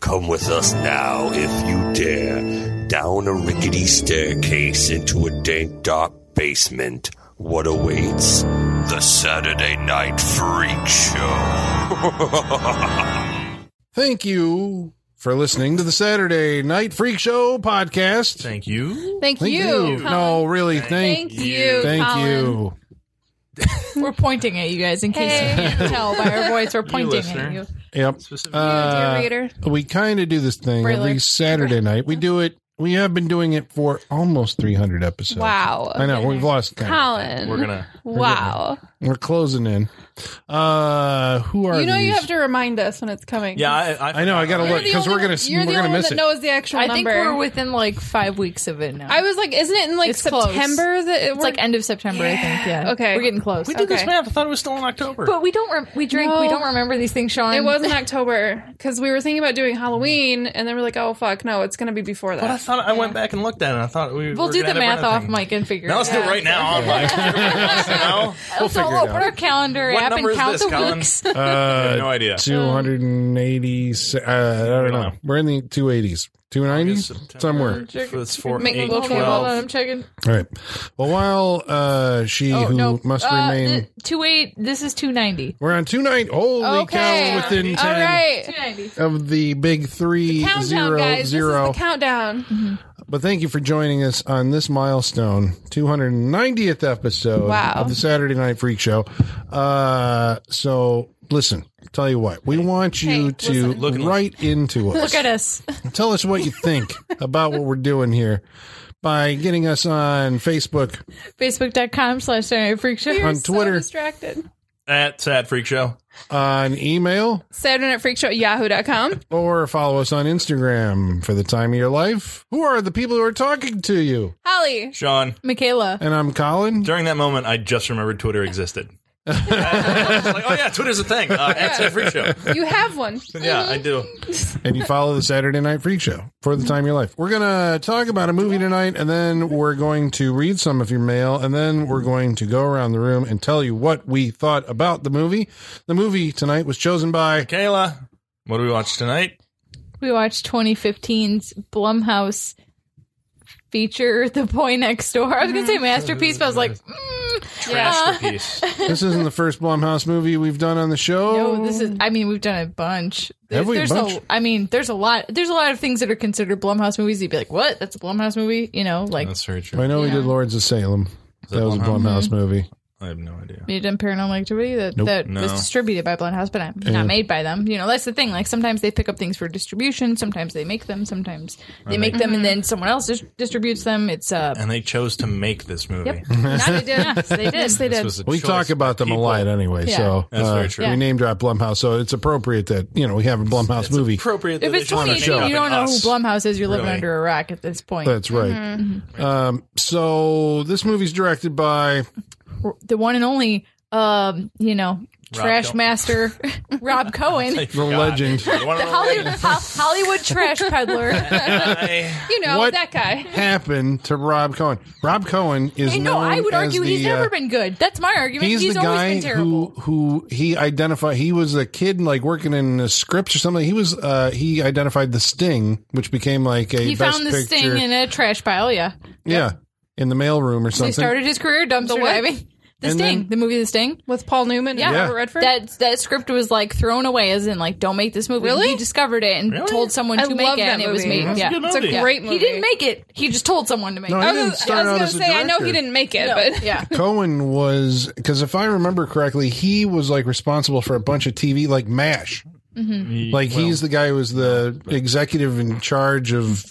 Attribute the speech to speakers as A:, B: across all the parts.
A: Come with us now, if you dare, down a rickety staircase into a dank, dark basement. What awaits? The Saturday Night Freak Show.
B: Thank you for listening to the Saturday Night Freak Show podcast.
C: Thank you.
D: Thank, you. Colin.
B: No, really,
D: Thank
B: thank,
D: you.
B: thank
D: Colin.
B: you.
D: We're pointing at you guys in case you can't tell by our voice. We're pointing
C: listener.
D: at you.
B: Yep. Uh,
D: reader.
B: we kind of do this thing every
D: Brailer.
B: Saturday night. We do it. We have been doing it for almost 300 episodes.
D: Wow.
B: I know we've lost count.
D: Colin.
C: We're gonna.
D: Wow.
B: We're closing in. Uh, who are
E: You know
B: these?
E: you have to remind us when it's coming.
C: Yeah, I. I,
B: I know. I gotta
E: You're
B: look
E: the
B: because
E: only
B: we're gonna
E: one-
B: s-
E: You're
B: we're
E: the
B: gonna
E: only
B: miss
E: one
B: it.
E: that knows the actual
D: I think
E: number.
D: we're within like five weeks of it now.
E: I was like, isn't it in like
D: It's close.
E: September that it
D: it's like end of September, I think. Yeah.
E: Okay.
D: We're getting close.
C: We did this
E: Okay.
C: math. I thought it was still in October.
D: But we don't. Rem- we drink. We
E: No.
D: don't remember these things, Sean.
E: it was in October because we were thinking about doing Halloween, and then we're like, oh fuck, no, it's gonna be before
C: But I
E: that.
C: thought I went back and looked at it. and I thought we.
D: We'll
C: were
D: do
C: gonna
D: the
C: end up
D: math off,
C: running.
D: Mike, and figure
C: Now
D: it
C: let's do
D: out.
C: it right now. online. now.
D: We'll
B: figure it
D: open
B: out.
D: our calendar
C: What
D: app
C: number
D: and
C: is
D: count
C: this,
D: the
C: Colin?
D: weeks.
B: Uh,
C: no idea.
B: 280. Uh, I don't know.
C: know.
B: We're in the 280s, 290s,
C: September.
B: somewhere.
C: It's four,
E: Make-
C: eight,
E: okay,
D: Okay, hold on.
C: twelve.
D: I'm checking.
B: All right. Well, while uh, she
D: Oh
B: who
D: no.
B: must
D: uh,
B: remain,
D: two eight. This is two ninety.
B: we're on two nine. Holy
E: Okay.
B: cow! Within
E: All
B: ten
D: Two
E: right,
D: ninety.
B: of the big three
E: countdown,
B: zero
E: guys.
B: zero.
E: This is the countdown.
B: But thank you for joining us on this milestone, 290th episode
E: Wow.
B: of the Saturday Night Freak Show. Uh, so listen, tell you what, we want you
E: Hey,
B: to
E: listen.
C: Look and
B: write into us.
D: Look at us.
B: tell us what you think about what we're doing here by getting us on Facebook,
D: Facebook.com slash Saturday Night Freak Show.
B: on
E: So
B: Twitter,
E: distracted.
C: At Sad Freak Show.
B: on email,
E: Saturday Night Freak Show at Yahoo.com.
B: or follow us on Instagram for the time of your life. Who are the people who are talking to you?
E: Holly,
C: Sean.
D: Michaela.
B: And I'm Colin.
C: During that moment, I just remembered Twitter existed. I was like, oh yeah, Twitter's a thing. Uh, at Sad Freak Show.
E: you have one.
C: Yeah, I do.
B: and you follow the Saturday Night Freak Show for the time of your life. We're going to talk about a movie tonight, and then we're going to read some of your mail, and then we're going to go around the room and tell you what we thought about the movie. The movie tonight was chosen by.
C: Kayla, what do we watch tonight?
D: We watched 2015's Blumhouse feature, The Boy Next Door. I was going to say
C: Mm-hmm.
D: masterpiece, but I was like, mm,
C: Trash the piece.
B: This isn't the first Blumhouse movie we've done on the show.
D: no, this is. I mean, we've done a bunch.
B: Have we a
D: there's
B: bunch?
D: I mean, there's a lot. There's a lot of things that are considered Blumhouse movies. You'd be like, what? That's a Blumhouse movie? You know, like
C: That's very true.
B: I know we did Lords of Salem.
C: that
B: That was a
C: Blumhouse?
B: Blumhouse movie.
C: I have no idea.
D: you done Paranormal Activity that that
C: No.
D: was distributed by Blumhouse, but not, not made by them. You know, that's the thing. Like sometimes they pick up things for distribution. Sometimes they make them. Sometimes they make them, and then someone else dis- distributes them. It's uh,
C: And they chose to make this movie.
D: Yep. they did. Yes, they did.
E: They
C: This
E: did.
C: was a
B: We
C: choice
B: talk about them
C: people.
B: a lot anyway,
D: Yeah.
B: so
C: That's
B: uh,
C: very true.
B: we
D: Yeah.
B: name drop Blumhouse, so it's appropriate that you know we have a Blumhouse movie.
C: Appropriate.
D: If
C: that
D: it's
C: they chose to
D: 2018,
C: make
D: you don't know who
C: us.
D: Blumhouse is. You're living
C: Really.
D: under a rock at this point.
B: That's right.
D: Mm-hmm.
B: Um, so this movie's directed by
D: the one and only, um, you know, trash
C: Cohen.
D: master Rob Cohen,
B: the legend.
C: The one and only
D: Hollywood, Ho- Hollywood trash peddler.
C: guy.
E: You know
B: What?
E: that guy.
B: happened to Rob Cohen? Rob Cohen is
D: Hey, no,
B: known
D: I would
B: as
D: argue
B: the,
D: he's
B: uh,
D: never been good. That's my argument.
B: He's,
D: He's,
B: the
D: always
B: guy
D: been
B: who
D: terrible.
B: who he identified. He was a kid like working in a script or something. He was uh, he identified the sting, which became like a
D: he
B: best
D: found the
B: picture.
D: sting in a trash pile. Yeah,
B: yeah, in the mailroom or
D: so
B: something.
D: he started his career dumpster
E: what?
D: diving. The
B: And
D: sting,
B: then-
D: the movie The Sting.
E: With Paul Newman and
B: Yeah.
E: Robert Redford.
D: That that script was like thrown away, as in like, don't make this movie.
E: Really?
D: He discovered it and
C: Really?
D: told someone
E: I
D: to make
E: love
D: it,
E: that
D: and it was
E: movie.
D: made.
E: That's
D: yeah,
C: good
D: it's a
C: movie.
E: Great
D: He
E: movie.
D: didn't make it. He just told someone to make
B: No,
D: it.
B: he
E: I
B: didn't
E: was,
B: start
E: I was
B: out
E: gonna
B: as a
E: say I know he
B: director.
E: didn't make it,
D: No.
E: but
D: yeah.
B: Cohen was because if I remember correctly, he was like responsible for a bunch of TV, like Mash. Like he's the guy who was the executive in charge of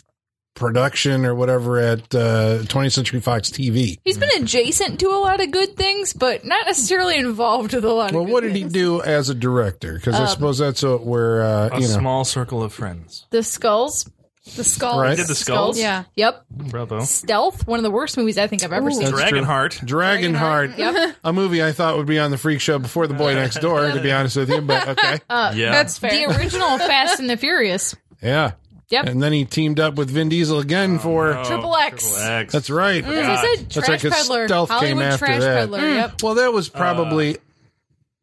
B: production or whatever at uh, 20th Century Fox TV.
D: He's been adjacent to a lot of good things, but not necessarily involved with a lot
B: Well,
D: of good
B: what did he
D: things.
B: do as a director? Because I suppose that's what we're uh,
C: A
B: you know.
C: small circle of friends.
D: The Skulls.
E: the skull.
B: Right.
C: Did the skulls?
E: Yeah.
D: Yep.
C: Bravo.
D: Stealth, one of the worst movies I think I've ever seen.
B: That's true.
C: Dragonheart.
B: Dragonheart,
D: Yep.
B: a movie I thought would be on the Freak Show before The Boy Next Door, to be honest with you, but okay,
C: yeah.
E: That's fair.
D: The original Fast and the Furious.
B: yeah.
D: Yep.
B: And then he teamed up with Vin Diesel again
C: Oh,
B: for
D: Triple X.
C: X.
B: that's right.
D: As I said,
B: uh, That's
D: Trash
B: like a
D: Peddler.
B: stealth came
D: Hollywood
B: after
D: Trash
B: that.
D: Peddler. Yep.
C: Uh,
B: Well, that was probably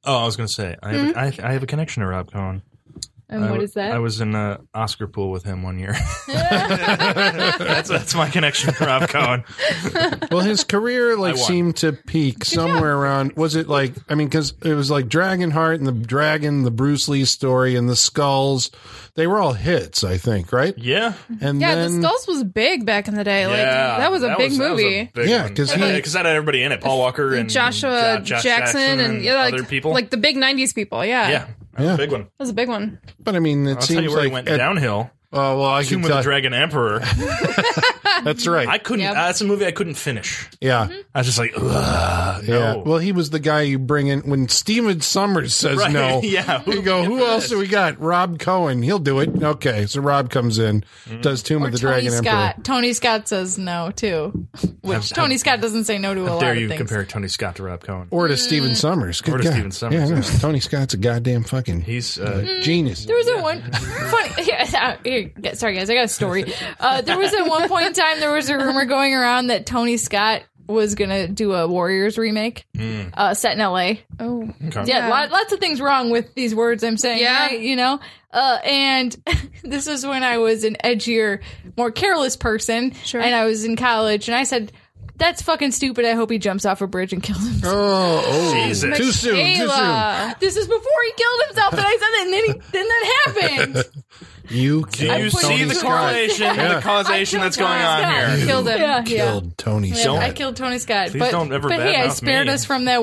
C: Oh, I was going to say, I have, a, I, I have a connection to Rob Cohen.
D: And
C: I
D: what
C: w-
D: is that?
C: I was in a Oscar pool with him one year. that's that's my connection to Rob Cohen.
B: Well, his career like
C: I won.
B: seemed to peak somewhere around. Was it like? I mean, because it was like Dragonheart and the Dragon, the Bruce Lee story, and the Skulls. They were all hits, I think, right?
C: Yeah,
B: And
E: Yeah,
B: then
E: the Skulls was big back in the day. Like
C: yeah,
E: that was a big movie.
C: big
B: Yeah,
C: one.
B: 'cause he-
C: Yeah, 'cause that had everybody in it: Paul Walker and
E: Joshua
C: Jo- Josh
E: Jackson, and yeah, like,
C: other people.
E: like the big '90s people. Yeah,
C: yeah, that was
B: Yeah.
C: a big one.
E: that was a big one.
B: but I mean, it
C: I'll tell
B: seems
C: you where
B: like
C: he went
B: at-
C: downhill.
B: Oh well, I
C: Tomb
B: can
C: of the
B: tell.
C: Dragon Emperor.
B: That's right.
C: I couldn't.
D: Yep.
C: That's a movie I couldn't finish.
B: yeah,
D: Mm-hmm.
C: I was just like, Ugh,
B: yeah.
C: no.
B: Well, he was the guy you bring in when Steven Summers says
C: Right,
B: no.
C: yeah.
B: You go. Who else do we got? Rob Cohen. He'll do it. Okay, so Rob comes in,
C: Mm-hmm.
B: does Tomb
D: Or
B: of the
D: Tony
B: Dragon
D: Scott.
B: Emperor.
D: Tony Scott says no too, which
C: how-
D: Tony Scott doesn't say no to a lot
C: dare
D: of
C: you
D: things.
C: compare Tony Scott to Rob Cohen?
B: Or to Steven Summers. Good
C: Or to
B: God.
C: Steven Summers,
B: Yeah, I know.
C: yeah.
B: Tony Scott's a goddamn fucking
C: He's
D: Mm-hmm.
C: uh,
B: genius.
D: There was a one funny. Yeah, uh, here, get- sorry guys, I got a story. Uh, there was at one point in time there was a rumor going around that Tony Scott was gonna do a Warriors remake
B: Hmm.
D: uh, set in L.A.
E: Oh,
C: okay.
D: Yeah,
E: Yeah.
D: lot, lots of things wrong with these words I'm saying.
E: Yeah.
D: right? you know. Uh, and this is when I was an edgier, more careless person,
E: Sure.
D: and I was in college, and I said. That's fucking stupid. I hope he jumps off a bridge and kills himself.
B: Oh, oh.
C: Jesus.
B: too soon.
E: Kayla.
D: This is before he killed himself, and I said that, and then, he, then that happened.
B: Too soon. You
C: Do
B: killed
C: you
D: put
C: see
B: Tony
C: the
B: Scott.
C: correlation,
B: Yeah.
C: the causation
D: I
C: that's
D: killed
C: going on
D: Tony
C: here?
D: Scott.
E: killed him.
D: Yeah, yeah.
B: Killed Tony
D: Yeah,
B: Scott.
D: I killed Tony Scott.
C: Please
D: but,
C: don't ever
D: But hey, I
C: badmouth
D: spared
C: me.
D: us from that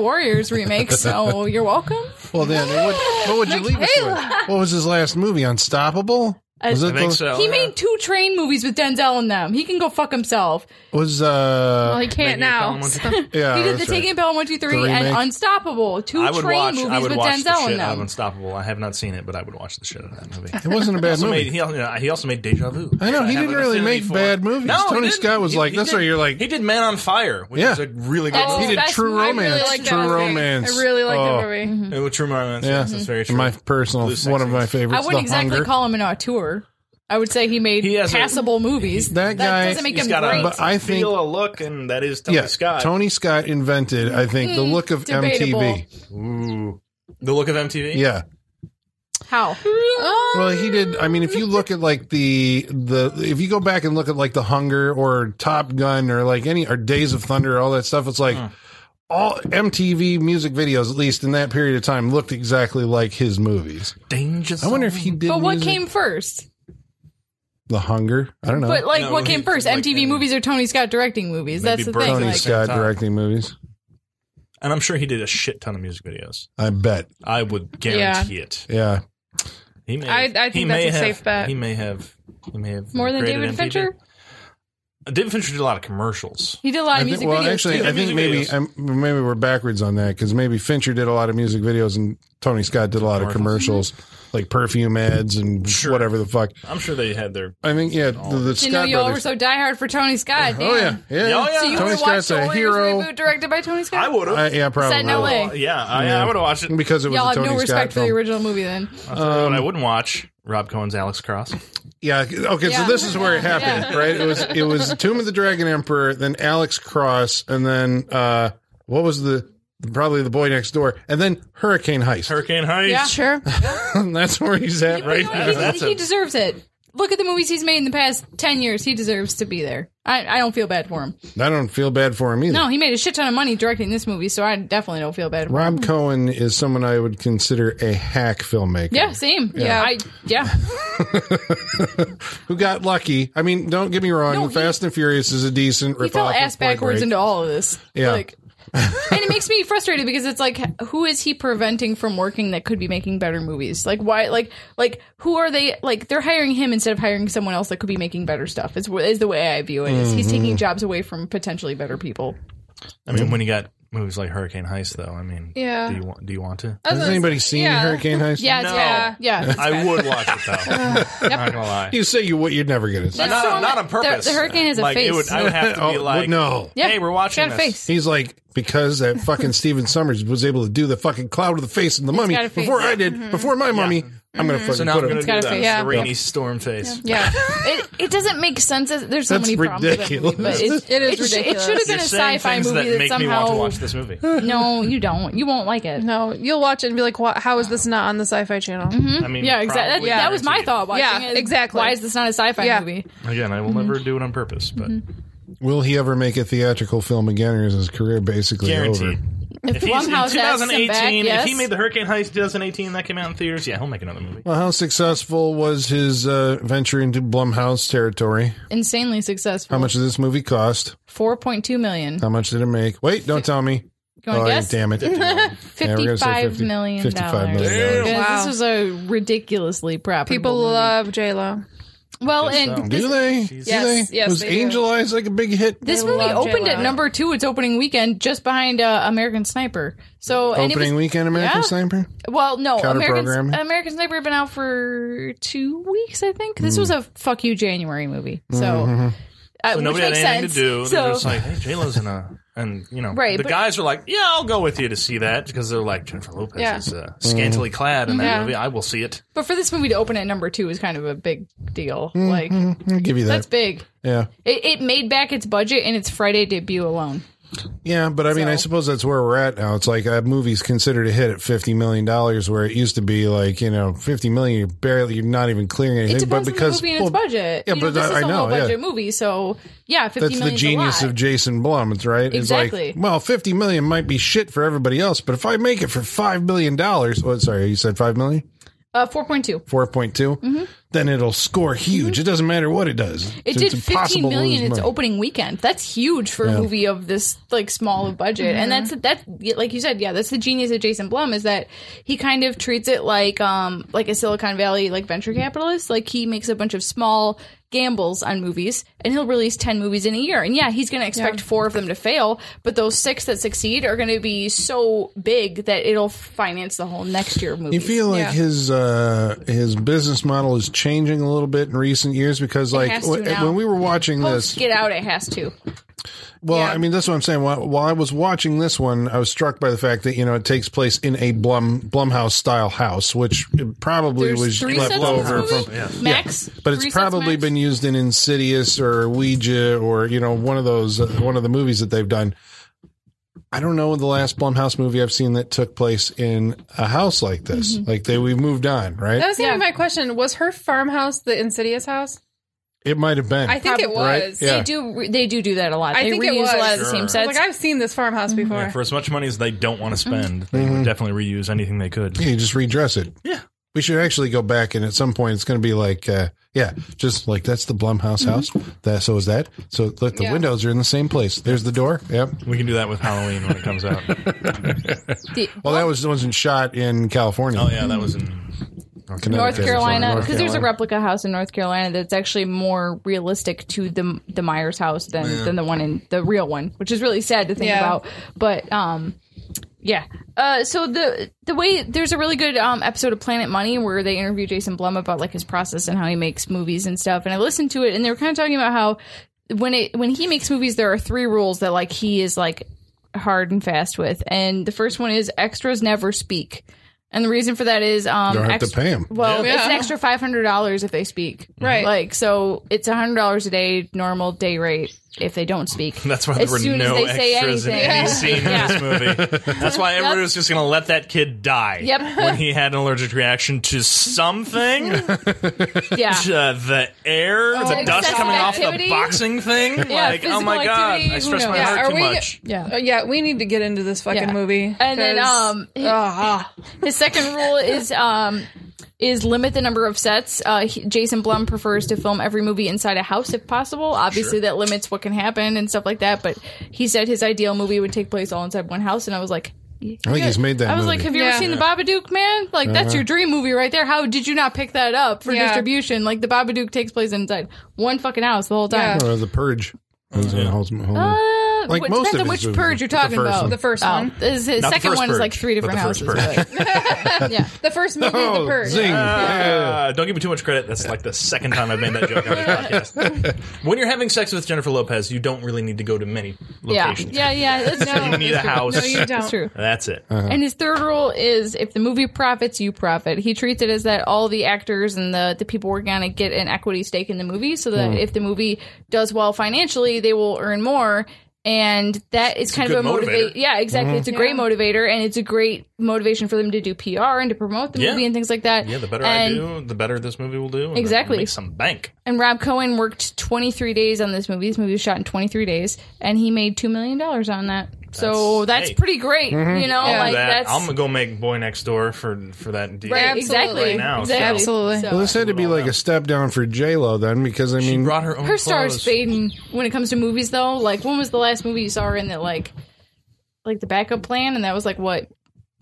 D: Warriors remake, so you're welcome.
B: Well, then what, what would you leave us with? What was his last movie? Unstoppable. Was
D: I
C: I think
B: the-
C: so.
D: He
C: yeah.
D: made two train movies with Denzel in them. He can go fuck himself.
B: Was uh?
E: well, he can't
C: Maybe a
E: now.
C: column one-
E: so-
B: yeah,
D: he did the
B: that's
D: Taking Bell One Two Three
B: The
D: and
B: remake.
D: Unstoppable. Two
C: I would
D: train
C: watch.
D: movies
C: I would
D: with
C: watch the
D: Denzel in
C: shit out of
D: them.
C: Unstoppable. I have not seen it, but I would watch the shit out of that movie.
B: It wasn't a bad
C: also
B: movie.
C: made, he, al- yeah, he also made Deja Vu.
B: I know, he
C: have
B: didn't
C: an
B: really
C: affinity
B: make bad movies.
C: No, he
B: Tony
C: didn't.
B: Scott was
C: He-
B: like-
C: he
B: that's
C: did-
B: why you're like-
C: He did Man on Fire, which
B: Yeah.
C: is a really good
D: That's
B: he
C: movie.
B: did
D: best
B: True
D: movie.
E: I
D: I really
B: Romance.
E: like that
B: True
E: movie.
B: Romance.
E: I really like
B: Oh,
E: that movie.
C: It was True Romance.
B: Yeah.
C: Yes, that's very true.
B: My personal,
C: Blue Sex
B: one of my
C: Scenes.
B: favorites.
D: I wouldn't
B: the
D: exactly
B: Hunger.
D: call him an auteur. I would say he made
C: He has a-
D: passable movies.
B: That guy-
D: doesn't make
C: He's
D: him
C: got a
D: great.
B: But I think-
C: feel, a look, and that is Tony
B: yeah,
C: Scott.
B: Tony Scott invented, I think, the look of
D: Hmm, debatable.
B: MTV.
C: Ooh. The look of MTV.
B: Yeah.
D: How?
E: Oh,
B: Well, he did. I mean, if you look at like the the if you go back and look at like the Hunger or Top Gun or like any or Days of Thunder, all that stuff, it's like
C: Hmm.
B: all MTV music videos, at least in that period of time, looked exactly like his movies.
C: Danger.
B: I wonder if he did.
D: But what
B: music-
D: came first?
B: the Hunger? I don't know.
D: But like,
C: No,
D: what
C: he-
D: came first?
C: like,
D: MTV
C: maybe-
D: movies or Tony Scott directing movies?
C: Maybe
D: That's the
C: Bernie
D: thing.
B: Tony
D: Like,
B: Scott
C: Tom.
B: directing movies.
C: And I'm sure he did a shit ton of music videos.
B: I bet.
C: I would guarantee it.
B: Yeah.
C: He may.
E: I- I
C: he
E: think
C: may
E: that's a
C: have,
E: safe bet.
C: He may have. He may have
D: more than
C: created
D: David
C: MTV.
D: Fincher.
C: Uh, David Fincher did a lot of commercials.
D: He did a lot
B: I
D: of
B: think,
D: music
B: well,
D: videos.
B: actually,
D: too.
B: I think
C: Music
B: maybe
C: videos.
B: I'm, maybe we're backwards on that because maybe Fincher did a lot of music videos and Tony Scott did a lot of commercials,
D: Mm-hmm.
B: like perfume ads and
C: Sure.
B: whatever the fuck.
C: I'm sure they had their.
B: I think yeah, the, the
D: Didn't know
B: Scott
D: you all were
B: brothers.
D: so diehard for Tony Scott.
B: oh yeah,
D: damn.
B: yeah.
C: Yeah, oh, yeah.
D: So
C: Tony
D: you would have watched
B: Scott's
D: the
B: a
D: Warriors
B: hero.
D: reboot directed by Tony Scott?
C: I would have.
B: I, Um, yeah, probably.
D: Set in LA.
C: Yeah, I, I would have watched it.
B: Because it was
D: Y'all
B: a
D: have
B: Tony
D: no
B: Scott
D: respect for
B: film.
D: the original movie then.
C: But I wouldn't watch Rob Cohen's Alex Cross.
B: Yeah. Okay.
D: Yeah.
B: So this is where it happened,
D: Yeah.
B: right? It was it was Tomb of the Dragon Emperor, then Alex Cross, and then uh, what was the probably the boy next door, and then Hurricane Heist.
C: Hurricane Heist.
D: Yeah.
E: Sure.
B: That's where he's at right
D: You
B: now.
D: know, he's-
C: That's
D: he
C: a-
D: deserves it. Look at the movies he's made in the past 10 years. He deserves to be there. I, I don't feel bad for him.
B: I don't feel bad for him either.
D: No, he made a shit ton of money directing this movie, so I definitely don't feel bad for him.
B: Rob Cohen is someone I would consider a hack filmmaker.
D: Yeah, same. Yeah. I, yeah.
B: Who got lucky. I mean, don't get me wrong,
D: No, he-
B: Fast and Furious is a decent
D: He
B: ripoff.
D: fell
B: of
D: ass
B: Point
D: backwards
B: Break.
D: into all of this.
B: Yeah.
D: Like, and it makes me frustrated because it's like, who is he preventing from working that could be making better movies? Like, why? Like, like who are they? Like, they're hiring him instead of hiring someone else that could be making better stuff. Is wh- is the way I view it. Is he's
B: Mm-hmm.
D: taking jobs away from potentially better people?
C: I mean, when you got movies like Hurricane Heist, though, I mean,
E: Yeah.
C: Do you want? Do you want to?
B: Has anybody seen
E: Yeah.
B: Hurricane Heist?
D: Yeah,
C: No.
D: yeah, yeah.
C: I would watch it though.
E: Uh,
C: Not gonna lie.
B: You say you what you're never going to see.
C: not,
D: so
C: on- not on purpose.
D: The, the hurricane has a
C: like,
D: face.
C: It would, I would have to
B: Oh,
C: be
B: well,
C: like,
B: no.
D: yeah,
C: hey, we're
D: It's
C: watching
D: got a
C: this.
D: face.
B: He's like, because that fucking Steven Summers was able to do the fucking cloud of the face and the mummy
D: got a face. Mm-hmm.
B: before I did, before my mummy, I'm gonna fucking
C: So now
B: put
C: I'm
B: it.
C: going to
E: It's got
C: do
E: a
C: that.
E: face. Yeah.
C: The rainy storm face.
E: Yeah.
D: It, it doesn't make sense. There's so
B: That's
D: many problems. with that movie, but
B: ridiculous.
D: it,
E: It is
D: it, sh- it
E: ridiculous.
D: should have
C: You're
D: been a
C: saying
D: sci-fi
C: things
D: movie
C: that
D: that,
C: make me want to
D: somehow.
C: watch this movie.
D: No, you don't. You won't like it.
E: No, you'll watch it and be like, "Wha- "How is this not on the Sci-Fi Channel?"
C: I mean,
D: Yeah, exactly.
C: probably
D: That, that was my
C: guaranteed.
D: thought watching
E: Yeah,
D: it. is,
E: exactly.
D: Why is this not a sci-fi
E: Yeah.
D: movie?
C: Again, I will never do it on purpose, but
B: Will he ever make a theatrical film again, or is his career basically over?
C: guaranteed.
D: If,
C: he's in
D: Blumhouse has some back, yes.
C: if he made the Hurricane Heist 2018 that came out in theaters, yeah, he'll make another movie.
B: Well, how successful was his uh, venture into Blumhouse territory?
D: insanely successful.
B: How much did this movie cost?
D: Four point two million.
B: How much did it make? Wait, don't tell me.
D: wanna
B: yeah,
D: guess?
B: damn it. we're gonna say
D: 55
B: 50
D: million
B: 55
D: dollars.
B: million dollars.
D: Because
E: Wow.
D: This was a ridiculously profitable.
E: People
D: movie.
E: love J Lo.
D: well,
C: Yes,
D: and
C: um,
D: this,
B: Do they?
C: Yes,
B: Do they?
E: yes,
B: was
E: they do.
B: Angel Eyes like a big hit?
D: this
E: they
D: movie
E: love
D: opened
E: J-Lo.
D: at number two its opening weekend, just behind uh, American Sniper. So and it was,
B: Opening weekend, American
D: yeah.
B: Sniper.
D: Well, no,
B: Counter-program?
D: American American Sniper had been out for two weeks, I think.
B: Hmm.
D: This was a fuck you January movie, so
B: Mm-hmm.
D: uh,
C: So
D: which
C: nobody had
D: makes
C: anything
D: sense.
C: to do.
D: So
C: They're just like, hey, J Lo's in a, and you know,
D: Right,
C: the
D: but-
C: guys are like, yeah, I'll go with you to see that because they're like Jennifer Lopez
E: Yeah.
C: is uh, scantily clad in that
E: Yeah.
C: movie. I will see it.
D: But for this movie to open at number two is kind of a big deal. Like
B: Mm, I'll give you
D: that's
B: that.
D: big.
B: Yeah.
D: It, it made back its budget in its Friday debut alone.
B: Yeah, but I mean, I
D: So-
B: suppose that's where we're at now. It's like a movie's considered a hit at fifty million dollars, where it used to be like you know fifty million. You're barely, you're not even clearing
D: It
B: anything.
D: depends
B: but because
D: on the movie and its
B: well,
D: budget.
B: yeah,
D: You know,
B: but
D: this
B: I-
D: is
B: I
D: a
B: know,
D: low budget
B: yeah.
D: movie, so yeah, fifty
B: that's the
D: million's a
B: genius
D: lot.
B: of Jason Blum, it's right?
D: Exactly.
B: It's like, well, fifty million might be shit for everybody else, but if I make it for five million dollars, what? Sorry, you said five million.
D: uh, four point two.
B: 4.2, then it'll score huge. It doesn't matter what it does.
D: Mm-hmm. It
B: It's-
D: did
B: it's
D: fifteen
B: impossible to
D: million
B: lose
D: its
B: money.
D: opening weekend. That's huge for a movie of this like small of budget. And that's that's like you said, yeah, that's the genius of Jason Blum is that he kind of treats it like um like a Silicon Valley like venture capitalist. Like he makes a bunch of small gambles on movies and he'll release 10 movies in a year and yeah he's going to expect four of them to fail but those six that succeed are going to be so big that it'll finance the whole next year movie
B: You feel like
E: Yeah.
B: his uh, his business model is changing a little bit in recent years because, like,
D: has to
B: w-
D: now.
B: when we were watching
D: Post
B: this,
D: Get Out, it has to.
B: well,
E: yeah.
B: I mean, that's what I'm saying. While, while I was watching this one, I was struck by the fact that you know it takes place in a Blum Blumhouse style house, which it probably
D: There's
B: was
D: three
B: left
D: sets of
B: over
D: this movie?
B: from.
D: Max,
B: But it's
D: Three sets
B: probably
D: max?
B: been used in Insidious or Ouija or you know one of those uh, one of the movies that they've done. I don't know the last Blumhouse movie I've seen that took place in a house like this.
D: Mm-hmm.
B: Like they we've moved on, right?
E: That was gonna be
D: Yeah.
E: my question. Was her farmhouse the Insidious house?
B: it might have been.
E: I think it
B: Right?
E: was.
B: Yeah.
D: They do. re- They do do that a lot.
E: I
D: they
E: think it
D: reuse
E: was.
D: a lot of the
C: Sure. Mm-hmm.
E: I
D: same sets.
E: was like I've seen this farmhouse before.
C: For as much money as they don't want to
D: Mm-hmm.
C: spend, they would definitely reuse anything they could.
B: Yeah, you just redress it.
C: Yeah.
B: We should actually go back, and at some point, it's going to be like, uh, yeah, just like that's the Blumhouse house. That so is that. So look, the
E: Yeah.
B: windows are in the same place. There's the door. Yep.
C: We can do that with Halloween when it comes out.
D: The-
B: Well, that was wasn't shot in California.
C: oh yeah, that was in
D: North
B: Connecticut.
D: Carolina,
B: North
D: because there's a
B: Carolina.
D: replica house in North Carolina that's actually more realistic to the the Myers house than than the one in the real one, which is really sad to think
E: Yeah.
D: about. But um, yeah. Uh, so the the way there's a really good um episode of Planet Money where they interview Jason Blum about like his process and how he makes movies and stuff, and I listened to it, and they were kind of talking about how when it when he makes movies, there are three rules that like he is like hard and fast with, and the first one is extras never speak. And the reason for that is um,
B: Don't have
D: ex-
B: to pay him.
D: well,
E: Yeah.
D: it's an extra five hundred dollars if they speak.
E: Right.
D: Like so, it's hundred dollars a day normal day rate if they don't speak.
C: That's why there
D: As
C: were
D: soon as
C: no
D: they say
C: extras in
D: anything.
C: any
D: Yeah.
C: scene
D: Yeah.
C: in this movie. That's why everybody was just going to let that kid die.
D: Yep.
C: When he had an allergic reaction to something, to
D: yeah.
C: the air, the dust
D: Oh, excessive
C: coming off the
D: activity?
C: boxing thing.
D: Yeah,
C: like, oh my
D: physical
C: god,
D: activity,
C: I
D: who
C: stress my
D: knows?
E: Yeah,
C: heart
E: are
C: too
E: we-
C: much.
D: Yeah.
E: Uh, yeah, we need to get into this fucking
D: Yeah.
E: movie.
D: And then
E: 'cause-
D: um,
E: Ugh.
D: his second rule is um is limit the number of sets. Uh, he- Jason Blum prefers to film every movie inside a house if possible. Obviously, that limits what can happen and stuff like that. But he said his ideal movie would take place all inside one house, and I was like.
B: I think he's made that.
D: I was
B: movie. Uh-huh.
D: like, "Have you ever
E: Yeah.
D: seen the Babadook, man? Like, that's your dream movie right there. How did you not pick that up for
E: Yeah.
D: distribution? Like, the Babadook takes place inside one fucking house the whole time.
E: Yeah.
B: Or the Purge. It was a whole- whole-
D: Uh, Uh,
B: Like
D: which-
B: most
D: depends
B: of
D: on
B: his
D: which
B: movies.
D: purge you're talking
B: The first
D: about.
B: one.
E: The first
D: Oh,
E: one.
D: his, his
C: Not the
D: second
C: first
D: one is like
C: Purge,
D: three different
C: but the
D: houses.
C: first
D: but- yeah.
E: The first movie, of
C: Oh,
E: The Purge.
B: Oh, zing.
C: Uh, don't give me too much credit. That's like the second time I've made that joke on this podcast. When you're having sex with Jennifer Lopez, you don't really need to go to many
D: Yeah.
C: locations.
D: Yeah. Yeah. It's, no,
C: You need a house.
E: No, you
D: That's
E: don't.
D: true.
C: That's it.
B: Uh-huh.
D: And his third rule is if the movie profits, you profit. He treats it as that all the actors and the, the people working on it get an equity stake in the movie so that if the movie does well financially, they will earn more. And that is kind
C: good
D: of a motivator.
C: motivator.
D: Yeah, exactly. It's a great motivator and it's a great motivation for them to do PR and to promote the
C: Yeah.
D: movie and things like that.
C: Yeah, the better
D: and,
C: I do, the better this movie will do. and
D: Exactly.
C: it'll Make some bank.
D: And Rob Cohen worked 23 days on this movie. This movie was shot in 23 days and he made $2 million on that. so
C: That's-
D: that's
C: hey.
D: pretty great. You know,
E: Yeah.
D: like
C: that,
D: that's.
C: I'm gonna go make Boy Next Door for for that deal.
D: Right,
E: Absolutely.
D: exactly.
E: Right
C: now,
D: exactly.
C: so-
E: Absolutely.
D: So-
B: Well, this had to be like a step down for J Lo then, because I
C: She
B: mean,
C: brought her own.
D: uh, her star's
C: clothes.
D: fading when it comes to movies, though. Like, when was the last movie you saw her in that, like, like the backup plan? And that was like what,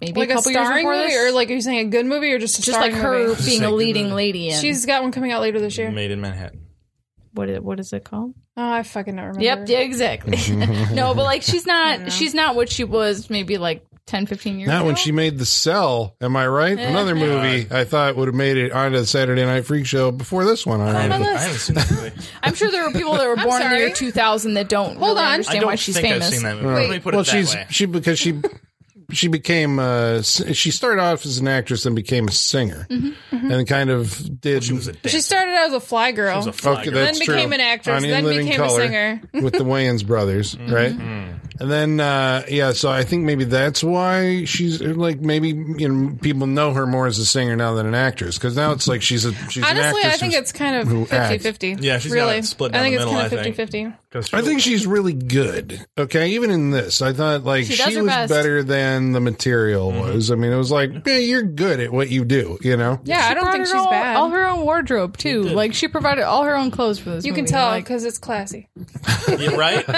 D: maybe
E: Like
D: a
E: a
D: couple years
E: starring
D: before
E: movie,
D: this,
E: or like are you saying a good movie, or just a
D: just like
E: starring
D: her
E: movie?
D: being a
C: Like,
D: leading lady in
E: She's got one coming out later this year.
C: Made in Manhattan.
D: what? Is, what is it called?
C: Mm-hmm.
E: Oh, I fucking don't remember.
D: Yep, yeah, exactly. no, but like, she's not. She's not what she was maybe like 10, 15 years.
B: not
D: ago.
B: when she made The Cell, am I right? Another movie I thought would have made it onto the Saturday Night Freak Show before this one.
D: Oh,
C: I
B: I
C: haven't, I haven't seen that movie.
D: I'm sure there were people that were born in the year
E: sorry.
D: two thousand that don't
E: Hold on.
D: really
E: I
C: I
D: understand
C: don't
D: why she's
C: think
D: famous.
C: I've seen that movie.
E: Wait.
C: Let me put it
B: Uh, well,
C: that
B: she's
C: way.
B: she because she she became uh s- she started off as an actress and became a singer and kind of did
C: Mm-hmm, She was a
E: She
C: dancer.
E: started out as a fly girl.
C: She was a fly
B: Okay,
C: girl.
B: that's
E: then became
B: true.
E: an actress,
B: On In
E: then
B: Living
E: became a
B: Colour
E: singer.
B: with the Wayans brothers,
C: Mm-hmm.
B: right? And then uh yeah, so I think maybe that's why she's like maybe you know people know her more as a singer now than an actress because now it's like she's a she's an
E: Honestly,
B: actress
E: I think
B: who's-
E: it's kind of
B: who acts.
E: 50-50.
C: Yeah, she's got
E: really
C: it split
E: I
C: down
E: think
C: the
E: it's
C: middle,
E: kind of
C: I think.
E: 50-50.
B: I think she's really good. Okay, even in this, I thought like she,
D: does her
B: was
D: best. Mm-hmm.
B: better than the material
C: Mm-hmm.
B: was. I mean, it was like, yeah, you're good at what you do, you know.
E: Yeah, I don't
D: Brought
E: think
D: her
E: she's
D: own-
E: bad.
D: All her own wardrobe too.
C: did.
D: Like she provided all her own clothes for this.
E: you can
D: movie.
E: tell
D: Like-
E: because it's classy.
C: Yeah, right.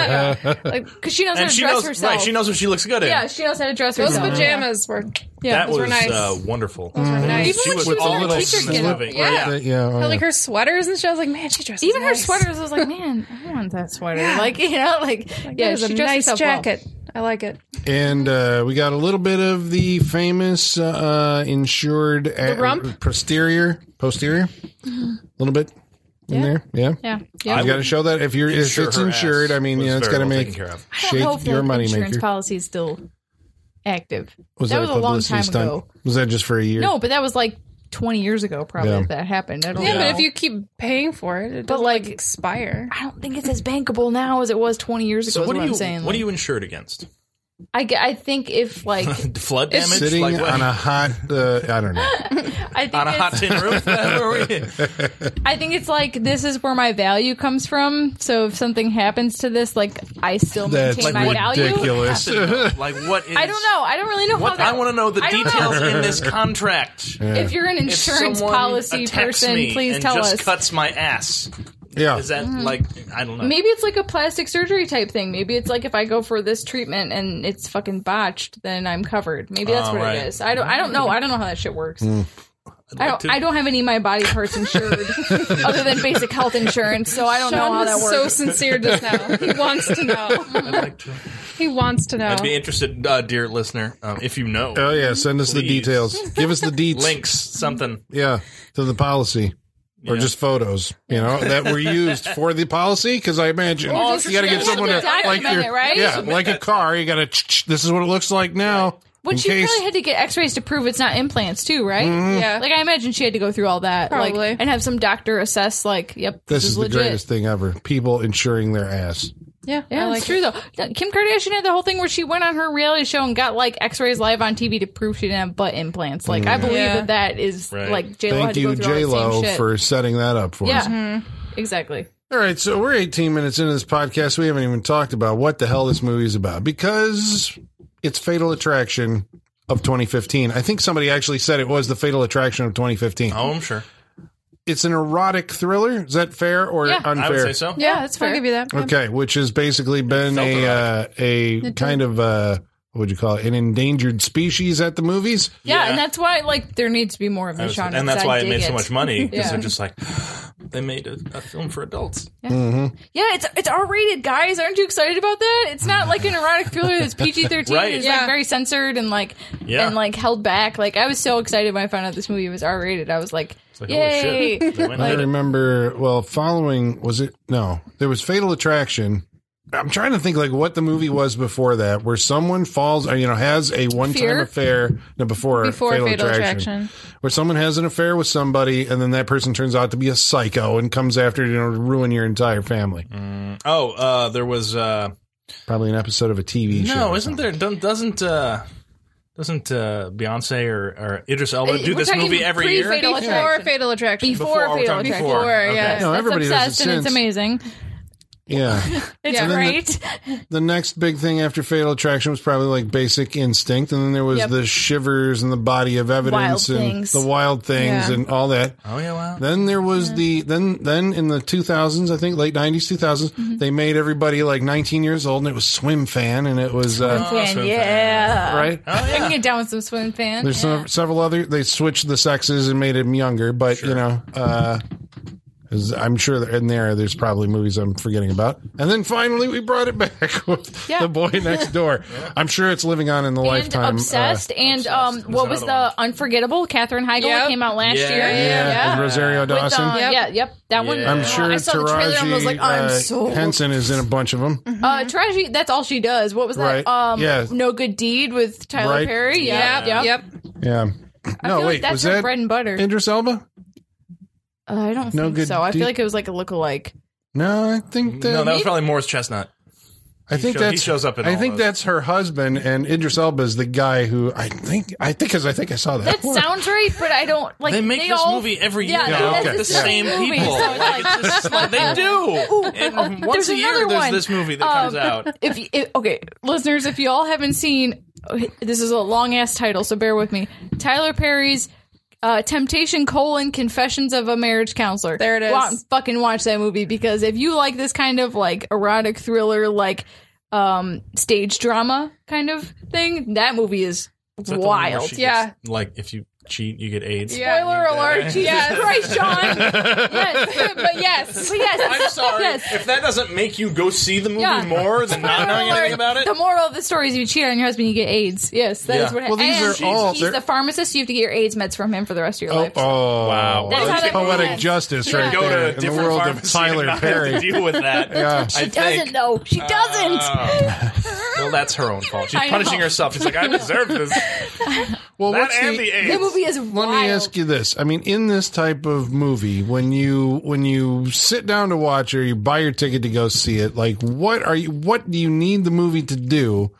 D: like because she knows how
C: and
D: to
C: she
D: dress
C: knows.
D: herself.
C: Right. She knows what she looks good in.
D: Yeah, she knows how to dress
E: Those
D: herself.
E: pajamas were
D: Yeah.
C: that was
E: were nice.
C: uh, wonderful.
B: Mm-hmm.
E: nice.
D: Even when she was
B: a
D: in her
B: little
D: teacher
B: slit
D: getup,
B: right
E: yeah.
B: there, yeah, oh,
E: like
B: yeah.
E: her sweaters and shit. I was like, man, she dresses.
D: Even her
E: nice.
D: sweaters, I was like, man, I want that sweater. Like you know, like,
E: Like, that
D: yeah,
E: is
D: she
E: a
D: dressed
E: nice
D: herself well.
E: jacket. I like it.
B: And
D: mm-hmm.
B: uh, we got a little bit of the famous uh, insured the
E: rump?
B: posterior, posterior, a little bit in there. Yeah,
D: Mm-hmm. Yeah,
C: I
D: yeah.
B: you got to
C: would
B: show that if you're if
C: Sure,
B: it's
C: her
B: insured.
C: ass
B: I mean,
C: was
B: you know, it's
C: very
B: got to
C: well
B: make
C: taken care of.
D: I don't know
B: shake
D: if
B: your
D: the
B: money
D: insurance
B: maker.
D: policy is still active.
B: Was
D: that
B: that,
D: was
B: a
D: a long
B: publicity
D: time
B: stunt?
D: ago.
B: Was that just for a year?
D: No, but that was like 20 years ago, probably
B: Yeah.
D: if that happened. I don't
E: Yeah,
D: know.
E: but if you keep paying for it, it doesn't
D: like-
E: like expire.
D: I don't think it's as bankable now as it was 20 years ago.
C: So
D: is
C: what
D: what
C: do
D: I'm
C: you?
D: saying?
C: What
D: Like,
C: are you insured against?
D: I, g- I think if like
C: Flood damage?
B: sitting
C: like what?
B: on a hot. Uh, I don't know.
D: I think
C: on a
D: it's-
C: hot tin roof? Where were we?
D: I think it's like this is where my value comes from. So if something happens to this, like I still
B: That's
D: maintain my value.
B: ridiculous.
C: like what? Is,
D: I don't know. I don't really know how
C: What
D: that.
C: I want to know the
D: I don't know.
C: details in this contract.
D: If you're an
C: If
D: insurance
C: someone
D: policy
C: attacks
D: person,
C: me
D: please
C: and
D: tell
C: just
D: us. Mm-hmm.
C: Cuts my ass.
B: Yeah.
C: Is that like I don't know?
D: Maybe it's like a plastic surgery type thing. Maybe it's like if I go for this treatment and it's fucking botched, then I'm covered. Maybe that's
C: Oh,
D: what
C: right.
D: it is. I don't. I don't know. I don't know how that shit works.
B: Hmm.
D: I don't.
C: to-
D: I don't have any of my body parts insured other than basic health insurance, so I don't know how
E: John
D: that
E: was
D: works.
E: so sincere just now. He wants to know.
C: I'd like to.
E: He wants to know.
C: I'd be interested, uh, dear listener, um, if you know
B: Oh yeah. Send us the
C: Please.
B: details. Give us the deets.
C: links something.
B: Yeah. To the policy. Or
C: Yeah.
B: just photos, you know, that were used for the policy. Because I imagine
D: just-
B: you got to
D: yeah,
B: get
D: you
B: someone to
D: have to
B: like
D: document
B: your,
D: it, right?
B: yeah, like a car. You got to. This is what it looks like now. in
D: But she
B: case- Mm-hmm.
D: probably had to get X-rays to prove it's not implants, too, right?
E: Yeah.
D: Like I imagine she had to go through all that,
E: Probably.
D: like, and have some doctor assess, like, yep, this,
B: this is, the
D: legit.
B: greatest thing ever. People insuring their ass.
E: yeah,
D: Yeah,
E: I like
D: it's true though. Kim Kardashian had the whole thing where she went on her reality show and got like X-rays live on TV to prove she didn't have butt implants. Like I believe
E: Yeah.
D: that that is
C: Mm. Right.
D: like J Lo had
B: Thank
D: to go
B: you,
D: through
B: J
D: all
B: Lo,
D: the same shit.
B: for setting that up for
D: yeah, Mm-hmm.
B: us.
D: exactly.
B: All right, so we're 18 minutes into this podcast. We haven't even talked about what the hell this movie is about because it's Fatal Attraction of 2015. I think somebody actually said it was the Fatal Attraction of 2015.
C: Oh, I'm sure.
B: It's an erotic thriller. Is that fair or
D: Yeah. I would
B: unfair?
C: I would say so.
E: Yeah,
D: Yeah, that's
E: I'll
D: fair.
E: give you that.
B: Okay, which has basically been
C: felt
B: a uh, a kind of uh, what would you call it? An endangered species at the movies.
D: Yeah,
C: Yeah.
D: and that's why like there needs to be more of
C: I
D: this
C: was-
D: genre,
C: and that's
D: because I
C: why it
D: dig
C: made so much money because
D: Yeah.
C: they're just like they made a, a film for adults.
D: Yeah, it's it's R rated, guys. Aren't you excited about that? It's not like an erotic thriller that's PG thirteen.
C: Right.
D: It's
E: Yeah.
D: like very censored and like
C: Yeah.
D: and like held back. Like I was so excited when I found out this movie was R rated. I was like,
C: Like, holy
D: yay!
C: shit. They went
B: I
C: and did it.
B: remember. Well, following was it? No, there was Fatal Attraction. I'm trying to think like what the movie was before that, where someone falls, or, you know, has a one-time
D: Fear?
B: affair. No, before,
E: Before Fatal, Attraction.
B: where someone has an affair with somebody, and then that person turns out to be a psycho and comes after you know to ruin your entire family.
C: Oh, uh, there was. Uh,
B: Probably an episode of a TV show.
C: no, isn't there? Don't, doesn't. Uh, doesn't uh, Beyonce or, or Idris Elba do
D: We're
C: this
D: talking
C: movie every year?
D: pre-Fatal
E: Before
D: Attraction.
E: Fatal Attraction.
D: Before,
C: Before, we're
D: Fatal
C: talking
D: Attraction.
C: before.
E: Before,
C: Okay.
E: yeah.
B: No,
D: That's
B: everybody does it
D: obsessed and it's
B: since.
D: amazing.
B: Yeah.
D: It's
E: Yeah.
D: great.
B: the next big thing after Fatal Attraction was probably like Basic Instinct, and then there was
D: Yep.
B: the Shivers and the Body of Evidence
D: Wild
B: and
D: Things.
B: the Wild Things
E: Yeah.
B: and all that.
C: Oh yeah, wow.
B: Then there was the then then in the 2000s, I think late 90s, 2000s,
D: Mm-hmm.
B: they made everybody like 19 years old, and it was Swim Fan, and it was uh,
C: Oh,
D: And
C: swim fan.
D: yeah,
B: right.
D: I can get down with some swim fan.
B: There's some, several other. They switched the sexes and made him younger, but you know, uh, 'cause I'm sure that in there, there's probably movies I'm forgetting about. And then finally, we brought it back with
D: Yeah.
B: the boy next door. I'm sure it's living on in the
D: and
B: lifetime. uh,
D: obsessed and um, what was the
C: another
D: unforgettable? Catherine Heigl
E: Yep.
D: came out last
C: Yeah.
D: year.
C: Yeah.
B: yeah, with Rosario
D: With,
B: Dawson.
D: uh,
E: Yep.
D: Yeah, yep. That one.
C: Yeah.
B: I'm sure
D: I saw the trailer and I was
B: Taraji
D: like, I'm
B: uh,
D: sold.
B: Henson is in a bunch of them.
D: Uh, Taraji, that's all she does. What was
B: Right.
D: that? Um,
B: Yeah.
D: No Good Deed with Tyler
B: Right.
D: Perry. Yeah,
E: Yep.
D: yep.
E: Yep.
B: Yeah.
D: I
B: no,
D: feel
B: wait,
D: like that's
B: was
D: her
B: that
D: bread and butter.
B: Idris Elba?
D: Uh, I don't
B: No
D: think
B: Good
D: so. I
B: Deed-
D: feel like it was like a look-alike.
B: No, I think that,
C: No, that was probably Morris Chestnut.
B: I think
C: show-
B: that's
C: he shows up in
B: I
C: all
B: think
C: those.
B: that's her husband, and Idris Elba is the guy who I think I think because I think I saw that.
D: That
B: one.
D: sounds right, but I don't like.
C: They make this
D: all-
C: movie every
D: Yeah,
C: year.
D: yeah,
C: now.
B: that's
C: It's
B: the
C: the
D: same
C: same
D: movie,
C: people.
D: so it's
C: Like,
D: like-
C: it's just like- they do. And
D: oh,
C: once
D: there's
C: a year,
D: another
C: there's
D: one. Um,
C: this movie that comes out.
D: if, you- if okay, listeners, if you all haven't seen, oh, this is a long ass title, so bear with me. Tyler Perry's uh, "Temptation: colon Confessions of a Marriage Counselor."
E: There it is.
D: Wa- fucking watch that movie because if you like this kind of like erotic thriller, like um stage drama kind of thing, that movie is
C: Is that the one where
D: wild.
C: she
E: Yeah.
C: gets- like if you cheat, you get AIDS.
E: Yeah.
D: Spoiler alert! Jesus
E: Yes.
D: Christ, John. yes, but yes, but yes.
C: I'm sorry.
D: Yes.
C: If that doesn't make you go see the movie
D: Yeah.
C: more than not knowing anything about it,
D: The moral of the story is if you cheat on your husband, you get AIDS. Yes, that is
C: Yeah.
D: what
B: Well,
D: happens.
B: these
D: and
B: are all-
D: He's
B: they're-
D: the pharmacist. You have to get your AIDS meds from him for the rest of your
B: Oh,
D: life.
B: oh
C: Wow. That's
D: how
B: That's
D: that
B: poetic
D: works.
B: justice right
C: go
B: there
C: to a
B: in the
C: different
B: world of
C: pharmacy and
B: Tyler
C: not Have to
B: Perry.
C: deal with that.
B: Yeah.
C: I
D: she doesn't
C: think.
D: know. She
B: Oh.
D: doesn't.
C: Well, that's her own fault. She's
D: I know.
C: punishing herself. She's like, I deserve this.
B: Well,
C: That
B: what's
C: and
B: the,
C: the AIDS.
D: the movie is
B: let
D: wild.
B: me ask you this. I mean, in this type of movie, when you when you sit down to watch or you buy your ticket to go see it, like what are you what do you need the movie to do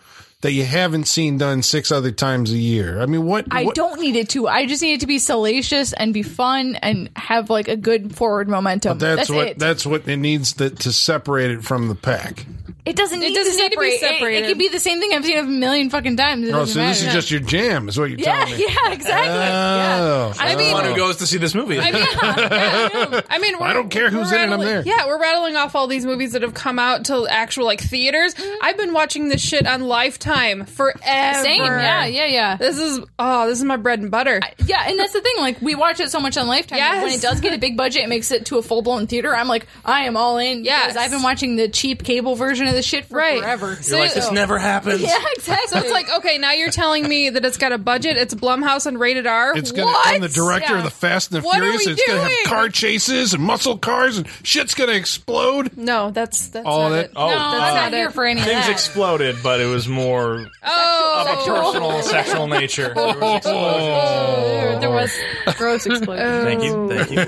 B: that you haven't seen done six other times a year? I mean, what
D: I
B: what,
D: don't need it to. I just need it to be salacious and be fun and have like a good forward momentum.
B: that's, what
D: it.
B: that's what it needs to, to separate it from the pack.
D: it doesn't need
E: doesn't
D: to
E: need to be
D: separate. It- It,
E: separated.
D: could be the same thing I've seen a million fucking times. It
B: Oh,
D: doesn't
B: so this
D: matter.
B: is just your jam, is what you're
D: yeah,
B: telling me.
D: yeah, exactly. yeah.
B: Oh,
E: I mean,
C: Anyone who goes to see this movie.
E: I mean, yeah, yeah. I mean, we're,
B: I don't care who's
E: we're
B: in it, I'm
E: rattling-
B: there.
E: Yeah, we're rattling off all these movies that have come out to actual like theaters. I've been watching this shit on Lifetime forever.
D: Mm-hmm. Same. Yeah, yeah, yeah.
E: This is oh, this is my bread and butter.
D: Yeah, and that's the thing. Like we watch it so much on Lifetime.
E: Yes.
D: that When it does get a big budget, it makes it to a full blown theater. I'm like, I am all in.
E: Yes.
D: because I've been watching the cheap cable version of the shit for
E: Right.
D: forever.
E: So-
C: You're like, this never happens.
D: yeah, exactly.
E: so it's like okay, now you're telling me that it's got a budget. It's Blumhouse and rated R.
B: It's gonna
E: What?
B: and the director
D: Yeah.
B: of the Fast and the
E: What are
B: Furious.
E: we
B: It's gonna have
E: doing?
B: car chases and muscle cars and shit's gonna explode.
E: No, that's that's
B: All
E: not
B: that-
E: it.
D: no,
C: Oh,
D: I'm
C: uh,
D: not here for any of
C: Things
D: that.
C: exploded, but it was more
E: Oh,
C: of a personal sexual nature. There was explosions.
D: there, there was gross explosion.
C: Thank you, thank you,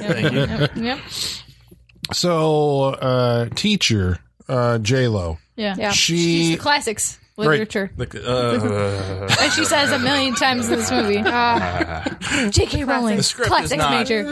C: thank you.
D: yep.
B: So, uh, teacher uh, J Lo,
D: Yeah.
E: Yeah.
D: She's
B: she
D: the classics literature,
C: Like, uh,
D: and she says a million times in this movie. J.K. Rowling,
E: The
C: script is
D: classics
C: not-
D: major.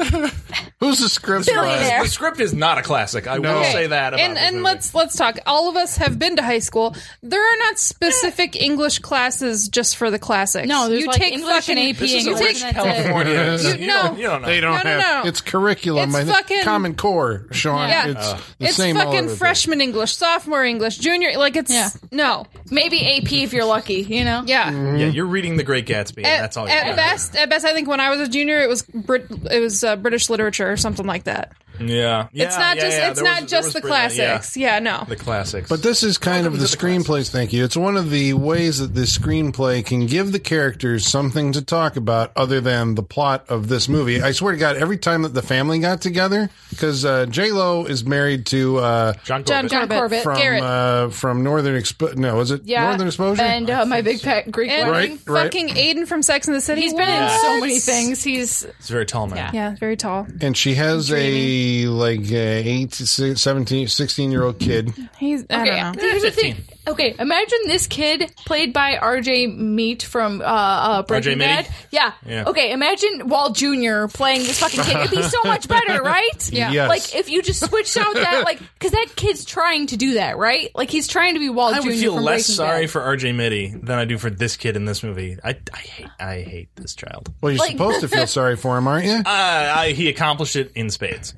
B: who's the script
D: Billionaire.
B: writer?
C: the script is not a classic. I
B: No.
C: will
B: Okay.
C: say that. About
E: and
C: this
E: and
C: movie.
E: let's let's talk. All of us have been to high school. There are not specific English classes just for the classics.
D: No, there's
E: you
D: like
E: take
D: English
E: fucking
D: and AP
E: You
D: English.
E: take-
D: and that's it.
C: California.
E: You-
C: you,
E: no.
C: don't, you don't know.
B: They don't
E: No, no,
B: have
E: no.
B: it's curriculum.
E: It's
B: I think.
E: fucking-
B: Common core, Sean.
E: Yeah.
B: It's the
E: It's
B: same. all over
E: fucking
B: the place.
E: freshman English, sophomore English, junior. Like it's
D: Yeah.
E: no,
D: Maybe AP if you're lucky. You know.
E: yeah.
C: yeah, you're reading The Great Gatsby. and
E: At,
C: Mm-hmm. that's all.
E: at
C: you
E: best, at best, I think when I was a junior, it was Brit, it was uh, British literature or something like that.
C: Yeah. yeah
E: it's not
C: yeah,
E: just
C: yeah,
E: it's
C: there
E: not
C: was- there was
E: just the
C: Britney, yeah.
E: classics. Yeah, no.
C: The classics.
B: But this is kind of
C: Welcome
B: the
C: to the classics.
B: screenplays. Thank you. It's one of the ways that the screenplay can give the characters something to talk about other than the plot of this movie. I swear to God, every time that the family got together, because uh, J Lo is married to uh,
C: John
E: John
C: Corbett.
E: Corbett.
D: Corbett.
B: from
E: Garrett.
B: uh, from Northern Expo. No, is it
D: Yeah.
B: Northern Exposure?
D: And uh, my big pet Greek
E: and
D: wedding.
B: Right, right.
E: fucking Aiden from Sex and the City.
D: He's been in
E: What?
D: so many things. He's
C: He's a very tall man.
E: Yeah, very tall.
B: and she has a like a 8 to si- 17 16 year old kid
E: He's I
D: okay.
E: don't know.
D: Here's the thing. Okay, imagine this kid played by R.J. Meat from uh, uh, Breaking
C: Mitty?
D: Bad. Yeah.
C: Yeah.
D: Okay, imagine Wall Jr. playing this fucking kid. It'd be so much better, right?
E: Yeah.
B: Yes.
D: Like if you just switched out that, like, because that kid's trying to do that, right? Like he's trying to be Wall
C: I
D: Jr.
C: would feel
D: from
C: less
D: Breaking
C: sorry
D: Bad.
C: for RJ Mitty than I do for this kid in this movie. I, I hate I hate this child.
B: well you're
D: Like-
B: supposed to feel sorry for him aren't you
C: Uh, I, he accomplished it in spades.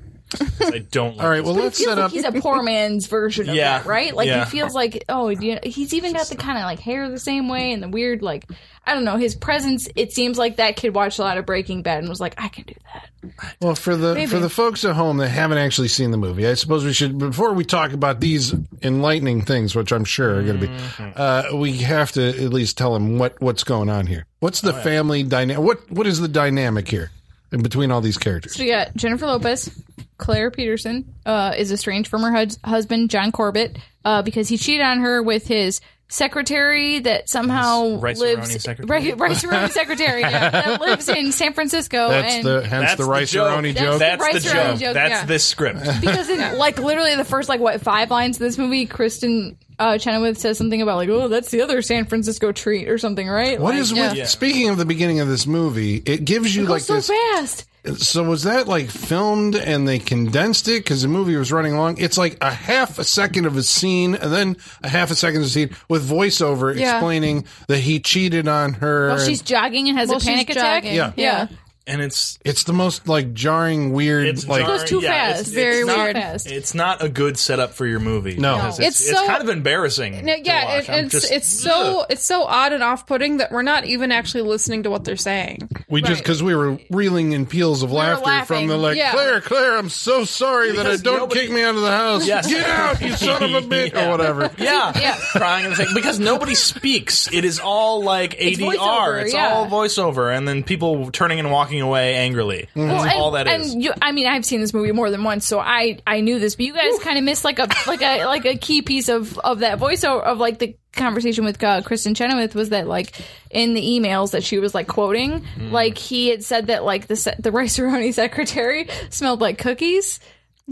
C: I don't like
B: all right
C: this
B: well
C: guy.
B: let's
D: feels
B: set
D: like
B: up
D: he's a poor man's version of
C: Yeah.
D: that, right? Like
C: Yeah.
D: he feels like oh, you know, he's even got the kind of like hair the same way and the weird like I don't know his presence. It seems like that kid watched a lot of Breaking Bad and was like I can do that.
B: well for the
E: Maybe.
B: for the folks at home that haven't actually seen the movie i suppose we should before we talk about these enlightening things which i'm sure are going to be
D: Mm-hmm.
B: uh, we have to at least tell him what what's going on here what's
D: Oh,
B: the family dynamic what what is the dynamic here in between all these characters
D: So we got Jennifer Lopez, Claire Peterson uh, is estranged from her hus- husband John Corbett uh, because he cheated on her with his. Secretary that somehow
C: Rice
D: lives,
C: Aroni secretary?
D: Ri- Rice Aroni secretary that lives in San Francisco.
B: that's
D: and
B: the hence the rice aroni joke
C: That's
D: Rice
C: the
D: Aroni
C: joke.
D: joke,
C: That's
E: yeah.
C: this script.
D: because in like literally the first like what five lines of this movie, Kristen uh, Chenoweth says something about like, oh, that's the other San Francisco treat or something, right?
B: What
D: like,
B: is
E: Yeah.
B: with
C: Yeah.
B: speaking of the beginning of this movie? It gives you
D: it goes
B: like this.
D: so fast?
B: So was that like filmed and they condensed it because the movie was running long? It's like a half a second of a scene and then a half a second of a scene with voiceover
E: Yeah.
B: explaining that he cheated on her.
D: Well,
B: and
D: she's jogging and has
E: Well,
D: a
E: she's
D: panic attack.
E: jogging.
B: Yeah.
D: yeah.
C: And it's
B: it's the most like jarring, weird.
C: it's
B: like
D: goes too
C: jarring. Yeah,
D: fast.
C: It's,
E: Very
C: it's
E: weird.
C: Not,
D: Fast.
C: It's not a good setup for your movie.
B: No.
C: because
E: No.
C: It's,
E: It's
C: it's
E: so-
C: kind of embarrassing.
E: No,
C: to
E: yeah,
C: watch.
E: it,
C: I'm
E: it's
C: just-
E: it's so it's so odd and off putting that we're not even actually listening to what they're saying.
B: we just
D: Right.
B: because we were reeling in peals of laughter from
D: laughing.
B: the like
E: Yeah.
B: Claire, Claire, I'm so sorry
C: Because
B: that I don't
C: nobody-
B: kick me out of the house.
C: Yes.
B: Get out, you son of a bitch, or
C: Yeah.
B: whatever.
C: Yeah, crying and the thing because nobody speaks. It is all like ADR. It's,
D: voiceover, yeah.
C: all voiceover, and then people turning and walking away angrily. That's
D: Well,
C: all that
D: and,
C: is.
D: and you, I mean, I've seen this movie more than once, so I I knew this. But you guys kind of missed like a like a like a key piece of of that voiceover of like the conversation with uh, Kristen Chenoweth was that like in the emails that she was like quoting,
C: Mm.
D: like he had said that like the se- the rice Aroni secretary smelled like cookies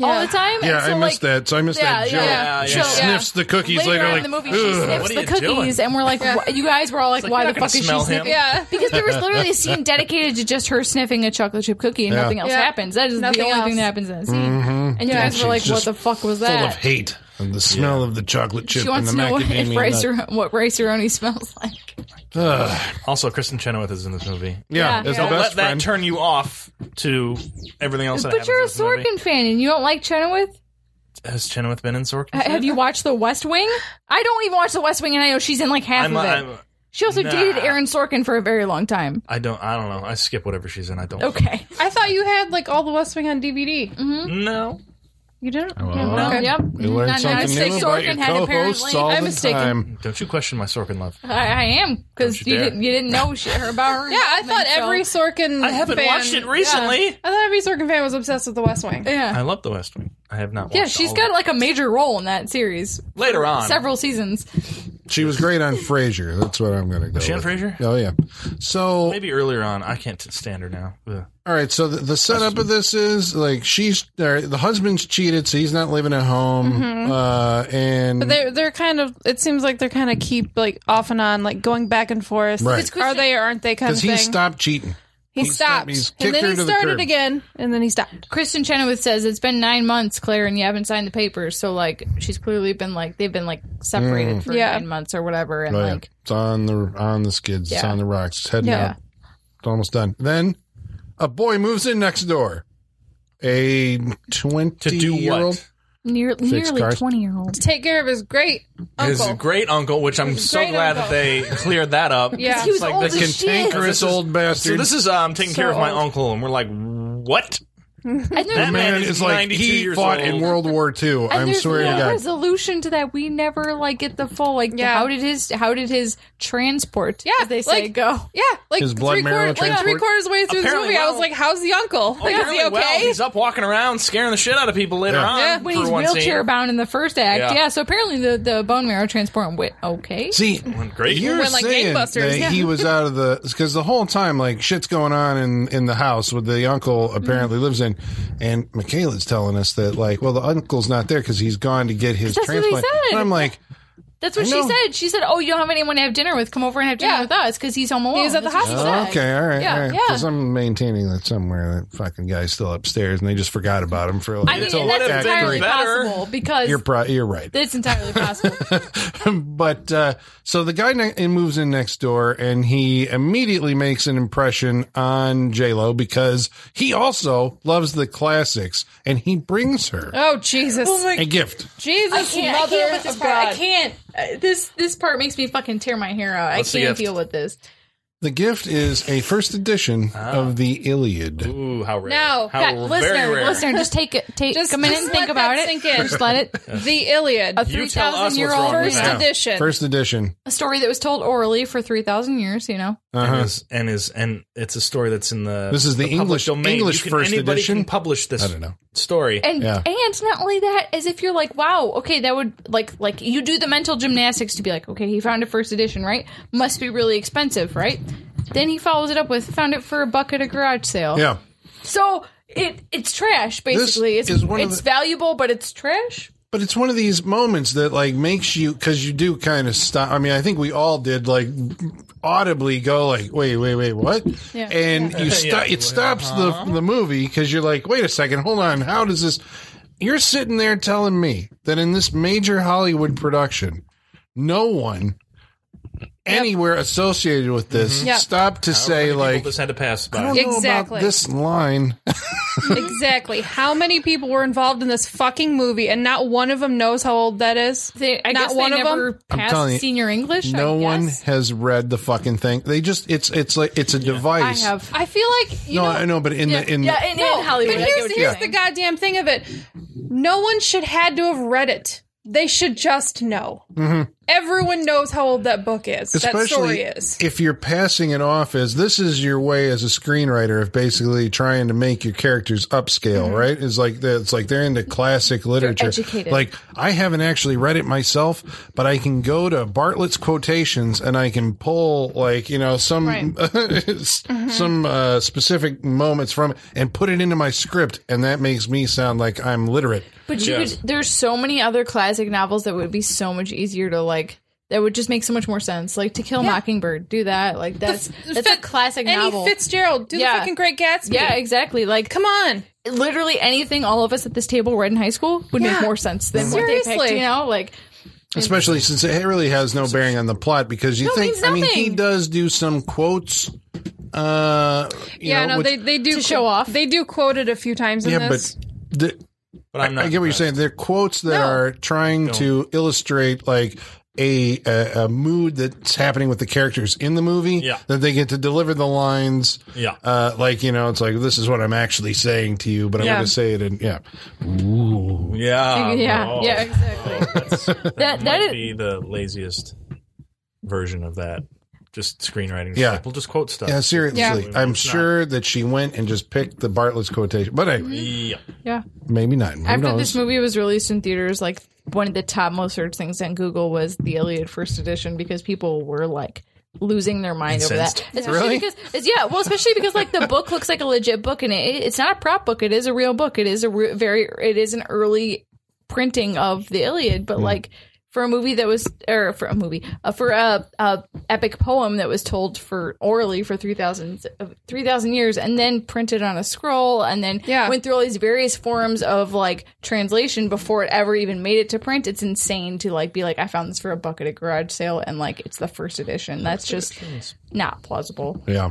D: all the time.
B: Yeah,
D: and so,
B: I missed
D: like,
B: that. So I missed
D: yeah,
B: that
D: yeah,
B: joke.
D: yeah.
C: She
B: She
C: Yeah.
B: sniffs the cookies
D: Later,
B: later,
D: on
B: like,
D: in the movie, she
B: "Ugh."
D: sniffs
C: What are
D: the
C: you
D: cookies, and we're like, wh- you guys were all like,
C: you're
D: why
C: not
D: the
C: gonna
D: fuck is she
C: smell him.
D: sniffing?
E: Yeah.
D: because there was literally a scene dedicated to just her sniffing a chocolate chip cookie and
B: Yeah.
D: nothing else
E: Yeah.
D: happens. That is
E: Nothing
D: the only
E: else.
D: thing that happens in that scene. And you guys were like,
B: she's
D: "What
B: just
D: the fuck was
B: full of
D: that?"
B: hate and the smell of the chocolate chip
D: She
B: and
D: wants
B: the
D: to know what, if
B: macadamia.
D: rice
B: nut.
D: ar- what rice aroni smells like.
B: Ugh.
C: Also, Kristen Chenoweth is in this movie.
B: yeah,
D: Yeah,
B: it's the
D: yeah.
C: Don't let
B: best
C: that
B: friend.
C: turn you off to everything else. that
D: But
C: happens
D: you're
C: in
D: a
C: this movie.
D: Sorkin fan and you don't like Chenoweth.
C: Has Chenoweth been in Sorkin?
D: H- Have you watched The West Wing? I don't even watch The West Wing, and I know she's in like half
C: I'm,
D: of it.
C: I'm,
D: she also
C: nah.
D: dated Aaron Sorkin for a very long time.
C: I don't. I don't know. I skip whatever she's in. I don't.
D: Okay.
E: I thought you had like all the West Wing on DVD.
C: No.
E: You didn't?
B: Well,
E: Okay.
D: Yep.
B: We learn
D: Not- not
B: something
D: mistake.
B: new about your
D: Sorkin had
B: co-hosts
D: apparently-
B: all
D: I'm
B: the
D: mistaken.
B: time.
C: Don't you question my Sorkin love?
D: I, I am because
C: Don't you
D: you,
C: dare.
D: didn't you didn't know shit about her.
E: Yeah, I thought every Sorkin
C: I haven't
E: fan-
C: watched it recently.
E: I thought every Sorkin fan was obsessed with the West Wing.
D: yeah.
C: I love The West Wing. I have not.
D: Yeah,
C: watched
D: she's
C: all
D: got
C: of
D: like a major role in that series.
C: it. later on
D: Several seasons.
B: She was great on Frasier. That's what I'm going to go.
C: She on
B: with.
C: Frasier?
B: Oh yeah. So
C: Maybe earlier on. I can't t- stand her now. Ugh.
B: all right. So the, the setup of this is like she's or the husband's cheated, so he's not living at home,
D: Mm-hmm.
B: uh, and
E: They're they're kind of. It seems like they're kind of keep like off and on, like going back and forth.
B: Right. It's
E: Are they or aren't they kind of
B: because he
E: thing?
B: stopped cheating.
E: he
B: he stopped.
E: stopped.
B: He's
E: and
B: kicked
E: then
B: her
E: he
B: to the curb.
E: started again, and then he stopped.
D: Kristen Chenoweth says it's been nine months, Claire, and you haven't signed the papers. So like, she's clearly been like they've been like
C: Mm.
D: separated for
E: Yeah.
D: nine months or whatever, and
B: Oh, yeah.
D: like
B: it's on the on the skids. It's
D: Yeah.
B: on the rocks. It's heading
E: Yeah.
B: out. It's almost done. Then a boy moves in next door. A
C: To
B: twenty
C: do
B: year old.
C: what?
D: near, nearly
B: cars.
D: twenty year old.
E: Take care of his great
C: His
E: uncle.
C: great uncle, which I'm so
E: great
C: glad that
E: uncle.
C: they cleared that up.
E: Yeah.
D: He was
C: It's like
D: old
C: the
D: as shit.
B: Cantankerous
C: This is-
B: old
C: So
B: bastard.
C: this is um taking
E: So
C: care of my
E: old.
C: uncle, and we're like, what?
D: And there's,
C: That
B: The
C: man
B: man
C: is
B: is like
C: 92
B: he
C: years
B: fought
C: old.
B: in World War II.
D: and
B: I'm
D: there's
B: swearing
D: no
B: to God.
D: resolution to that. We never like get the full like
E: Yeah.
D: how did his how did his transport
E: Yeah,
D: as they say
E: like-
D: go.
E: Yeah, like
B: His blood
E: three
B: marrow
E: quarters, like three
B: transport?
E: quarters way through
C: Apparently
E: this movie, I was
C: well.
E: like, "How's the uncle? Like, is
C: Apparently,
E: he okay?"
C: Well, he's up walking around, scaring the shit out of people later
B: Yeah.
C: on.
E: Yeah,
D: When
C: for
D: he's
C: one scene.
D: wheelchair bound in the first act,
C: Yeah.
D: yeah. So apparently the, the bone marrow transport went okay.
B: See,
C: great.
B: you're
E: Went like
B: saying
E: gangbusters,
B: that
E: yeah.
B: he was out of the because the whole time like shit's going on in in the house with the uncle
D: Mm-hmm.
B: apparently lives in, and Michaela's telling us that like well the uncle's not there because he's gone to get his
D: That's what he
B: transplant.
D: said.
B: And I'm like,
D: That's what
B: I
D: she
B: know.
D: said. She said, "Oh, you don't have anyone to have dinner with. Come over and have dinner
E: Yeah.
D: with us because he's home alone."
E: He's at the
D: That's what she
E: hospital.
D: said.
B: Oh, okay, all right,
D: Yeah,
B: all right,
D: yeah.
B: because I'm maintaining that somewhere that fucking guy's still upstairs and they just forgot about him for like
D: I mean,
B: until
D: and that's
B: act
D: entirely
B: three.
C: bad. Better.
D: possible because
B: You're pro- you're right.
D: it's entirely possible.
B: but uh, so the guy ne- moves in next door and he immediately makes an impression on J Lo because he also loves the classics and he brings her
E: oh Jesus,
B: a gift.
E: Jesus,
D: I
E: mother
D: can't with this
E: of
D: part. I
E: God.
D: can't. Uh, this this part makes me fucking tear my hair out.
C: What's
D: I
C: the
D: can't
C: gift?
D: deal with this.
B: The gift is a first edition
D: Ah.
B: of the Iliad.
C: Ooh, how rare.
E: No,
C: how
E: that-
C: r- very
D: listener,
C: rare.
D: listener, just take it. Take
E: Just-
D: a minute
E: just
D: and think
E: let
D: about
E: that
D: it.
E: sink in.
D: Just let it.
E: The Iliad,
D: A
C: You
D: three
C: tell us
D: thousand year
C: what's
D: old
C: wrong with
E: first
C: Yeah.
D: man.
E: edition.
B: First edition.
D: a story that was told orally for three thousand years. You know,
C: and, is, and is and it's a story that's in the
B: Uh-huh. This is the
C: public
B: English-
C: domain.
B: English
C: You can,
B: first
C: anybody
B: edition?
C: Can publish this
B: I don't know.
C: story.
D: and
B: Yeah.
D: and not only that, as if you're like, wow, okay, that would like like you do the mental gymnastics to be like, okay, he found a first edition, right? Must be really expensive, right? Then he follows it up with found it for a buck at a garage sale.
B: Yeah.
D: So it it's trash basically. it's
B: is one of
D: it's
B: the-
D: valuable, but it's trash.
B: But it's one of these moments that like makes you because you do kind of stop. I mean, I think we all did like audibly go like, wait, wait, wait, what?
D: Yeah.
B: And you
C: Yeah. Uh-huh.
B: stop. It stops the the movie because you're like, wait a second, hold on. How does this? You're sitting there telling me that in this major Hollywood production, no one anywhere associated with this
D: Mm-hmm.
E: Yep.
B: stopped to say
C: People
B: like,
C: just had to pass by.
B: I don't know
E: Exactly.
B: about this line.
E: exactly. How many people were involved in this fucking movie, and not one of them knows how old that is?
D: They, I
E: Not
D: guess
E: one
D: they
E: of
D: never
E: them?
B: I'm telling
D: passed
B: you,
D: senior English. I
B: No one
D: guess.
B: has read the fucking thing. They just it's it's like it's a
D: I
B: device.
D: have.
E: I feel like you
B: no,
E: know.
B: I know, but in the in
D: Yeah, in, in Hollywood.
E: But
D: I get
E: here's,
D: what you're
E: here's the
D: saying.
E: goddamn thing of it. No one should had to have read it. They should just know. Everyone knows how old that book is. that
B: Mm-hmm.
E: story
B: especially
E: is.
B: if you're passing it off as this is your way as a screenwriter of basically trying to make your characters upscale, right? It's like the, it's like they're into classic literature.
D: educated.
B: Like I haven't actually read it myself, but I can go to Bartlett's quotations and I can pull like you know some s- some uh, specific moments from it and put it into my script, and that makes me sound like I'm literate.
D: But you
C: Yes.
D: could, there's so many other classic novels that would be so much easier to like. That would just make so much more sense. Like To Kill a Mockingbird, do that. Like that's that's a
E: Fit-
D: classic
E: Annie
D: novel.
E: Fitzgerald, do
D: Yeah.
E: the fucking Great Gatsby.
D: yeah, exactly. Like
E: Come on.
D: literally anything all of us at this table read in high school would
E: Yeah.
D: make more sense than what they picked.
E: Seriously.
D: You know, like
B: especially since it really has no bearing on the plot because you
D: No, it
B: think
D: means
B: I mean he
D: nothing.
B: does do some quotes. Uh, you
E: Yeah,
B: know,
E: no,
B: which-
E: they they do
D: To show off.
E: They do quote it a few times in
B: yeah,
E: this.
B: but the,
C: but I'm not.
B: I get what you're
C: impressed.
B: saying. They're quotes that
E: No.
B: are trying to illustrate like. A, a, a mood that's happening with the characters in the movie
C: Yeah.
B: that they get to deliver the lines
C: Yeah.
B: uh like you know it's like this is what i'm actually saying to you but i'm
E: Yeah.
B: gonna say it and yeah
C: Yeah.
D: yeah,
C: oh,
D: yeah, exactly. that that
C: Might
D: is
C: be the laziest version of that. Just screenwriting.
B: Yeah.
C: Like, we'll just quote stuff.
B: yeah seriously i'm
C: It's not-
B: sure that she went and just picked the bartlett's quotation but anyway,
C: Yeah.
D: yeah.
B: maybe not Who
D: After
B: knows?
D: this movie was released in theaters, like one of the top most searched things on Google was the Iliad first edition because people were like losing their mind
C: Incensed.
D: over that. Especially
B: Really?
D: because it's- yeah, well, especially because like the book looks like a legit book and it, it's not a prop book. It is a real book. It is a re- very it is an early printing of the Iliad,
B: Hmm.
D: but like for a movie that was or for a movie uh, for a, a epic poem that was told for orally for 3000 uh, 3000 years and then printed on a scroll and then
E: Yeah.
D: went through all these various forms of like translation before it ever even made it to print it's insane to like be like i found this for a buck at a garage sale and like it's the first edition that's just not plausible
B: Yeah.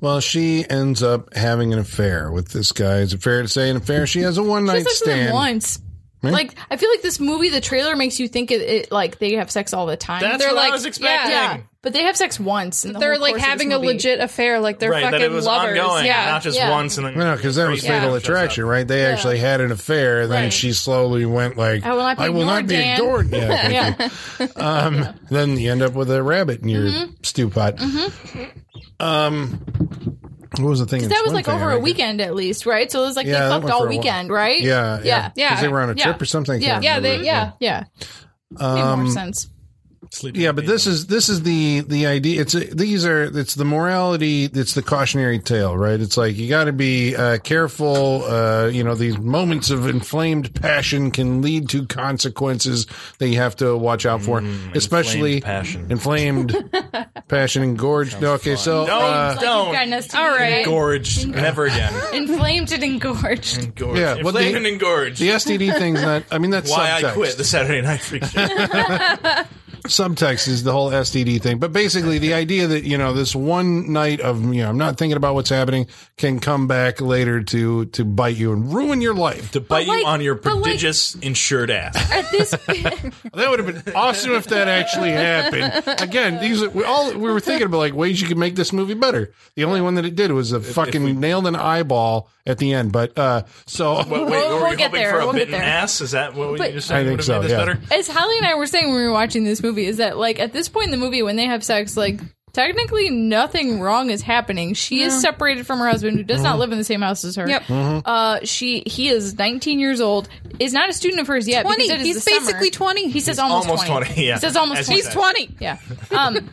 B: Well, she ends up having an affair with this guy. Is it fair to say an affair? She has a one
D: She
B: night
D: had sex with him
B: stand.
D: once
C: Hmm?
D: like I feel like this movie, the trailer makes you think it, it like they have sex all the time.
C: That's
D: They're
C: what I
D: like,
C: was expecting.
D: yeah, But they have sex once. And the
E: They're
D: whole
E: like
D: course of this
E: having a
D: movie.
E: legit affair. Like they're
C: right,
E: fucking
C: that it was
E: lovers.
C: ongoing,
E: yeah.
C: not just
D: Yeah.
C: once. And then
B: No, because that was
C: Yeah.
B: Fatal
C: Yeah.
B: Attraction, right? They actually had an affair, and then
D: Right. Oh,
B: she slowly went like,
D: I will not be ignored,
B: be
D: Dan."
B: ignored. Yeah, thank you.
D: Yeah. Mm-hmm.
B: Um, then you end up with a rabbit in your stew pot. Um, what was the thing? in
D: That was
B: Swim
D: like
B: Thing,
D: over
B: right?
D: a weekend at least, right? So it was like
B: Yeah, that
D: they fucked
B: went for
D: all
B: a while.
D: weekend, right?
B: Yeah, yeah,
D: Yeah.
B: yeah. Because they were on a
E: Yeah.
B: trip or something. I can't
E: Yeah,
B: remember.
E: they, yeah.
D: Yeah.
B: Um,
D: Made more sense.
C: Sleeping
B: Yeah, but this is this is the the idea. It's a, these are it's the morality. It's the cautionary tale, right? It's like you got to be uh, careful. Uh, you know, these moments of inflamed passion can lead to consequences that you have to watch out for, especially
C: Mm, inflamed passion.
B: inflamed passion engorged. Okay, so
C: No,
B: uh,
D: Like,
C: Don't.
D: you've gotten us to
E: All
D: eat
E: right.
D: it.
C: Engorged. Never again.
D: Inflamed and engorged.
C: Engorged.
B: Yeah,
C: Yeah,
B: what they-
C: and engorged.
B: the STD thing's not. I mean, that's
C: Why
B: subtext.
C: I quit the Saturday Night Freak Show.
B: subtext is the whole STD thing. But basically, the idea that you know this one night of you know I'm not thinking about what's happening can come back later to to bite you and ruin your life.
C: to bite
D: like-
C: you on your
D: but like-
C: prodigious insured ass.
D: At this,
B: That would have been awesome if that actually happened. Again, these are, we all we were thinking about like ways you could make this movie better. The only one that it did was a fucking nailed an eyeball at the end. But uh so
C: Wait,
D: We'll-
C: were
D: we'll
C: we
D: get
C: hoping
D: there,
C: for a
D: we'll get
C: bitten
D: there.
C: ass? Is that what
D: But-
C: you just
B: I
C: said?
B: think
C: would have
B: so,
C: made this
B: yeah.
C: better?
D: as Holly and I were saying when we were watching this movie, is that like at this point in the movie when they have sex, like technically nothing wrong is happening. She is separated from her husband, who does
B: Mm-hmm.
D: not live in the same house as her.
E: Yep.
D: Uh, she he is 19 years old, is not a student of hers yet. because
E: 20.
D: it is
E: He's
D: the summer.
E: basically 20.
D: He says almost,
C: almost
D: 20.
C: 20, yeah.
D: He says almost
C: As he
D: 20.
E: He's 20.
D: Yeah. Um,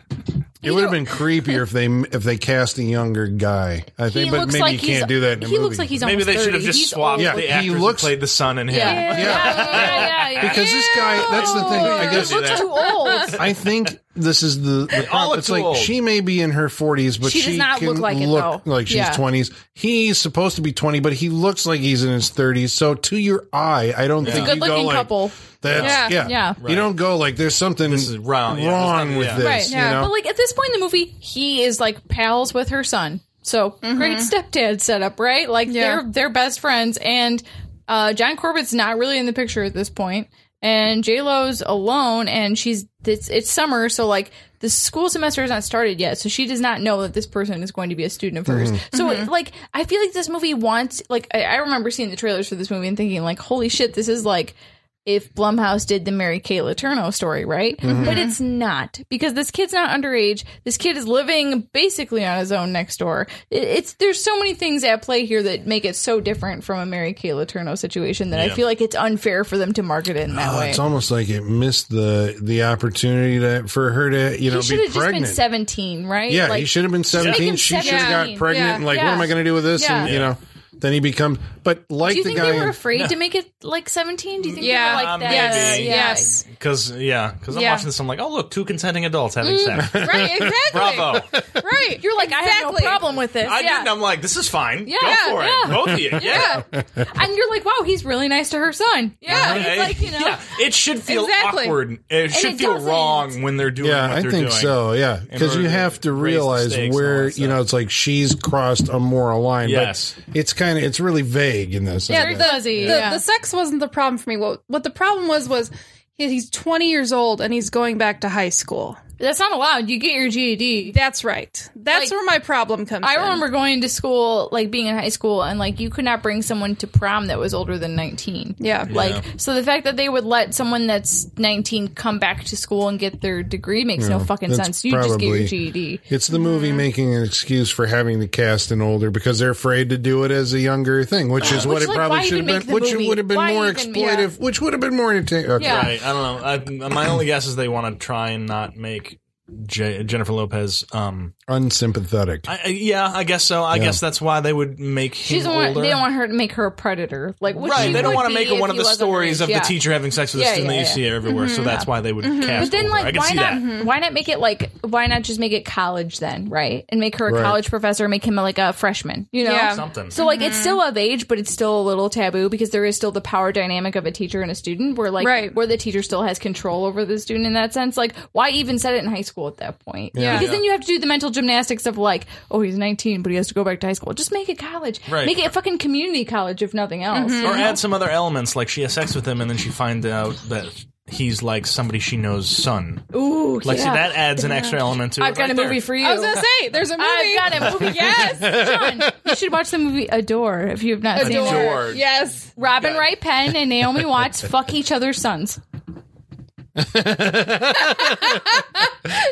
B: it would have been creepier if they if they cast a younger guy. I
D: he
B: think, but
D: looks
B: maybe
D: like
B: you
D: he's,
B: can't do that. In a
D: he
B: movie.
D: looks like he's
C: Maybe
D: almost
C: they should have
D: 30.
C: just
D: He's
C: swapped
D: old.
B: Yeah,
C: the
B: he
C: actors
B: looks-
C: who played the son and him.
D: Yeah.
B: Yeah.
D: yeah, yeah, yeah.
B: because this guy. That's the thing. I guess
D: He looks too old.
B: I think this is the, the
C: all
B: problem.
C: look
B: It's
C: too
B: like
C: old.
B: she may be in her 40s, but she,
D: She does not
B: can
D: look like it, though.
B: like she's
D: Yeah.
B: 20s. He's supposed to be 20, but he looks like he's in his 30s. So to your eye, I don't think
D: Good
B: you go
D: looking
B: like
D: couple.
B: that's yeah,
E: Yeah.
D: Yeah.
B: You don't go like there's something
C: This is wrong, yeah,
B: wrong
C: there's
B: with
C: nothing-
B: this.
C: yeah.
D: Right.
B: you
E: yeah.
B: know?
D: But like at this point in the movie, he is like pals with her son. So great stepdad setup, right? Like
E: Yeah.
D: they're they're best friends, and uh, John Corbett's not really in the picture at this point, and J Lo's alone, and she's it's, it's summer, so like the school semester has not started yet, so she does not know that this person is going to be a student of hers.
B: Mm-hmm.
D: So like I feel like this movie wants like I, I remember seeing the trailers for this movie and thinking like holy shit, this is like if Blumhouse did the Mary Kay Letourneau story, right?
B: Mm-hmm.
D: But it's not because this kid's not underage. This kid is living basically on his own next door. It- It's there's so many things at play here that make it so different from a Mary Kay Letourneau situation that I feel like it's unfair for them to market it in that
B: Oh,
D: way.
B: it's almost like it missed the the opportunity to for her to you know be
D: He should have just been
B: pregnant.
D: 17, right?
B: Yeah,
D: Like,
B: he should have been 17.
D: him
B: She should have got
D: 17.
B: pregnant
E: Yeah.
B: and like,
D: Yeah.
B: what am I going to do with this? And,
D: Yeah.
B: you know, then he becomes, but like
D: Do you
B: the
D: think
B: guy.
D: they were
B: in-
D: afraid to make it like 17? Do you think
E: Yeah.
D: they were like that?
E: Yes.
C: Maybe.
D: Yeah.
E: Yes.
C: Because yeah, because I'm
E: Yeah.
C: watching this, I'm like, oh look, two consenting adults having
D: Mm,
C: sex.
E: Right. Exactly.
C: Bravo!
E: Right.
D: You're like, I have no
E: Exactly.
D: problem with this.
C: I
D: yeah.
C: didn't. I'm like, this is fine.
D: Yeah,
C: Go for
D: yeah.
C: it, both of you. Yeah,
D: and you're like, wow, he's really nice to her son.
B: Uh-huh.
D: Yeah,
C: Right?
D: he's like, you know,
C: Yeah. It should feel
E: Exactly.
C: awkward. It should
D: it
C: feel
D: doesn't.
C: wrong when they're doing.
B: Yeah,
C: what
B: I
C: they're
B: think
C: doing.
B: so. Yeah, because
C: order
B: you
C: to
B: have to
C: raise the
B: realize
C: stakes and all
B: where
C: that
B: you know
C: stuff.
B: it's like she's crossed a moral line.
C: Yes.
B: but it's kind of it's really vague in this. I
E: Yeah,
D: Very
B: guess.
E: the,
D: fuzzy,
E: the,
D: yeah.
E: the sex wasn't the problem for me. What what the problem was was he- he's 20 years old and he's going back to high school.
D: that's not allowed. You get your GED.
E: That's right. That's
D: Like,
E: where my problem comes.
D: I
E: in.
D: remember going to school, like being in high school, and like you could not bring someone to prom that was older than 19.
E: Yeah.
D: Like, so the fact that they would let someone that's 19 come back to school and get their degree makes no fucking
B: that's
D: sense. You just get
B: probably-
D: your E GED.
B: It's the movie
D: Mm-hmm.
B: making an excuse for having to cast an older because they're afraid to do it as a younger thing, which is what
D: Which,
B: it
D: like,
B: probably
D: why
B: should
D: even
B: have
D: make
B: been,
D: the
B: which
D: movie?
B: would have been
D: Why
B: more
D: even- yeah.
B: exploitative, which would have been more entertaining. Okay.
D: Yeah.
C: Right. I don't know. I, my only guess is they want to try and not make J- Jennifer Lopez. Um.
B: Unsympathetic.
C: I, I- yeah, I guess so. I guess that's why they would make him
D: She's the one,
C: older.
D: they don't want her to make her a predator. Like, which
C: right.
D: she
C: They don't
D: would
C: want to
D: be
C: make it
D: if
C: one of
D: he
C: the
D: was
C: stories of the
D: underage.
C: teacher having sex with
D: Yeah,
C: a student
D: yeah,
C: that you
D: yeah. Mm-hmm.
C: see everywhere. so that's why they would cast.
D: But then,
C: older. I
D: like,
C: can
D: why
C: see
D: not? Mm-hmm.
C: that.
D: Why not make it like? Why not just make it college then, right? And make her a
B: Right.
D: college professor, make him like a freshman, you know?
E: Yeah.
C: Something.
D: So like,
E: Mm-hmm.
D: it's still of age, but it's still a little taboo because there is still the power dynamic of a teacher and a student, where like,
E: Right.
D: where the teacher still has control over the student in that sense. Like, why even set it in high school at that point?
E: Yeah.
D: Because then you have to do the mental gymnastics of like, oh, he's 19, but he has to go back to high school. Just make it college.
C: Right.
D: Make it a fucking community college, if nothing else.
E: Mm-hmm.
C: or add some other elements like she has sex with him and then she finds out that he's like somebody she know's son.
D: Ooh,
C: Like, see,
D: yeah.
C: that adds an extra element to it.
D: I've got
C: right
D: a movie
C: there.
D: for you.
E: I was gonna say, there's a movie.
D: I've got a movie. yes, John, you should watch the movie Adore if you have not seen it.
E: Adore.
C: Adore.
E: Yes.
D: Robin Wright Penn and Naomi Watts fuck each other's sons.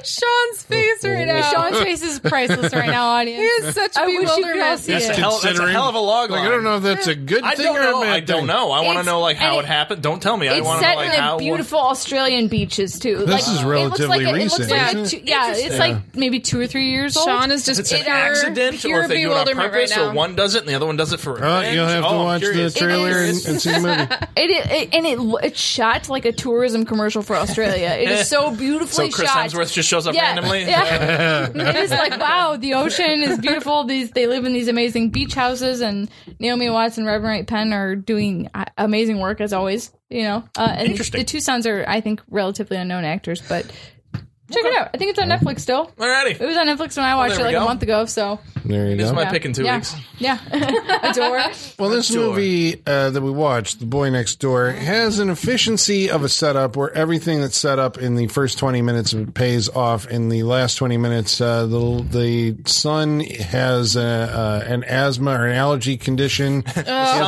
E: Sean's face right
C: Oh,
E: now.
D: Sean's face is priceless right now, audience.
E: he is such
D: I wish you could all
E: bewilderment.
D: see
C: That's,
D: Yeah.
C: a hell, that's a
B: Considering-
C: hell of a log
B: Like,
C: line.
B: I don't know if that's a good
C: I
B: thing
C: don't
B: or a
C: know.
B: bad
C: I
B: thing.
C: don't know. I want to
D: It's-
C: know like how
D: and
C: it happened. Don't tell me. I
D: It's
C: want to know
D: set
C: like
D: in
C: how.
D: a beautiful Australian beaches too. like,
B: is
D: it looks
B: relatively
D: like it-
B: recent,
D: It looks like
E: isn't
D: a
B: it?
D: two- yeah, it's like maybe two or three years old.
E: Sean is just
C: it's an
E: pure,
C: accident,
E: pure
C: or if they do it on
E: bewilderment
C: purpose,
E: right now.
C: or one does it and the other one does it for.
B: Oh,
C: revenge.
B: you'll have to
C: Oh, I'm
B: watch the
C: curious.
B: trailer and,
D: is-
B: and see the movie.
D: It, it and it lo- it's shot like a tourism commercial for Australia. It is so
C: So
D: beautifully
C: Chris
D: shot.
C: Hemsworth just shows up
D: yeah,
C: randomly.
B: Uh,
D: yeah. it is like wow, the ocean is beautiful. These they live in these amazing beach houses, and Naomi Watts and Reverend Wright Penn are doing uh, amazing work as always. You know, uh, and
C: Interesting.
D: the two sons are I think relatively unknown actors, but check it out. I think it's on Netflix still. It
C: Alrighty.
D: was on Netflix when I watched
C: there
D: it
C: we
D: like a
C: go.
D: month ago. So
B: There you
C: This
B: go.
C: is my pick in two
D: yeah,
C: weeks.
D: yeah, adore.
B: Well, this
C: Door.
B: movie uh, that we watched, The Boy Next Door, has an efficiency of a setup where everything that's set up in the first 20 minutes pays off. In the last 20 minutes, uh, the, the son has a, uh, an asthma or an allergy condition.
C: Son,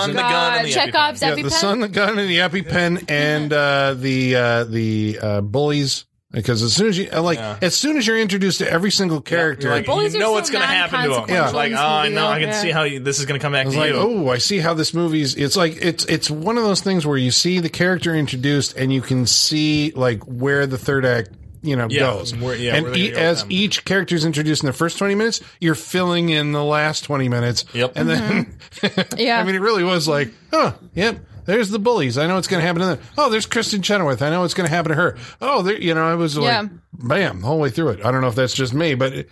C: the gun, and the
D: Uh, Chekhov's
B: yeah,
D: EpiPen.
B: the son, the gun, and the EpiPen, and uh, the uh, the uh, bullies. Because as soon as you uh, like, as soon as you're introduced to every single character,
C: Like,
D: bullies
C: you
D: are
C: know
D: so
C: what's going to happen to him.
D: non-consequential
C: Like,
D: in
C: oh,
D: this
C: I
D: movie,
C: know. I
D: though.
C: can
D: Yeah.
C: see how you, this is going to come back
B: It's
C: to
B: like,
C: you.
B: oh, I see how this movie's. It's like it's it's one of those things where you see the character introduced and you can see like where the third act you know
C: Yeah,
B: goes.
C: where- yeah,
B: and
C: where they
B: e-
C: go with
B: as
C: them.
B: each character is introduced in the first twenty minutes, you're filling in the last twenty minutes.
C: Yep.
B: And then,
D: Yeah.
B: I mean, it really was like, oh, yep. There's the bullies. I know it's going to happen to them. Oh, there's Kristen Chenoweth. I know it's going to happen to her. Oh, there, you know, I was like,
E: Yeah.
B: bam, the whole way through it. I don't know if that's just me, but it-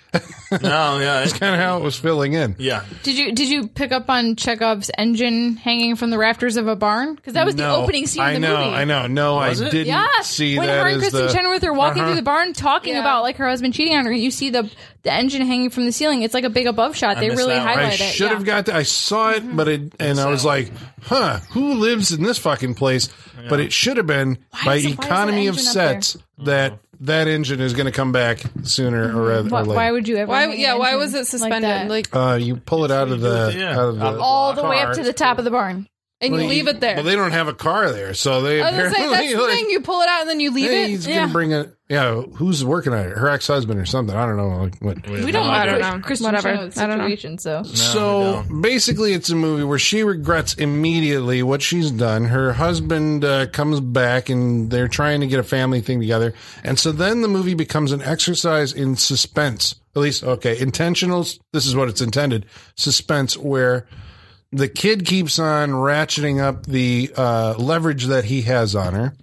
C: No, yeah. it's-
B: kind of how it was filling in.
C: Yeah.
D: Did you did you pick up on Chekhov's engine hanging from the rafters of a barn? Because that was the
B: No,
D: opening scene
B: I
D: of the
B: know,
D: movie.
B: I know. No,
C: Was
B: I
C: it?
B: didn't
D: Yeah,
B: see
D: when
B: that
D: her and
B: as
D: Kristen
B: the.
D: Chenoweth are walking
B: Uh-huh.
D: through the barn talking
E: Yeah.
D: about like her husband cheating on her, you see the the engine hanging from the ceiling. It's like a big above shot. they
C: missed
D: really
C: that one.
B: I
D: highlight it.
B: should have
D: yeah.
B: got.
D: Mm-hmm.
B: To, I saw it, but it, and I was like, "Huh, who lives in this fucking place?" But it should have been by
D: is it- why is that
B: economy of
D: engine up there?
B: sets that
C: Mm-hmm.
B: that engine is going to come back sooner or, rather,
D: Mm-hmm. Why,
B: or later.
D: why would you ever?
E: Why?
D: hang an
E: Yeah. Why
D: engine
E: was it
D: Like, that?
E: suspended? Like,
B: uh, you pull it out of the
C: Yeah.
B: out of the
C: Out of the
D: all the way
B: car.
D: up to the top of the barn.
E: and you leave it there.
B: Well, they don't have a car there, so they
E: I was gonna
B: apparently
E: say that's the
B: like,
E: thing. You pull it out and then you leave
B: hey,
E: it.
B: he's
D: Yeah.
B: gonna bring a yeah. Who's working on it? Her ex husband or something? I don't know. Like, what?
D: We don't
C: no,
D: like
C: I
E: don't know.
D: Christian
E: Whatever.
D: Chenoweth's
E: I don't know.
D: situation, so
B: So basically, it's a movie where she regrets immediately what she's done. Her husband uh, comes back and they're trying to get a family thing together. And so then the movie becomes an exercise in suspense. At least, okay, intentional, this is what it's intended suspense, where the kid keeps on ratcheting up the uh, leverage that he has on her,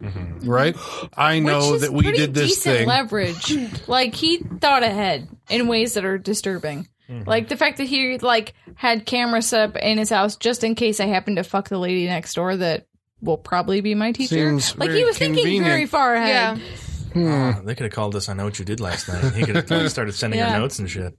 B: right? I know
D: Which is
B: that we
D: pretty
B: did this
D: decent
B: thing.
D: leverage. like he thought ahead in ways that are disturbing.
B: Mm-hmm.
D: Like the fact that he like had cameras set up in his house just in case I happened to fuck the lady next door that will probably be my teacher.
B: Seems
D: like
B: very
D: he was thinking very
B: convenient.
D: far
E: yeah.
D: ahead.
C: They could have called us. I know what you did last night. He could have like, started sending
D: Yeah.
C: her notes and shit.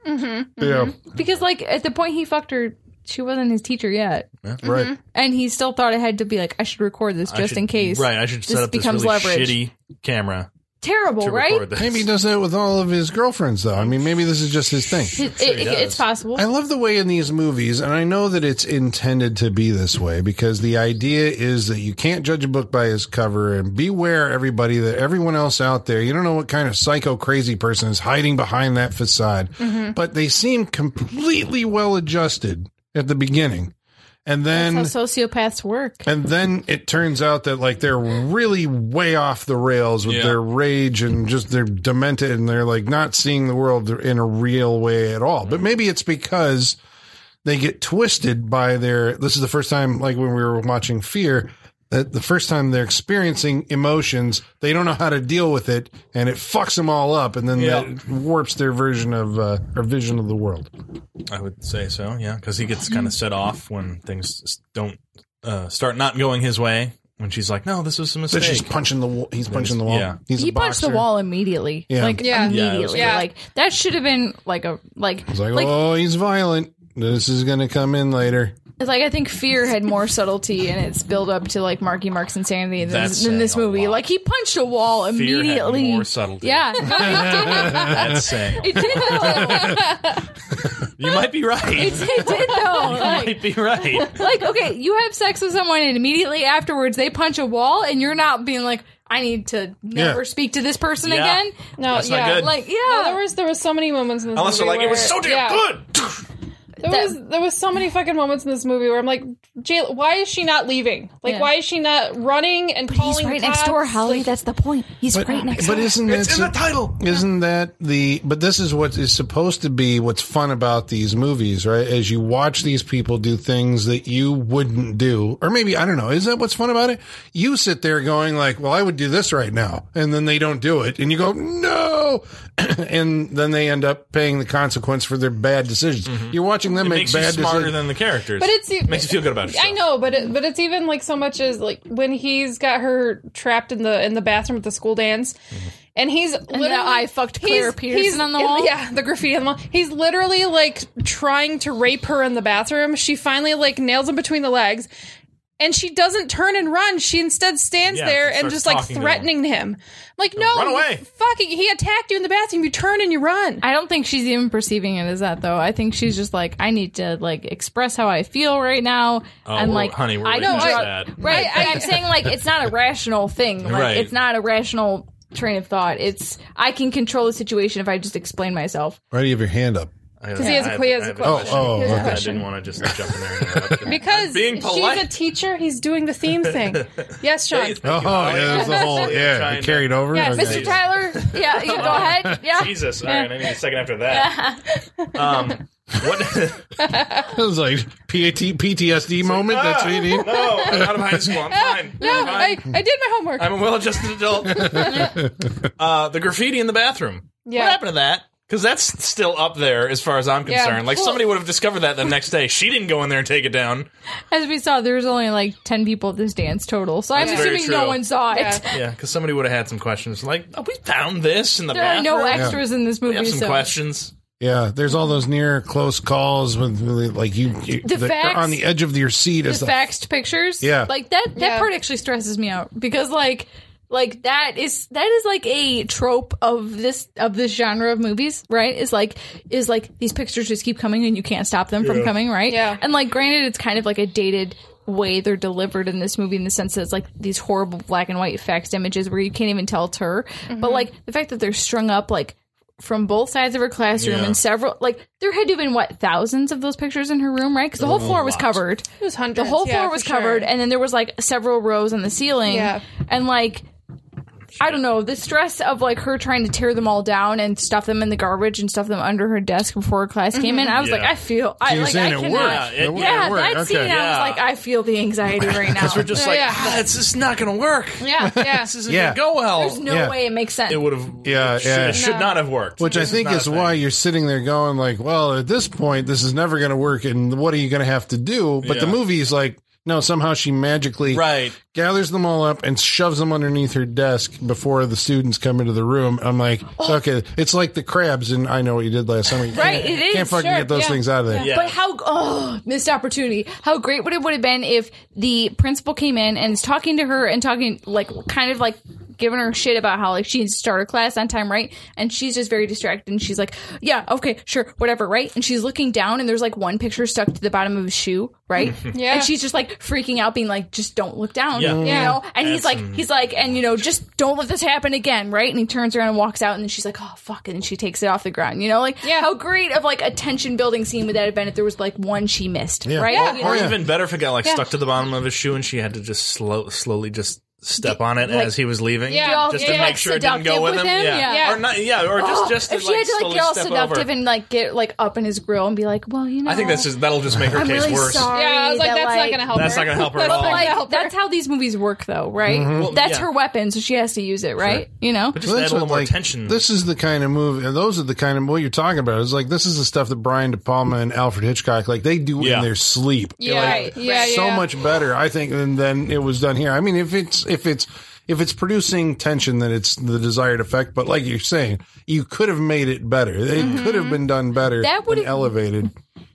B: yeah,
D: Because like at the point he fucked her, she wasn't his teacher yet.
B: right.
D: And he still thought ahead to be like, I should record this
C: I
D: just
C: should-
D: in case.
C: Right. I should
D: this
C: set up this
D: becomes
C: really
D: leverage.
C: shitty camera
D: Terrible,
C: to
D: right?
C: record this.
B: Maybe he does that with all of his girlfriends, though. I mean, maybe this is just his thing.
D: It- it- it's possible.
B: I love the way in these movies, and I know that it's intended to be this way because the idea is that you can't judge a book by its cover and beware everybody that everyone else out there, you don't know what kind of psycho crazy person is hiding behind that facade.
D: Mm-hmm.
B: But they seem completely well adjusted at the beginning. And then
D: That's how sociopaths work.
B: and then it turns out that like they're really way off the rails with
C: Yeah.
B: their rage and just they're demented and they're like not seeing the world in a real way at all.
C: Mm-hmm.
B: But maybe it's because they get twisted by their this is the first time like when we were watching Fear that the first time they're experiencing emotions, they don't know how to deal with it and it fucks them all up and then
C: Yeah.
B: that warps their version of uh, or vision of the world.
C: I would say so. Yeah, because he gets
E: Mm.
C: kind of set off when things s- don't uh, start not going his way. When she's like, "No, this was a
B: But
C: mistake."
B: she's punching the wall. He's punching the wall.
C: Yeah.
B: He's a
D: he punched the
B: boxer.
D: wall immediately.
B: Yeah.
D: Like
E: Yeah. Yeah,
C: it
D: immediately.
E: was- Yeah.
D: Like that should have been like a like
B: oh, It's like, oh, he's violent. This is going to come in later.
D: like I think Fear had more subtlety in its build up to like Marky Mark's insanity than,
C: That's
D: than this
C: saying a
D: movie.
C: lot.
D: Like he punched a wall
C: Fear had
D: immediately.
C: more subtlety.
D: yeah, no, it
C: That's saying.
D: did. It did though.
C: You might be right.
D: It, it did though. Like,
C: might be right.
D: like okay, you have sex with someone and immediately afterwards they punch a wall and you're not being like, I need to never
B: Yeah.
D: speak to this person
C: Yeah.
D: again.
E: No,
C: That's not
E: yeah.
C: good.
D: Like yeah,
E: No, there was there was so many moments in this
C: Unless
E: movie
C: they're like, it was
E: where-
C: so damn
E: yeah.
C: good.
E: There
D: That-
E: was there was so many fucking moments in this movie where I'm like, Jay, why is she not leaving? Like,
D: Yeah.
E: why is she not running and
F: He's
E: calling?
F: right
E: cops?
F: next door, Holly.
E: Like,
F: That's the point. He's
B: But,
F: right next
B: but
F: door.
B: isn't that
C: It's in the
B: so-
C: title.
B: Isn't that the? But this is what is supposed to be what's fun about these movies, right? As you watch these people do things that you wouldn't do, or maybe I don't know. Is that what's fun about it? You sit there going like, "Well, I would do this right now," and then they don't do it, and you go, "No," and then they end up paying the consequence for their bad decisions. You're watching them
C: Mm-hmm. It
B: make
C: makes you
B: bad
C: smarter
B: decisions.
C: than the characters.
E: But it's e-,
C: makes you feel good about yourself.
E: I know, but it, but it's even like so much as like when he's got her trapped in the in the bathroom at the school dance,
C: Mm-hmm.
E: and he's literally
D: I fucked Claire Peterson on the wall?
E: Yeah, the graffiti on the wall. He's literally like trying to rape her in the bathroom. She finally like nails him between the legs. And she doesn't turn and run. She instead stands
C: Yeah,
E: there
C: starts
E: and just like
C: talking to him.
E: threatening him. Like, no,
C: run away.
E: you fucking, he attacked you in the bathroom. You turn and you run.
D: I don't think she's even perceiving it as that though. I think she's just like, I need to like express how I feel right now.
C: Oh,
D: and
C: we're-
D: like,
C: honey, we're
D: I
C: way past
D: I-
C: that.
D: Right. I, am saying like it's not a rational thing. Like
C: Right.
D: it's not a rational train of thought. It's I can control the situation if I just explain myself.
B: Why do you have your hand up?
C: Because
E: he has a- he has a question.
B: Oh, oh,
C: I didn't want to just jump in there. And interrupt you.
E: Because
C: being
E: she's a
C: polite.
E: teacher, he's doing the theme thing. Yes, Sean.
C: Hey, it's
B: Oh,
C: Thank you, Holly.
B: yeah, there's the whole yeah.
C: China.
B: It carried over.
E: Yeah,
B: Okay.
D: Mr. Tyler, yeah, you go ahead. Yeah.
C: Jesus. All right, I need a second after that. um, what?
B: It was like PAT, PTSD moment. That's what you need.
C: No, I'm out of high school. I'm fine.
E: No,
C: I'm
E: I, I
C: fine.
E: did my homework.
C: I'm a well-adjusted adult. uh, the graffiti in the bathroom.
E: Yeah.
C: What happened to that? Because that's still up there, as far as I'm
E: Yeah.
C: concerned. Like somebody would have discovered that the next day. She didn't go in there and take it down.
D: As we saw, there was only like ten people at this dance total, so I'm
C: That's very
D: assuming no
C: true.
D: one saw it.
E: Yeah.
C: Yeah, because somebody would have had some questions. Like, oh, we found this in the
D: There are
C: bathroom.
D: no extras in this
C: we
D: movie.
C: have some
D: so
C: questions.
B: Yeah, there's all those near close calls with with, like you, you
D: The
B: they're
D: facts-
B: on the edge of your seat as
D: the
B: the,
D: faxed pictures.
B: Yeah.
D: like that. That
E: Yeah.
D: part actually stresses me out because like like that is that is like a trope of this of this genre of movies right is like is like these pictures just keep coming and you can't stop them from coming right
E: Yeah.
D: and like granted it's kind of like a dated way they're delivered in this movie in the sense that it's like these horrible black and white faxed images where you can't even tell it's her
E: Mm-hmm.
D: but like the fact that they're strung up like from both sides of her classroom
C: Yeah.
D: and several like there had to have been what thousands of those pictures in her room right because the whole floor was covered
E: It was hundreds.
D: the whole
E: yeah,
D: floor
E: for
D: was
E: sure.
D: covered and then there was like several rows on the ceiling
E: Yeah.
D: and like i don't know the stress of like her trying to tear them all down and stuff them in the garbage and stuff them under her desk before her class came in
E: Mm-hmm.
D: i was
C: Yeah.
D: like i feel i
B: You're
D: like
B: saying
D: i
B: it
D: cannot
B: worked.
C: Yeah, it-
B: It worked.
D: yeah
B: It worked.
D: i'd uh, seen it i
C: Yeah.
D: was like i feel the anxiety right now
C: Because we're just
E: Yeah,
C: like,
E: Uh, yeah.
C: "Ah, it's just not going to work.
E: Yeah, yeah.
C: This isn't
B: Yeah.
C: going to go well.
D: there's no
B: Yeah.
D: way it makes sense
C: it would have.
B: Yeah,
C: it should,
B: yeah.
C: It should not have worked.
B: Which I
C: This
B: think
C: not
B: is
C: a thing.
B: why you're sitting there going like, well, at this point, this is never going to work, and what are you going to have to do? But the
C: Yeah.
B: movie is like, no, somehow she magically
C: Right.
B: gathers them all up and shoves them underneath her desk before the students come into the room. I'm like,
C: Oh.
B: okay, it's like the crabs, and I know what you did last summer. You
D: Right,
B: can't-
D: it is,
B: Can't fucking
D: sure,
B: get those
E: yeah.
B: things out of there.
C: Yeah.
D: But how oh missed opportunity. How great would it would have been if the principal came in and is talking to her and talking like kind of like giving her shit about how like she needs to start her class on time, right? And she's just very distracted and she's like, Yeah, okay, sure, whatever, right? And she's looking down and there's like one picture stuck to the bottom of his shoe, right?
E: Yeah.
D: And she's just like freaking out, being like, just don't look down.
C: Yeah.
D: You
E: Yeah.
D: know? And he's
C: That's
D: like
C: some-
D: he's like, and you know, just don't let this happen again, right? And he turns around and walks out and then she's like, Oh fuck, and then she takes it off the ground, you know? Like
E: Yeah.
D: how great of like a tension building scene would that have been if there was like one she missed, right?
B: Yeah.
D: You
C: Or
D: know?
B: Yeah.
C: even better if it got like
E: Yeah.
C: stuck to the bottom of his shoe and she had to just slow, slowly just step on it
D: like-
C: as he was leaving,
E: Yeah. Get all-
C: just
E: get,
C: to make
D: like,
C: sure it didn't
D: seductive
C: go with
D: with
C: him.
D: him,
C: Yeah.
D: yeah.
C: or not. Yeah, or just just to,
D: Oh, if she had to like
C: slowly
D: get all
C: step
D: seductive
C: over.
D: and like get like up in his grill and be like, well, you know,
C: I think that's just that'll just make her
D: I'm
C: case
D: really
C: worse.
D: sorry.
E: Yeah, I was like,
D: that,
E: that's not
D: like-
E: going to help
C: That's
E: her.
C: not gonna help her at all.
E: not gonna
D: Like,
E: help her.
D: that's how these movies work, though, right?
B: Mm-hmm.
C: Well,
D: that's
C: yeah.
D: her weapon, so she has to use it, right? You know,
C: But
B: Well,
C: just add a little
B: what,
C: more
B: like,
C: tension.
B: This is the kind of movie. and Those are the kind of what you're talking about. It's like this is the stuff that Brian De Palma and Alfred Hitchcock like they do
C: Yeah.
B: in their sleep.
E: Yeah,
B: Like,
E: right, yeah,
B: so
E: yeah.
B: much better, I think, than than it was done here. I mean, if it's if it's if it's producing tension, then it's the desired effect. But like you're saying, you could have made it better. It could have been done better.
D: That would
B: and
D: have-
B: elevated.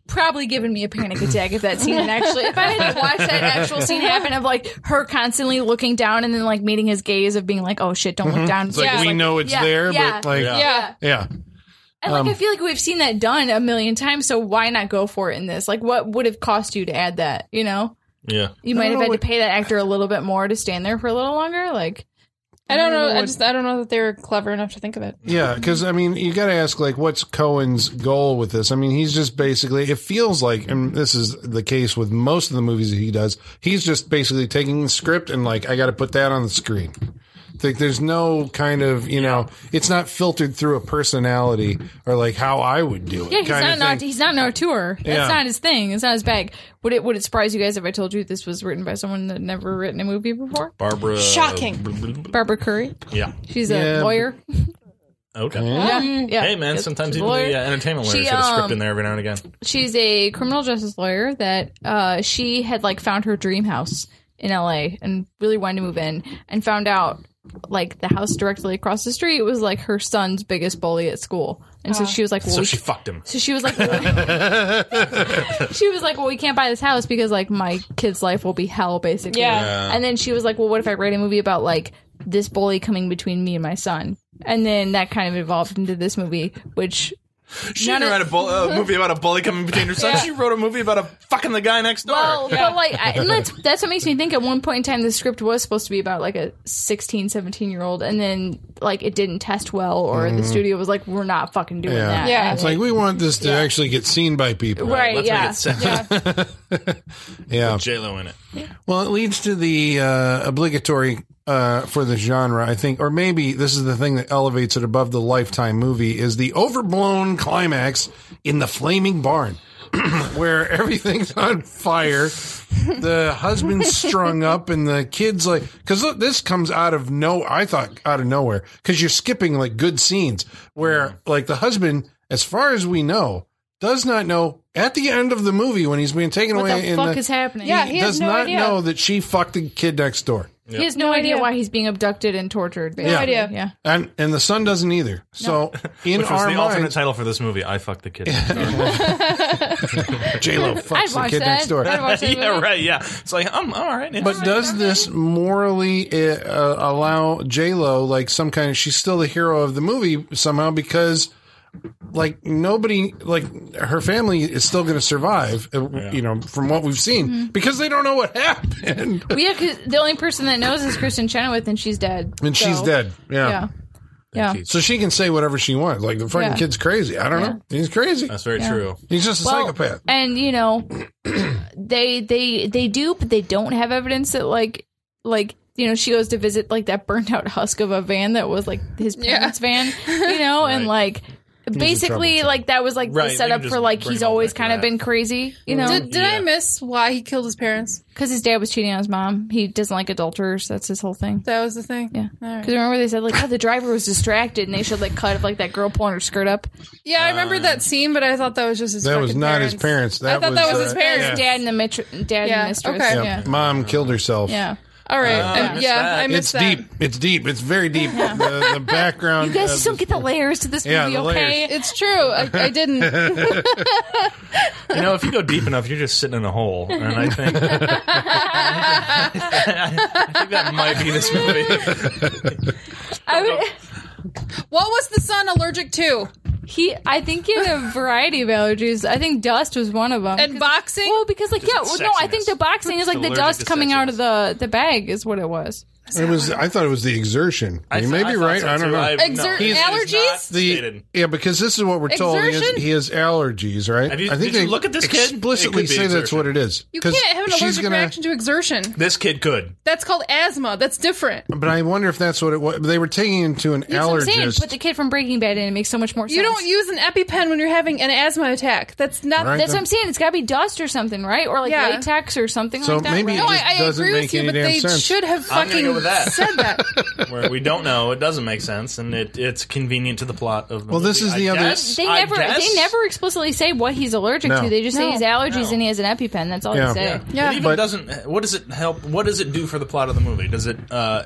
D: probably given me a panic attack if that scene had actually if I had watched that actual scene happen of like her constantly looking down and then like meeting his gaze of being like, Oh shit, don't look down.
B: Mm-hmm. It's like
E: Yeah.
B: we
E: Like,
B: know it's
D: yeah,
B: there,
D: yeah.
B: but like
C: Yeah.
B: yeah.
E: Yeah.
D: And like
B: Um,
D: I feel like we've seen that done a million times, so why not go for it in this? Like what would have cost you to add that, you know?
C: Yeah.
D: You might have
B: know
D: had to
B: what-
D: pay that actor a little bit more to stand there for a little longer. Like
E: I don't know. I just I don't know that they were clever enough to think of it.
B: Yeah, because I mean, you got to ask like, what's Cohen's goal with this? I mean, he's just basically. It feels like, and this is the case with most of the movies that he does. He's just basically taking the script and like, I got to put that on the screen. Like, there's no kind of you know, it's not filtered through a personality or like how I would do it.
D: Yeah, he's
B: kind
D: not,
B: of
D: not
B: thing.
D: he's not an auteur. That's
B: Yeah.
D: not his thing. It's not his bag. Would it would it surprise you guys if I told you this was written by someone that never written a movie before?
C: Barbara.
E: Shocking.
D: Barbara Curry.
C: Yeah.
D: She's
B: Yeah.
D: a lawyer.
C: Okay.
B: Hmm?
D: Yeah. yeah.
C: Hey man, sometimes
D: she's a
C: even
D: lawyer.
C: the uh, entertainment lawyers
D: She,
C: get a script
D: um,
C: in there every now and again.
D: she's a criminal justice lawyer that uh, she had like found her dream house in LA and really wanted to move in and found out like the house directly across the street was like her son's biggest bully at school. And so she was like, well,
C: So
D: we
C: she fucked him.
D: So she was like, she was like, well, we can't buy this house because like my kid's life will be hell, basically.
E: Yeah.
C: Yeah.
D: And then she was like, well, what if I write a movie about like this bully coming between me and my son? And then that kind of evolved into this movie, which
C: She
D: None
C: didn't write
D: of-
C: a, bull- a movie about a bully coming between her son.
E: Yeah.
C: She wrote a movie about a fucking the guy next door.
D: well, but like I, and that's that's what makes me think at one point in time the script was supposed to be about like a 16, 17 year old, and then like it didn't test well, or the studio was like, we're not fucking doing
B: Mm-hmm. Yeah.
D: that.
E: Yeah.
D: And,
B: It's like we want this to actually get seen by people.
D: right,
C: Let's make
D: yeah.
C: it sound
B: Yeah.
C: J Lo in it.
B: Well, it leads to the uh, obligatory uh, for the genre, I think, or maybe this is the thing that elevates it above the lifetime movie is the overblown climax in the flaming barn, where everything's on fire. The husband's strung up, and the kids like because this comes out of no, I thought out of nowhere because you're skipping like good scenes where like the husband, as far as we know, does not know at the end of the movie when he's being taken
D: What
B: away.
D: the
B: in
D: fuck is happening?
E: Yeah,
B: he
E: he has
B: does
E: no
B: not
E: idea.
B: know that she fucked the kid next door,
D: He has no, idea.
E: idea.
D: why he's being abducted and tortured. Basically.
E: No idea.
D: Yeah.
B: and and the son doesn't either. So in
C: Which was
B: our
C: the alternate
B: minds,
C: title for this movie. I fucked the kid.
B: J Lo
D: I'd
B: fucks the
D: watch
B: kid
D: that.
B: next door.
D: I'd watch that
C: yeah,
D: movie.
C: right. Yeah. It's like I'm, I'm all right. yeah.
B: But does this morally uh, uh, allow J Lo like some kind of? She's still the hero of the movie somehow because. Like nobody, like her family is still going to survive, uh, you know, from what we've seen,
D: Mm-hmm.
B: because they don't know what happened,
D: Well, yeah, 'cause the only person that knows is Kristen Chenoweth, and she's dead.
B: and she's
D: So,
B: dead. Yeah.
D: Yeah. Yeah.
B: so she can say whatever she wants. Like the fucking
D: Yeah.
B: kid's crazy. I don't know. He's crazy.
C: That's very true.
B: He's just a
D: Well,
B: psychopath.
D: And you know, they they they do, but they don't have evidence that like like you know she goes to visit like that burnt out husk of a van that was like his parents' van, you know, and like basically
B: trouble
D: like that was like
C: Right,
D: the
C: you
D: setup
C: can
D: for
C: just
D: like
C: bring
D: he's
C: it all
D: always
C: back to
D: kind of
C: that.
D: been crazy, you know,
E: Did, did I miss why he killed his parents?
D: because his dad was cheating on his mom. He doesn't like adulterers. That's his whole thing.
E: That was the thing. All
D: Yeah.
E: right.
D: Because remember they said like, oh, the driver was distracted, and they showed like cut of like that girl pulling her skirt up.
E: Yeah, I remember that scene, but I thought that was just his.
B: That was
E: fucking
B: not his parents. That
E: I thought that was his
B: uh,
E: parents.
B: yeah.
D: Dad and the mitr- dad
E: Yeah,
D: and mistress.
E: okay.
B: Yeah. Mom killed herself.
D: Yeah.
E: All right.
C: Oh,
E: I-
C: I missed
E: yeah,
C: that.
E: I
B: It's
E: missed that.
B: deep. It's deep. It's very deep. The, the background. uh,
D: You guys
B: of
D: just don't
B: this-
D: get the layers to this
B: Yeah,
D: movie,
B: the
D: okay?
E: It's true. I, I didn't.
C: You know, if you go deep enough, you're just sitting in a hole. And I think, I think that might be this movie.
D: I would,
E: What was the son allergic to?
D: he, I think he had a variety of allergies. I think dust was one of them.
E: And boxing.
D: well, because like yeah, well, no, I
C: sexiness.
D: think the boxing is like the
C: Allergic
D: dust
C: to
D: coming out of
C: sexiness.
D: the the bag is what it was.
B: It was. I thought it was the exertion.
C: I
B: you
C: th-
B: may
C: I
B: be
C: thought
B: right.
C: so,
B: I don't
C: too.
B: know.
C: I've-
E: Exer-
C: no, it is not
E: allergies?
B: the,
C: stated.
B: yeah, because this is what we're told. He has,
E: Exertion?
B: he has allergies, right?
C: Have you-
B: I think
C: did you
B: they
C: look at this kid? It could
B: explicitly
C: be
B: say that's
C: exertion.
B: what it is.
E: you
B: 'Cause
E: can't have an
B: she's
E: allergic
B: gonna-
E: reaction to exertion.
C: This kid could.
E: That's called asthma. That's different.
B: But I wonder if that's what it was. They were taking him to an
D: That's what I'm saying.
B: allergist.
D: Put the kid from Breaking Bad in. It makes so much more sense.
E: You don't use an EpiPen when you're having an asthma attack. That's not.
B: Right.
D: That's what I'm saying. It's got to be dust or something, right? Or like
E: Yeah.
D: latex or something
B: So
D: like that.
B: maybe
D: right?
B: it
E: No,
B: just
E: I, I
B: doesn't
E: agree
B: make
E: with you,
B: any
E: but
B: damn
E: they
B: sense.
E: should have
C: I'm gonna
E: fucking
C: go with that.
E: said that.
C: where we don't know, it doesn't make sense, and it, it's convenient to the plot of. The
B: Well,
C: movie,
B: this is
C: I
B: the other-
C: guess.
D: They
C: I
D: never
C: guess.
D: they never explicitly say what he's allergic
B: No.
D: to. They just say
E: No.
D: he's allergies
C: No.
D: and he has an EpiPen. That's all
B: Yeah.
D: they say.
C: Yeah.
E: Yeah.
C: It even
B: But-
C: doesn't. What does it help? What does it do for the plot of the movie? Does it? Uh,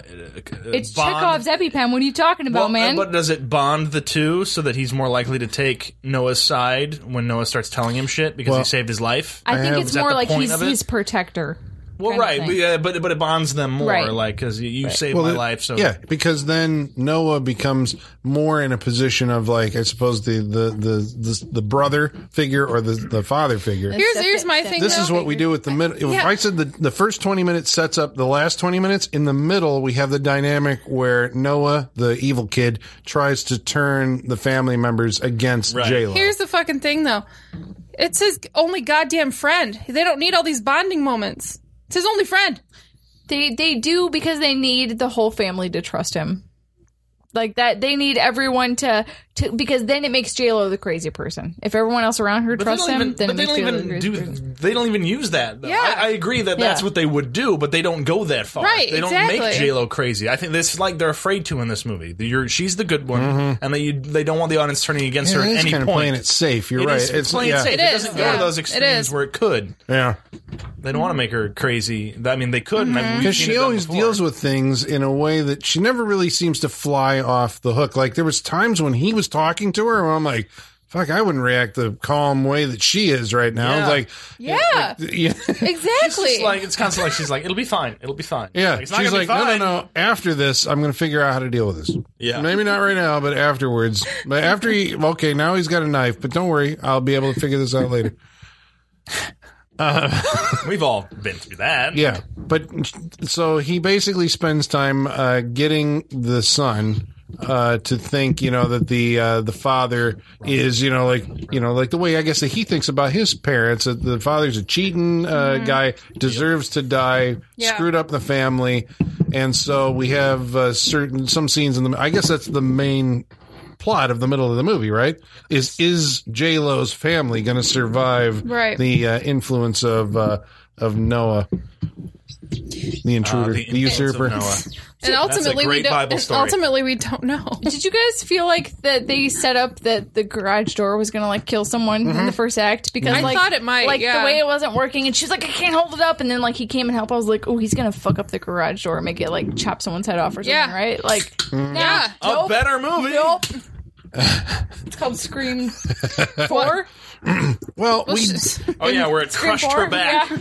D: It's
C: bond,
D: Chekhov's EpiPen. What are you talking about,
C: Well, uh,
D: man?
C: But does it bond the two so that he's more likely to take Noah's side when Noah starts telling him shit because
B: Well-
C: he saved his life?
D: I think
B: have-
D: it's
C: Is that
D: more
C: the
D: like
C: point
D: he's
C: of it?
D: his protector.
C: well,
D: kind of
C: right,
D: thing.
C: but, yeah, but but it bonds them more,
D: Right.
C: like because you, you saved my
B: the-
C: life. So
B: yeah, because then Noah becomes more in a position of like I suppose the the the the, the brother figure or the the father figure.
E: Here's
D: Except
E: here's
D: it-
E: my
D: except
E: thing.
B: this
E: though.
B: is what we do with the middle. If
E: Yeah.
B: I said the, the first 20 minutes sets up the last 20 minutes, in the middle, we have the dynamic where Noah, the evil kid, tries to turn the family members against
C: Right.
B: J-Lo.
E: Here's the fucking thing, though. It's his only goddamn friend. They don't need all these bonding moments. It's his only friend.
D: They they do because they need the whole family to trust him. Like that, they need everyone to, to because then it makes J Lo the crazy person. If everyone else around her
C: But
D: trusts
C: they don't
D: him,
C: even,
D: then
C: but
D: it
C: they
D: makes
C: don't
D: J-Lo the
C: even
D: crazy
C: do.
D: person.
C: They don't even use that. though.
E: Yeah.
C: I, I agree that that's
D: Yeah.
C: what they would do, but they don't go that far.
E: Right,
C: They don't make
E: exactly.
C: J Lo crazy. I think this is like they're afraid to in this movie. The- You're, she's the good one, and they they don't want the audience turning against
B: Mm-hmm. Yeah,
C: her
B: it
C: at
B: is
C: any
B: kind
C: point.
B: of playing it safe. You're
C: It
B: right.
C: is playing
B: yeah,
C: safe. It,
E: It is,
C: doesn't go to
E: yeah.
C: those
E: It
C: extremes
E: is. Mm-hmm.
C: where it could.
B: Yeah.
C: They don't want to make her crazy. I mean, they could
B: Because she always deals with things in a way that she never really seems to fly off the hook. Like there was times when he was talking to her, and I'm like, "Fuck, I wouldn't react the calm way that she is right now."
C: Yeah.
B: Like,
E: Yeah,
B: yeah.
E: exactly.
C: It's like it's constantly like she's like it'll be fine. It'll be fine.
B: Yeah,
C: Like, it's not
B: she's
C: gonna
B: like,
C: be
B: no, no,
C: fine.
B: no. After this, I'm going to figure out how to deal with this.
C: Yeah.
B: maybe not right now, but afterwards. But after he, okay, now he's got a knife, but don't worry, I'll be able to figure this out later.
C: We've all been through that.
B: Yeah, but so he basically spends time uh, getting the son uh, to think, you know, that the uh, the father is, you know, like you know, like the way I guess that he thinks about his parents. That the father's a cheating uh, guy, deserves to die,
E: Mm-hmm. Yeah.
B: screwed up the family, and so we have uh, certain some scenes in the. I guess that's the main plot of the middle of the movie, right? Is is J Lo's family going to survive
E: Right.
B: the uh, influence of uh, of Noah, the
C: Uh,
B: intruder,
C: the
B: the,
C: influence of
B: usurper?
C: Noah.
E: and ultimately,
C: great
E: we don't.
C: Bible
E: and
C: story.
E: ultimately, we don't know.
D: Did you guys feel like that they set up that the garage door was gonna like kill someone in
C: Mm-hmm.
D: the first act? Because
E: I
D: like,
E: thought it might,
D: like
E: yeah.
D: the way it wasn't working, and she's like, I can't hold it up, and then like he came and helped. I was like, oh, he's gonna fuck up the garage door, and make it like chop someone's head off or something,
E: Yeah.
D: right? Like
E: Yeah.
C: A
D: Nope.
C: better movie.
D: nope. it's called Scream Four.
B: Well, we,
C: Oh yeah, where it
D: Scream
C: crushed
D: Four,
C: her back.
D: yeah.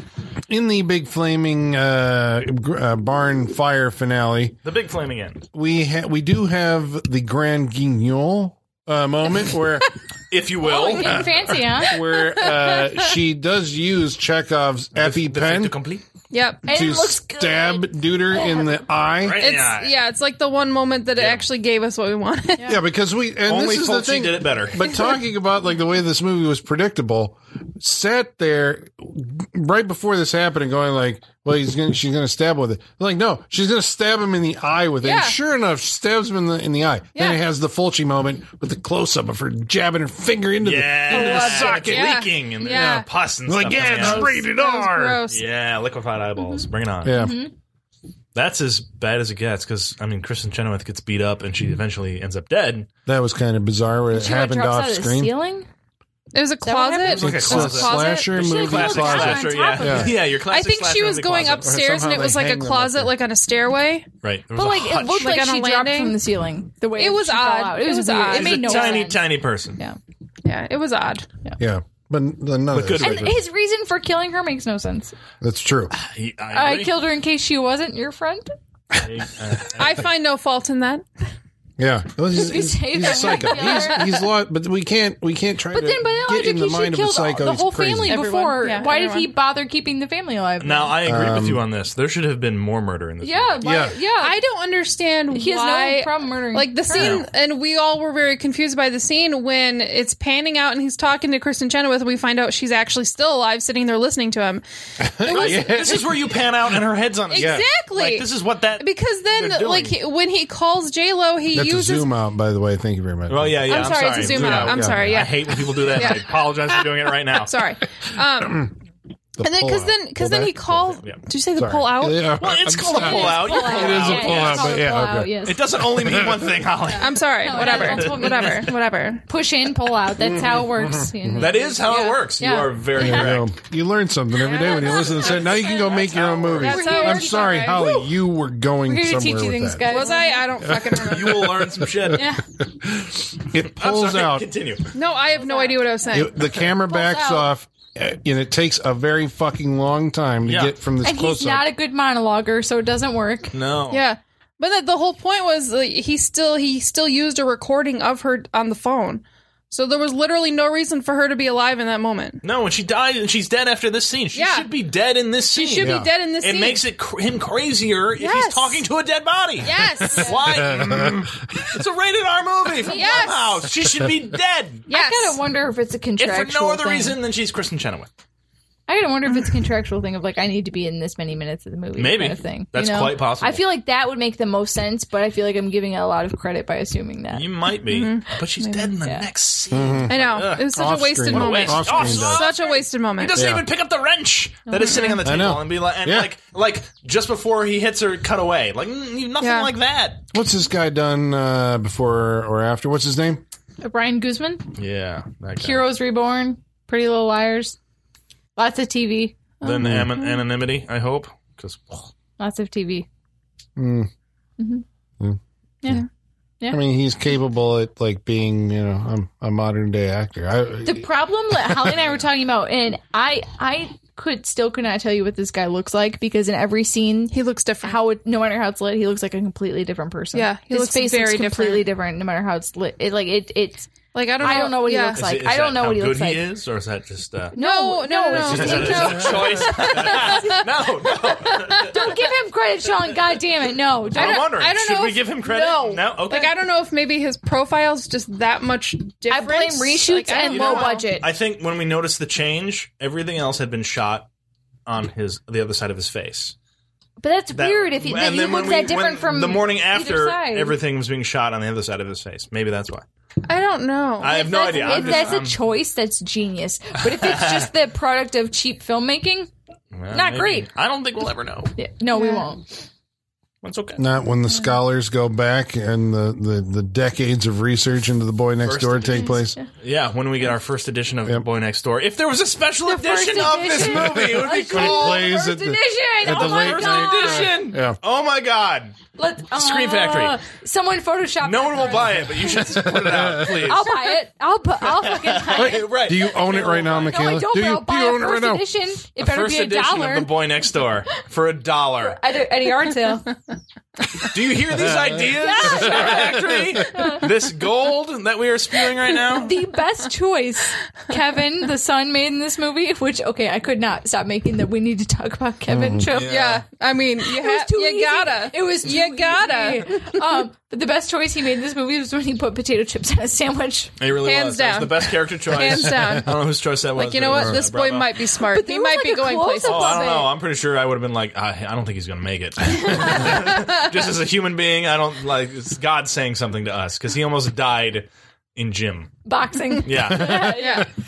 B: in the big flaming uh, gr- uh, barn fire finale,
C: The big flaming end.
B: we ha- we do have the grand guignol uh, moment where
C: If you will.
D: We're getting fancy, huh?
B: where uh, she does use Chekhov's epi
C: The fait
B: pen
C: accompli.
E: Yep.
D: And
B: to
D: it looks good.
B: stab Duder in the eye.
C: Right in the eye.
E: It's yeah. It's like the one moment that it actually gave us what we wanted.
B: Yeah, because we and
C: Only
B: this is the
C: Fulci
B: thing.
C: did it better.
B: But talking about like the way this movie was predictable, sat there right before this happened and going like, "Well, he's gonna she's gonna stab him with it." like, no, she's gonna stab him in the eye with it. And
E: Yeah.
B: sure enough, she stabs him in the in the eye. Then
E: Yeah.
B: it has the Fulci moment with the close up of her jabbing her finger into
C: yeah,
D: Oh,
B: the into the
C: and it's
B: socket.
E: Yeah.
C: leaking and
E: Yeah.
C: yeah. pus and
B: Like,
C: stuff. coming
B: yeah,
C: out.
B: it's rated
E: That was
B: R.
E: gross. Mm-hmm.
C: yeah, liquefied eyeballs. Bring it on.
B: Yeah,
C: That's as bad as it gets because I mean, Kristen Chenoweth gets beat up and
B: Mm-hmm.
C: she eventually ends up dead.
B: that was kind of bizarre. Where it
D: She, like,
B: happened
D: drops
B: off
D: out of the
B: screen.
D: ceiling.
E: It was a
D: what
E: closet.
D: happened? It
B: Like
C: Okay,
B: a
C: closet.
B: slasher
D: She, like,
B: movie
D: closed
B: closet.
D: the closet.
C: slasher,
D: on top
C: yeah.
D: of
C: yeah,
D: it.
C: your
E: I
C: classic.
E: think she
C: slasher
E: was
C: in the
E: going
C: closet.
E: upstairs and
B: somehow
E: it was
B: they
E: like a
B: hang them up
E: closet,
B: there.
E: like on a stairway.
C: Right, there was
D: But
C: a
D: like
C: hutch.
D: it looked
E: Like
D: like,
E: on a
D: she dropped
E: landing?
D: from the ceiling. The way
E: It was
D: she fell
E: odd.
D: out. It,
E: It
D: was,
E: was
D: weird.
E: odd.
D: It
E: She's
C: She's
D: made
C: a
D: no
C: tiny,
D: sense.
C: tiny person.
D: Yeah.
E: Yeah, it was odd.
B: Yeah, but none of
C: But good
B: this.
C: with
D: And his reason for killing her makes no sense.
B: That's true.
C: He- I,
D: I
C: agree. Uh,
D: killed her in case she wasn't your friend.
E: I find no fault in that.
B: Yeah, Well, he's,
D: we
B: he's,
D: say
B: he's a
D: that
B: psycho.
D: we
B: He's,
D: are-
B: he's lo- but we can't we can't try
D: But
B: to
D: then, by that
B: get
D: logic,
B: in the
D: he should
B: mind of a
D: kill the,
B: psycho.
D: the
B: He's
D: whole
B: crazy.
D: family
E: Everyone.
D: before.
E: Yeah,
D: Why did he
E: everyone.
D: bother keeping the family alive?
C: Now I agree
B: Um,
C: with you on this. There should have been more murder in this.
D: yeah, why,
B: Yeah.
D: yeah,
E: I don't understand
D: He has
E: why.
D: no problem murdering.
E: Like the
D: her.
E: scene, and we all were very confused by the scene when it's panning out and he's talking to Kristen Chenoweth. And we find out she's actually still alive, sitting there listening to him. It was
C: This is where you pan out and her head's on. a-
E: exactly
C: Like, this is what that.
E: because then,
C: they're doing.
E: like he- when he calls J Lo, he
B: That's
E: uses.
B: a zoom out, by the way. Thank you very much.
C: Well, yeah, yeah.
E: I'm, sorry, it's a zoom out. I'm
B: yeah.
E: sorry. Yeah,
C: I hate when people do that. I apologize for doing it right now.
E: sorry. Um,
B: The
E: And then, because
B: pull-out.
E: then,
B: Pull
E: because then he
B: back?
E: called.
C: Yeah.
E: Did you say the pull out?
B: Yeah,
C: Well, it's
B: I'm
C: called a
B: sorry.
C: pull out.
B: It is a
D: Yeah,
B: pull out,
D: it's
B: but
D: called a
B: yeah,
D: pull out,
B: okay.
D: yes.
C: It doesn't only mean one thing, Holly.
E: I'm sorry.
D: No,
E: whatever.
D: that's what we
E: Whatever. Whatever.
D: Push in, pull out. That's how it works. Yeah.
C: That is how it works. You
D: Yeah.
C: are very
B: There you
C: correct.
B: go. You learn something every day when you listen to this. Now you can go make your own movie.
E: That's how it
B: I'm
E: works,
B: sorry,
E: guys.
B: Holly. You were going
D: We're here to
B: somewhere
D: teach
B: with
D: you things,
B: that.
D: guys.
E: Was I? I don't fucking remember.
C: You will learn some shit.
D: Yeah.
B: It
C: I'm
B: pulls
C: sorry,
B: out.
C: Continue.
E: No, I have no idea what I was saying.
B: it- the camera backs
D: out.
B: off, uh, and it takes a very fucking long time to
C: Yeah.
B: get from this
D: And
B: close
D: he's
B: up.
D: not a good monologuer, so it doesn't work.
C: No.
E: Yeah. But the, the whole point was like, he still he still used a recording of her on the phone. So there was literally no reason for her to be alive in that moment.
C: No, and she died, and she's dead after this scene. She
E: Yeah.
C: should be dead in this scene.
E: She should
B: Yeah.
E: be dead in this
C: It
E: scene.
C: makes it cr- him crazier if he's
E: Yes.
C: talking to a dead body.
E: Yes.
C: Why? Mm. it's a rated R movie from
E: Yes.
C: Blumhouse. She should be dead.
E: yes.
D: I gotta wonder if it's a
C: If
D: contractual
C: for no other
D: thing.
C: reason than she's Kristen Chenoweth.
D: I gotta wonder if it's a contractual thing of like I need to be in this many minutes of the movie.
C: Maybe.
D: kind of thing. you
C: That's
D: know?
C: quite possible.
D: I feel like that would make the most sense, but I feel like I'm giving it a lot of credit by assuming that.
C: You might be, Mm-hmm. but she's dead in the
D: Yeah.
C: next scene.
E: I know.
C: Ugh.
E: It was such
B: Off
E: a wasted
B: screen.
E: moment.
C: Waste.
B: Off-screen
C: Off-
B: does.
E: Such a wasted
C: He
E: moment.
C: doesn't
B: Yeah.
C: even pick up the wrench that is sitting on the table
B: know.
C: and be like, and
B: Yeah.
C: like, like just before he hits her, cut away. Like mm, nothing
E: Yeah.
C: like that.
B: What's this guy done uh, before or after? What's his name?
D: Uh, Brian Guzman,
C: Yeah.
D: Heroes Reborn, Pretty Little Liars, lots of TV,
C: Then anonymity, I hope, because
D: lots of TV.
B: I mean, he's capable at like being, you know, a, a modern day actor. I,
D: The problem that Holly and I were talking about, and I, I could still could not tell you what this guy looks like because in every scene
E: He looks different.
D: how it, no matter how it's lit, he looks like a completely different person.
E: Yeah, he
D: his
E: looks
D: face looks
E: very
D: completely different. no matter how it's lit. It, like it, it's.
E: like I don't. Know,
D: I don't know what he
E: yeah.
D: looks like. I don't know what he looks like.
C: is, or is that just uh,
E: No, no, no.
D: it's
C: is
D: just-
C: that just a choice? no, no.
D: don't give him credit, Sean. God damn it, no. Don't.
C: I'm
E: don't-
C: wondering.
E: I don't
C: should
E: know
C: we
E: if-
C: give him credit?
E: no.
C: Okay.
E: Like I don't know if maybe his profile's just that much
D: I
E: different.
D: blame reshoots
E: Like, I don't
D: and
C: know.
D: low
E: know.
D: budget.
C: I think when we noticed the change, everything else had been shot on his the other side of his face.
D: but that's
C: That-
D: weird if he, that
C: and
D: he
C: then when
D: looks
C: we-
D: that different
C: when
D: from
C: the morning
D: either
C: after.
D: side.
C: Everything was being shot on the other side of his face. Maybe that's why.
E: I don't know.
C: I uh, have no
D: That's-
C: idea.
D: If
C: I'm just-
D: that's
C: I'm-
D: a choice, that's genius. But if it's just the product of cheap filmmaking,
C: well,
D: not
C: maybe.
D: great.
C: I don't think we'll ever know.
D: yeah, no, we won't.
C: That's okay.
B: not when the scholars go back and the, the, the decades of research into the boy next
C: First
B: door take place.
C: Yeah, when we get our first edition of
B: Yep.
C: Boy Next Door, if there was a special
D: first
C: edition, of this
D: edition.
C: movie, it would be
B: When it
C: cool.
B: plays
D: First
B: at the-
D: edition.
B: at
D: oh
B: the
D: my
B: late
C: First
B: night,
D: god.
C: edition.
B: Yeah.
C: Oh my god.
D: Let, uh,
C: Screen Factory.
D: Someone Photoshop.
C: No
D: that
C: one will
D: for
C: buy
D: us.
C: it, but you should put it out, please.
D: I'll buy it. I'll bu- I'll fucking buy it.
C: right.
B: Do you own it right now,
D: No,
B: Michaela?
D: I don't.
B: do
D: but
B: you,
D: I'll
B: do
D: buy
B: you
D: a
B: own it right
D: first
B: now?
D: edition. It better
C: first
D: be a
C: edition
D: dollar
C: of the boy next door for a dollar.
D: at a, at a yard sale.
C: Do you hear these ideas, Factory? This gold that we are spewing right now.
D: the best choice Kevin, the son, made in this movie. Which okay, I could not stop making that. We need to talk about
B: Mm.
D: Kevin joke.
E: Yeah, I mean, you,
D: It was
E: ha-
D: too
E: you
D: easy.
E: gotta.
D: It was
E: You
D: too
E: gotta.
D: easy. Um, but the best choice he made in this movie was when he put potato chips on a sandwich.
C: It really
E: Hands
C: was. That was
E: down.
C: the best character choice.
E: Hands down.
C: I don't know whose choice that was.
E: Like you
C: but
E: know
C: it
E: what?
C: was
E: This
C: bravo.
E: boy might be smart.
D: there
E: He
D: was,
E: might
D: like,
E: be
D: a
E: going
D: close-up
E: places.
C: Oh, I don't
D: Love
C: know.
D: it.
C: I'm pretty sure I would have been like, I, I don't think he's gonna make it. Just as a human being, I don't like. It's God saying something to us because he almost died in gym.
D: Boxing.
C: Yeah,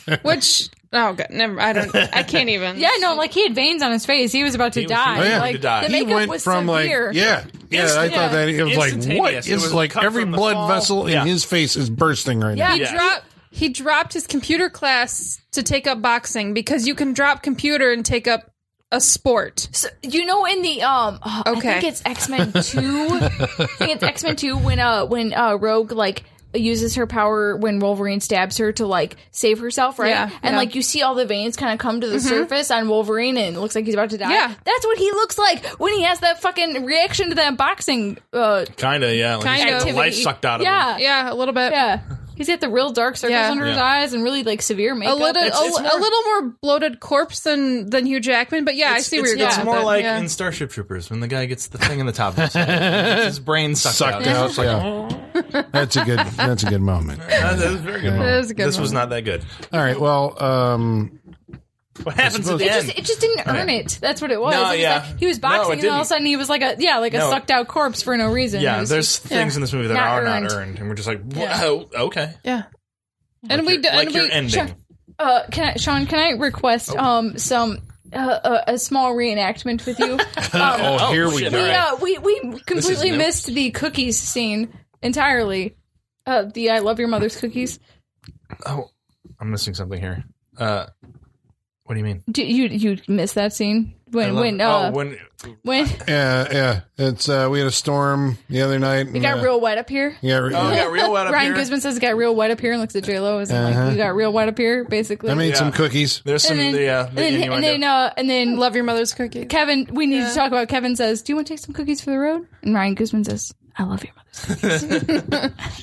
E: Yeah. Which oh god, never. I don't. I can't even.
D: Yeah, no, like he had veins on his face. He was about to
C: He was-
D: die.
C: he was
B: about
D: like,
C: to die.
D: The
C: He
B: Oh, He
D: makeup
B: went
D: was
B: from
D: severe.
B: like yeah, yeah. I
C: Instant-
B: thought that it was like what?
C: Instantaneous.
B: It's
C: It was
B: like
C: cut
B: every
C: from the
B: blood
C: fall.
B: vessel in
C: Yeah.
B: his face is bursting right
E: He
B: now.
C: Yeah.
E: dropped. He dropped his computer class to take up boxing because you can drop computer and take up a sport.
D: So, you know, in the um, oh,
E: Okay.
D: I think it's X Men Two. I think it's X Men Two when uh when uh Rogue like uses her power when Wolverine stabs her to like save herself, right?
E: Yeah,
D: and
E: yeah.
D: like you see all the veins kind of come to the surface on Wolverine, and it looks like he's about to die.
E: Yeah.
D: that's what he looks like when he has that fucking reaction to that boxing. Uh,
C: kind of. Yeah, like he's
E: Kind
C: got
E: of.
C: the life sucked out of him.
D: yeah, yeah,
E: Yeah, a little bit.
D: He's got the real dark circles
E: Yeah.
D: under his
C: Yeah.
D: eyes and really like severe
E: A
D: makeup.
E: little,
D: It's-
E: a,
C: it's
E: a
C: more-
E: little more bloated corpse than than Hugh Jackman, but yeah, I see where
C: it's,
E: you're going.
C: it's
E: with
C: more
E: it,
C: like
E: yeah.
C: in Starship Troopers when the guy gets the thing in the top of his head. It's his brain sucked,
B: Sucked out. Yeah.
C: oh.
B: that's a good. That's a good moment.
C: That that was a very good.
B: That
C: moment.
E: is a good
C: this was
E: moment.
C: not that good.
B: All right. Well, um,
C: What happens at
B: suppose-
C: the
D: it
C: end?
D: just, it just didn't earn it. That's what it was.
C: No,
D: It was
C: yeah.
D: like, he was
C: No, it
D: boxing, and then all
C: didn't.
D: of a sudden he was like a yeah, like a
C: No.
D: sucked out corpse for no reason. It
C: yeah,
D: was
C: there's
D: just-
C: things in this movie that
D: Not
C: are
D: earned.
C: not earned, and we're just like, whoa, okay.
E: yeah. And we
C: Like
E: d- and
C: your
E: we
C: ending. Oh,
D: Sure. Uh, can I, Sean? Can I request um some uh, uh, a small reenactment with you. Um,
B: Oh, here we
C: shit,
B: go.
C: all
D: we,
C: right.
D: uh, we we completely
C: new.
D: missed the cookies scene entirely. Uh, the I love your mother's cookies.
C: Oh, I'm missing something here. Uh, what do you mean?
D: Do, you you missed that scene
C: I
D: when
C: love-
D: when uh,
C: oh,
D: when,
C: when
B: Yeah, yeah. It's uh, we had a storm the other night.
D: it got real wet up here.
B: Yeah, re-
C: oh, it got real wet up
D: Ryan
C: here.
D: Guzman says it got real wet up here and looks at J Lo as in,
B: Uh-huh.
D: like you got real wet up here, basically.
B: I made
C: Yeah.
B: some cookies.
C: There's some
D: and then,
C: the, uh, the
D: and then, and
C: innuendo.
D: then, uh, and then
E: Love your mother's cookies.
D: Kevin, we need to talk about. Kevin says, "Do you want to take some cookies for the road?" And Ryan Guzman says, "I love your mother's." cookies."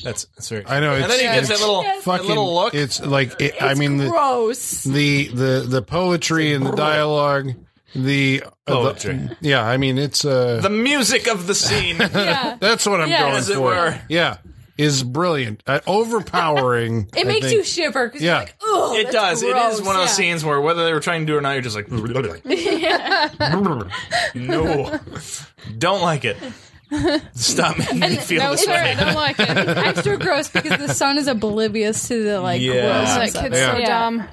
C: that's, that's very.
B: I know.
C: and then he
B: it's-
C: gets that little
D: Yes.
C: that
B: Fucking,
C: little look.
B: It's like it, I mean the,
D: gross.
B: the the the poetry and the dialogue. The uh, the-
C: Poetry.
B: yeah, I mean it's uh,
C: the music of the scene.
D: yeah,
B: that's what I'm
D: Yeah.
B: going
D: As
C: it
B: for.
C: were.
B: Yeah, is brilliant, uh, overpowering. I
D: it makes
B: think.
D: you shiver because
B: Yeah.
D: you're like, "Oh,
C: It does. it is one of those
D: yeah.
C: scenes where whether they were trying to do it or not, you're just like, no, don't like it. Stop making me feel
E: No,
C: this
E: sir, I
C: way.
E: don't like it.
D: Extra gross because the son is oblivious to the like.
C: Yeah.
D: gross
E: That
D: stuff.
E: kid's so
D: Yeah.
E: dumb.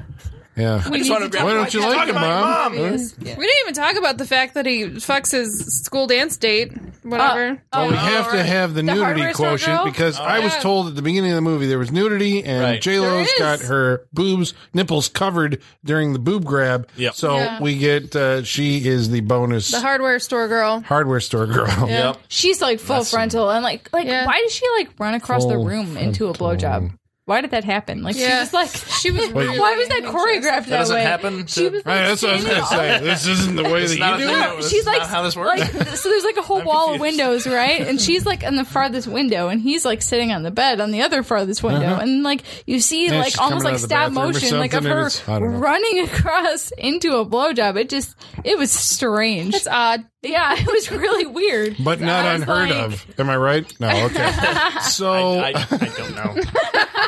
B: Yeah,
D: We
C: Just
D: need
C: wanna
D: to
C: grab
D: talk
B: Why
C: my-
B: don't you
C: yeah,
B: like
C: talk
B: it,
C: about your
B: Mom?
C: mom?
D: Yes. Yeah.
E: We didn't even talk about the fact that he fucks his school dance date. Whatever.
B: Well, we have to
C: right.
B: have the, nudity
D: hardware store
B: quotient
D: girl?
B: because I was told at the beginning of the movie there was nudity and
C: Right.
B: J Lo's
D: There
B: got
D: is.
B: her boobs nipples covered during the boob grab.
C: Yep.
B: So
E: Yeah.
B: we get uh, she is the bonus
E: the hardware store girl.
B: hardware store girl.
C: Yep.
D: She's like full frontal and like like
E: Yeah.
D: why did she like run across the
B: Full
D: room into a blowjob? Why did that happen? Like
E: Yeah.
D: she was like
E: She was. really
D: why was that
E: anxious.
D: choreographed that,
C: doesn't
D: way?
C: happen
D: She
C: to-
D: was
B: Right,
D: like,
B: that's what I was
D: standing
B: gonna say. This isn't the way that
C: not
B: you do
C: a
B: it.
C: thing that was-
D: she's
C: not
D: like
C: how this works.
D: like, th- so there's like a whole wall of
C: confused.
D: windows right and she's like in the farthest window and he's like sitting on the bed on the other farthest window and like you see
B: Uh-huh. Yeah, she's
D: like almost
B: coming out of the
D: like stop
B: bathroom or
D: motion like of
B: something, and
D: her
B: it's- I don't know.
D: running across into a blowjob it just it was strange
E: It's odd.
D: yeah it was really weird
B: But not
D: I was
B: unheard
D: like-
B: of. Am I right? No, okay. so
C: I, I don't know.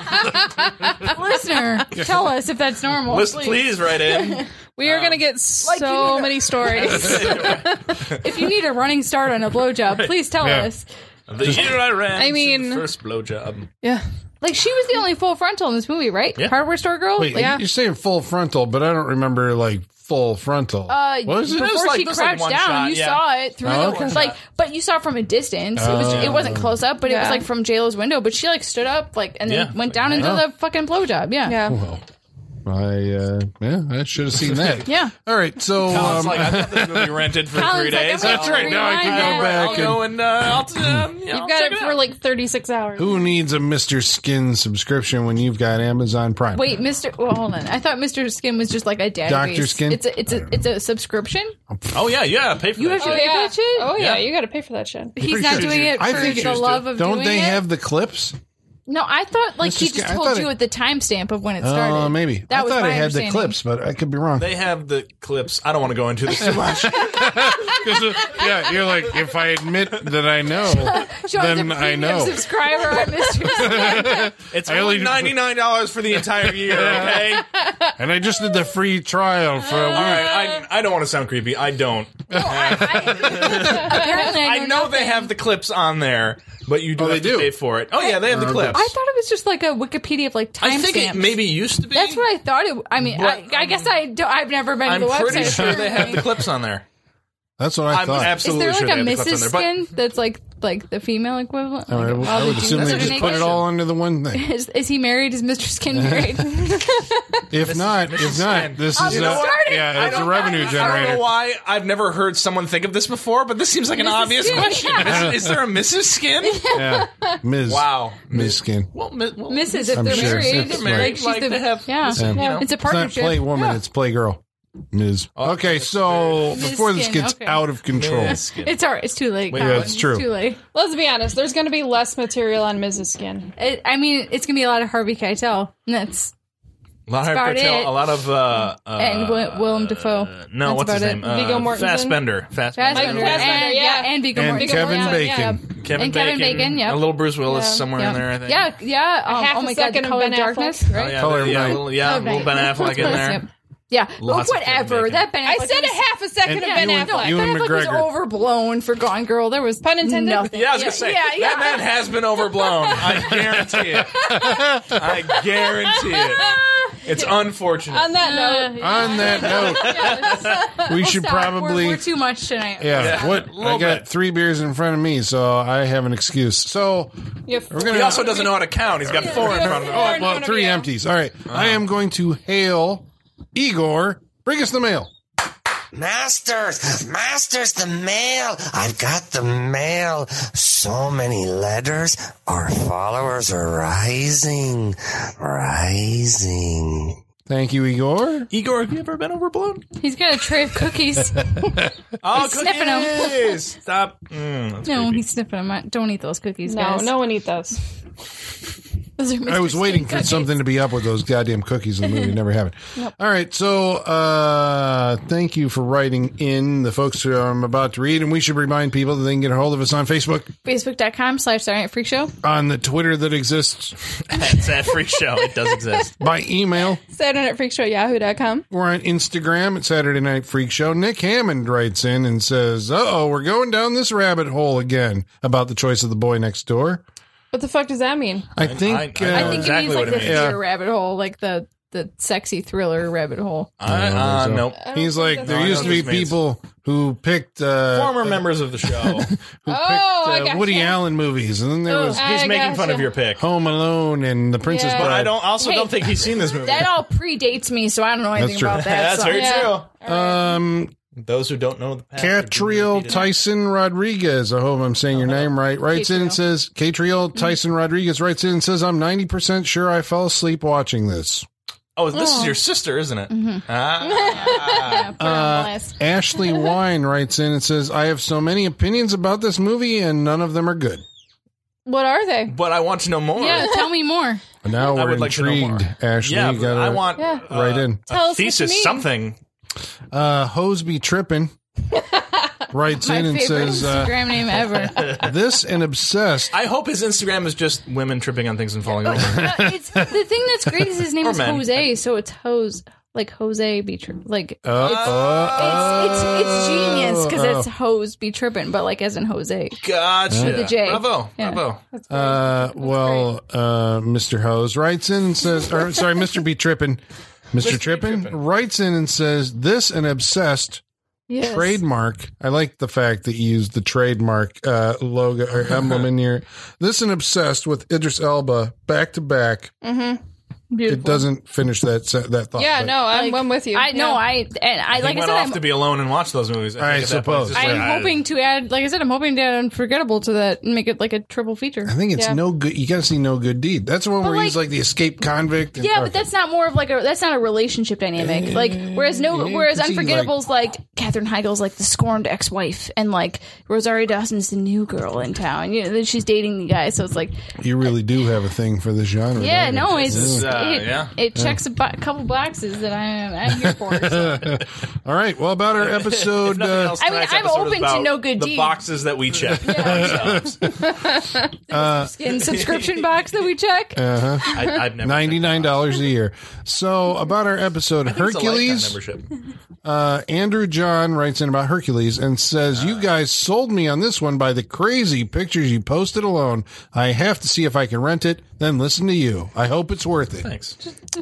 D: uh, listener tell us if that's normal
C: Listen,
D: please.
C: please write in.
E: We are gonna get
D: you
E: so
D: need to-
E: many stories.
D: if you need a running start on a blowjob plez tell
B: Yeah.
D: us
C: The year I ran.
E: I
C: to
E: mean-
C: the first blowjob.
E: yeah.
D: like she was the only full frontal in this movie right
C: Yeah.
D: hardware store girl
B: wait,
D: like,
B: you're saying full frontal, but I don't remember like full frontal.
D: uh,
B: What was it?
D: before
C: It was like-
D: she
C: it was like
D: crouched
C: one
D: down,
C: shot,
D: you
C: yeah.
D: saw it through
B: Oh,
D: the
B: okay. Oh.
D: like, but you saw from a distance. it was it wasn't close up, but it was
E: Yeah.
D: like from J Lo's window. But she like stood up like and
C: Yeah.
D: then went down into
B: Oh.
D: the fucking blowjob. Yeah,
E: Yeah.
B: Well, I uh, yeah, I should have seen that.
D: Yeah.
B: All right, so
C: I
B: um,
C: was like, I thought this movie rented for
D: Colin's
C: three
D: like, I'm
C: days.
D: gonna
B: That's right, now I can
D: rewind
B: go
D: that.
B: back.
C: I'll go and uh, I'll, um, you know,
E: You've got
C: check
E: it, for
C: out.
E: like 36 hours.
B: Who needs a Mr. Skin subscription when you've got Amazon Prime?
D: Wait, Mister. Well, hold on. I thought Mister Skin was just like a database.
B: Dr. Skin?
D: It's a it's a it's a subscription.
C: Oh yeah, yeah. Pay for
D: You
C: that
D: have to
C: shit.
D: pay for that shit.
E: Oh yeah,
C: Yeah.
E: you got to pay for that shit.
D: He's not
B: sure
D: doing it
B: I
D: for
B: think-
D: the love of
B: Don't
D: doing
B: they
D: it.
B: have the clips?
D: No, I thought like
B: Mr.
D: he
B: Skin-
D: just
B: I
D: told
B: thought
D: you
B: it-
D: at the timestamp of when it started.
B: Uh, maybe.
D: that
B: I
D: was
B: thought
D: my
B: it had the
D: understanding.
B: clips, but I could be wrong.
C: They have the clips. I don't want to go into this too much.
B: yeah, you're like, if I admit that I know,
D: Show us the
B: Then I
D: premium
B: know.
D: Subscriber on Mister Skin.
C: It's
B: I
C: only
B: only-
C: ninety nine dollars for the entire year. Okay. All
B: and I just did the free trial for a week.
D: Uh,
C: right. I, I don't want to sound creepy. I don't.
D: Apparently, I
C: I
D: know,
C: know they
D: nothing.
C: have the clips on there, but you do
B: Oh,
C: have
B: they
C: to
B: do.
C: pay for it. Oh yeah, they have the clips.
D: I thought it was just like a Wikipedia of like
C: I
D: timestamps.
C: think it maybe used to be.
D: That's what I thought. It. I mean, I,
C: But, um,
D: I guess I don't, I've never been
C: I'm
D: to the website.
C: pretty sure they have the
D: apparently.
C: clips on there.
B: That's what I
C: I'm
B: thought.
D: Is
C: absolutely
D: there like
C: sure
D: a
C: they have the
D: Mrs.
C: clips on there.
D: Skin that's like like the female equivalent?
B: I,
D: Like,
B: would-
D: all
B: I
D: the
B: would
D: dudes
B: assume they
D: are
B: just
D: naked?
B: put it all under the one thing.
D: Is, is he married? Is Mr. Skin married?
B: If not, if not, this
D: I'll
B: is
D: get
B: uh,
D: Oh, started.
B: yeah,
D: I
B: it's a
D: don't-
B: revenue
D: I-
C: But I don't
D: I
C: know
B: generator.
C: why I've never heard someone think of this before, but this seems like an
D: Mrs.
C: obvious
D: Skin,
C: question.
D: yeah.
C: Is, is there a Mrs. Skin?
B: Yeah, Ms.
C: Wow,
B: Ms. Skin.
C: Well, mi- well,
D: Mrs. If
B: I'm
D: they're
B: sure.
D: married,
B: It's
D: like,
C: like-
D: she's
C: like
D: the
C: they have-
D: yeah.
C: this is, you know.
D: It's a
B: It's not
D: partnership.
B: play woman, it's play girl. Ms.
C: Oh,
B: Okay, so before this
D: Skin,
B: gets
D: okay.
B: out of control.
C: Mrs. Skin.
D: It's all right. It's too late.
C: Wait,
D: Colin.
B: yeah, it's true.
D: Too late.
E: Let's be honest. There's going to be less material on Mrs. Skin.
D: It, I mean, it's gonna be a lot of Harvey Keitel. and That's
C: A lot of
D: about
C: Harry Keitel,
D: it.
C: a lot of uh, uh,
D: and Will Willem Dafoe.
C: no,
D: That's
C: what's his
D: about
C: name?
D: it.
C: Uh,
E: Viggo Mortensen?
C: Fassbender. Fassbender.
D: Fassbender,
E: Fassbender,
D: and, yeah.
E: yeah.
D: and Viggo
B: And
D: Mortensen.
B: Kevin
D: Yeah.
B: Bacon.
E: yeah.
C: Kevin
D: And
C: Bacon.
D: Kevin Bacon, yep.
C: A little Bruce Willis
E: Yeah.
C: somewhere in there, I think.
D: Yeah, yeah. Um,
E: half
D: oh
E: a
D: my god,
E: second of
D: Color
E: Ben
D: of Darkness,
E: Affleck.
D: right?
C: Oh, yeah,
B: Color
C: the- yeah,
B: Knight.
C: little, yeah, little Ben Affleck in there.
D: Yeah,
C: Lots of
D: but
C: Kevin
D: whatever.
C: Bacon.
D: That Ben
E: I
D: Affleck
E: said
D: was,
E: a half a
B: And
E: second of Ben
B: you-
E: Affleck.
D: No,
B: you
D: Ben
B: and
D: Affleck was
B: McGregor.
D: overblown for Gone Girl. There was
E: Pun intended.
D: Nothing.
C: Yeah, I was gonna say
D: yeah, yeah.
C: that man has been overblown. I guarantee it. I guarantee it. It's unfortunate.
E: On that note,
B: On that note, we should
D: Stop.
B: probably.
D: We're, we're too much tonight.
B: yeah,
C: Yeah,
B: what
C: a little
B: I got
C: bit.
B: three beers in front of me, so I have an excuse. So
E: you're
B: we're gonna
C: he also doesn't know how to count. He's got four in front of him.
B: Oh, well, three empties. All right. I
C: Uh-huh.
B: am going to hail Igor. Bring us the mail.
F: Masters, masters, the mail. I've got the mail. So many letters. Our followers are rising, rising.
B: Thank you, Igor.
C: Igor, have you ever been overblown?
D: He's got a tray of cookies.
C: Oh,
D: He's sniffing 'em.
C: cookies! Stop. Mm, that's
D: no,
C: creepy.
D: he's sniffing them. Don't eat those cookies,
E: No,
D: guys.
E: no one eat those.
D: Those are
B: I was
D: Mr.
B: waiting for
D: Cookies.
B: something to be up with those goddamn cookies in the movie. It Never happened. All right. So, uh, thank you for writing in the folks who I'm about to read. And we should remind people that they can get a hold of us on Facebook,
D: Facebook.com slash Saturday Night Freak Show.
B: on the Twitter that exists,
C: it's that free show. It does exist.
B: by email.
E: Saturday Night Freak Show, yahoo.com.
B: We're on Instagram at Saturday Night Freak Show. Nick Hammond writes in and says, Uh oh, we're going down this rabbit hole again about the choice of the boy next door.
E: What the fuck does that mean?
B: I think.
C: I- I
B: uh,
D: I think
C: exactly
D: it
C: what
D: means like
C: it
D: the
C: means.
D: theater rabbit hole, like the, the sexy thriller rabbit hole.
C: I, uh, nope.
B: He's like, there
C: No, I
B: used to
C: know
B: be
C: what this means.
B: people who picked uh,
C: Former members of the show.
B: who picked
E: Oh, I
B: uh,
E: gotcha. Oh,
B: Woody Allen movies, and then there was
E: I
C: He's making fun
E: gotcha.
C: of your pick.
B: Home Alone and The Princess
E: Yeah.
B: Bride.
E: But
C: I don't. Also,
D: Hey.
C: don't think he's seen this movie.
D: That all predates me, so I don't know anything
B: That's true.
D: about that.
C: That's
D: so-
C: very
E: Yeah.
C: true.
B: Um,
C: Those who don't know the past. are being
B: Catriel
C: defeated.
B: Tyson Rodriguez. I hope I'm saying
E: Uh-huh.
B: your name right. Writes in and
D: Catriel.
B: says, Catriel
E: Mm.
B: Tyson Rodriguez writes in and says, I'm 90% sure I fell asleep watching this.
C: Oh, this is your sister, isn't it?
D: Mm-hmm. Yeah,
C: Ah.
D: put it on
B: Uh,
D: the list.
B: Ashley Wine writes in and says, I have so many opinions about this movie and none of them are good.
E: What are they?
C: but I want to know more.
D: Yeah, tell me more.
B: But now
C: I
B: we're
C: would like to know more.
B: intrigued, Ashley.
C: Yeah,
B: you
C: but
B: gotta
C: I want
E: Yeah.
C: uh,
B: right in.
C: a
E: Tell us what you
C: thesis,
E: mean.
C: something.
B: Uh, Hoseby Trippin writes
D: My
B: in and
D: favorite
B: says, uh,
D: Instagram name ever.
B: This and Obsessed.
C: I hope his Instagram is just women tripping on things and falling over.
D: Uh, it's, the thing that's great is his name
C: Or
D: is
C: men.
D: Jose, so it's Hose. Like Jose be tri- like
B: Uh, uh,
D: it's it's genius because
B: oh.
D: it's hose be tripping, but like as in Jose.
C: Gotcha.
D: With a J.
C: Bravo.
D: Yeah.
C: Bravo.
B: Uh, well, uh, Mr. Hose writes in and says, or sorry, Mr. B. Trippin. Mr. Trippin writes in and says, This and Obsessed
D: Yes.
B: trademark. I like the fact that you used the trademark uh, logo or emblem in here. This and Obsessed with Idris Elba back to back.
D: Mm-hmm. Beautiful.
B: It doesn't finish that se- that thought.
E: Yeah,
B: but-
E: no, I'm, I'm with you.
D: I know.
E: Yeah.
D: I and I
C: He
D: like I
C: went
D: said.
C: off
D: I'm,
C: to be alone and watch those movies.
B: I
C: think, at that point,
B: suppose.
C: it's just
D: I'm
C: like, ah,
D: hoping to add. Like I said, I'm hoping to add unforgettable to that and make it like a triple feature.
B: I think it's
E: Yeah.
B: no good. You got to see no good deed. That's the one where
D: like-
B: he's like the escaped convict. and-
D: Yeah, but that's not more of like a that's not a relationship dynamic. Like whereas no
B: Eh, yeah,
D: whereas
B: 'cause he,
D: Unforgettable's like, Katherine Heigl's like the scorned ex wife and like Rosario Dawson's the new girl in town. You know, then she's dating the guy, so it's like
B: you really do have a thing for this genre.
D: Yeah,
B: don't you?
D: no, it's
C: is, uh,
D: it,
C: yeah.
D: it checks a bo- couple boxes that I am I'm here for. So.
B: All right. Well, about our episode.
C: nothing
B: uh,
C: else
D: I mean,
C: tonight's
D: I'm
C: episode
D: open
C: is about
D: to no good
C: The
D: deed.
C: boxes that we check. ourselves.
D: Skin subscription box that we check.
C: I, I've never
B: Ninety-nine dollars a year. So about our episode
C: It's a lifetime
B: Hercules.
C: membership.
B: Uh, Andrew John writes in about Hercules and says,
C: Ah.
B: "You guys sold me on this one by the crazy pictures you posted alone. I have to see if I can rent it, then listen to you. I hope it's worth it."
C: Thanks.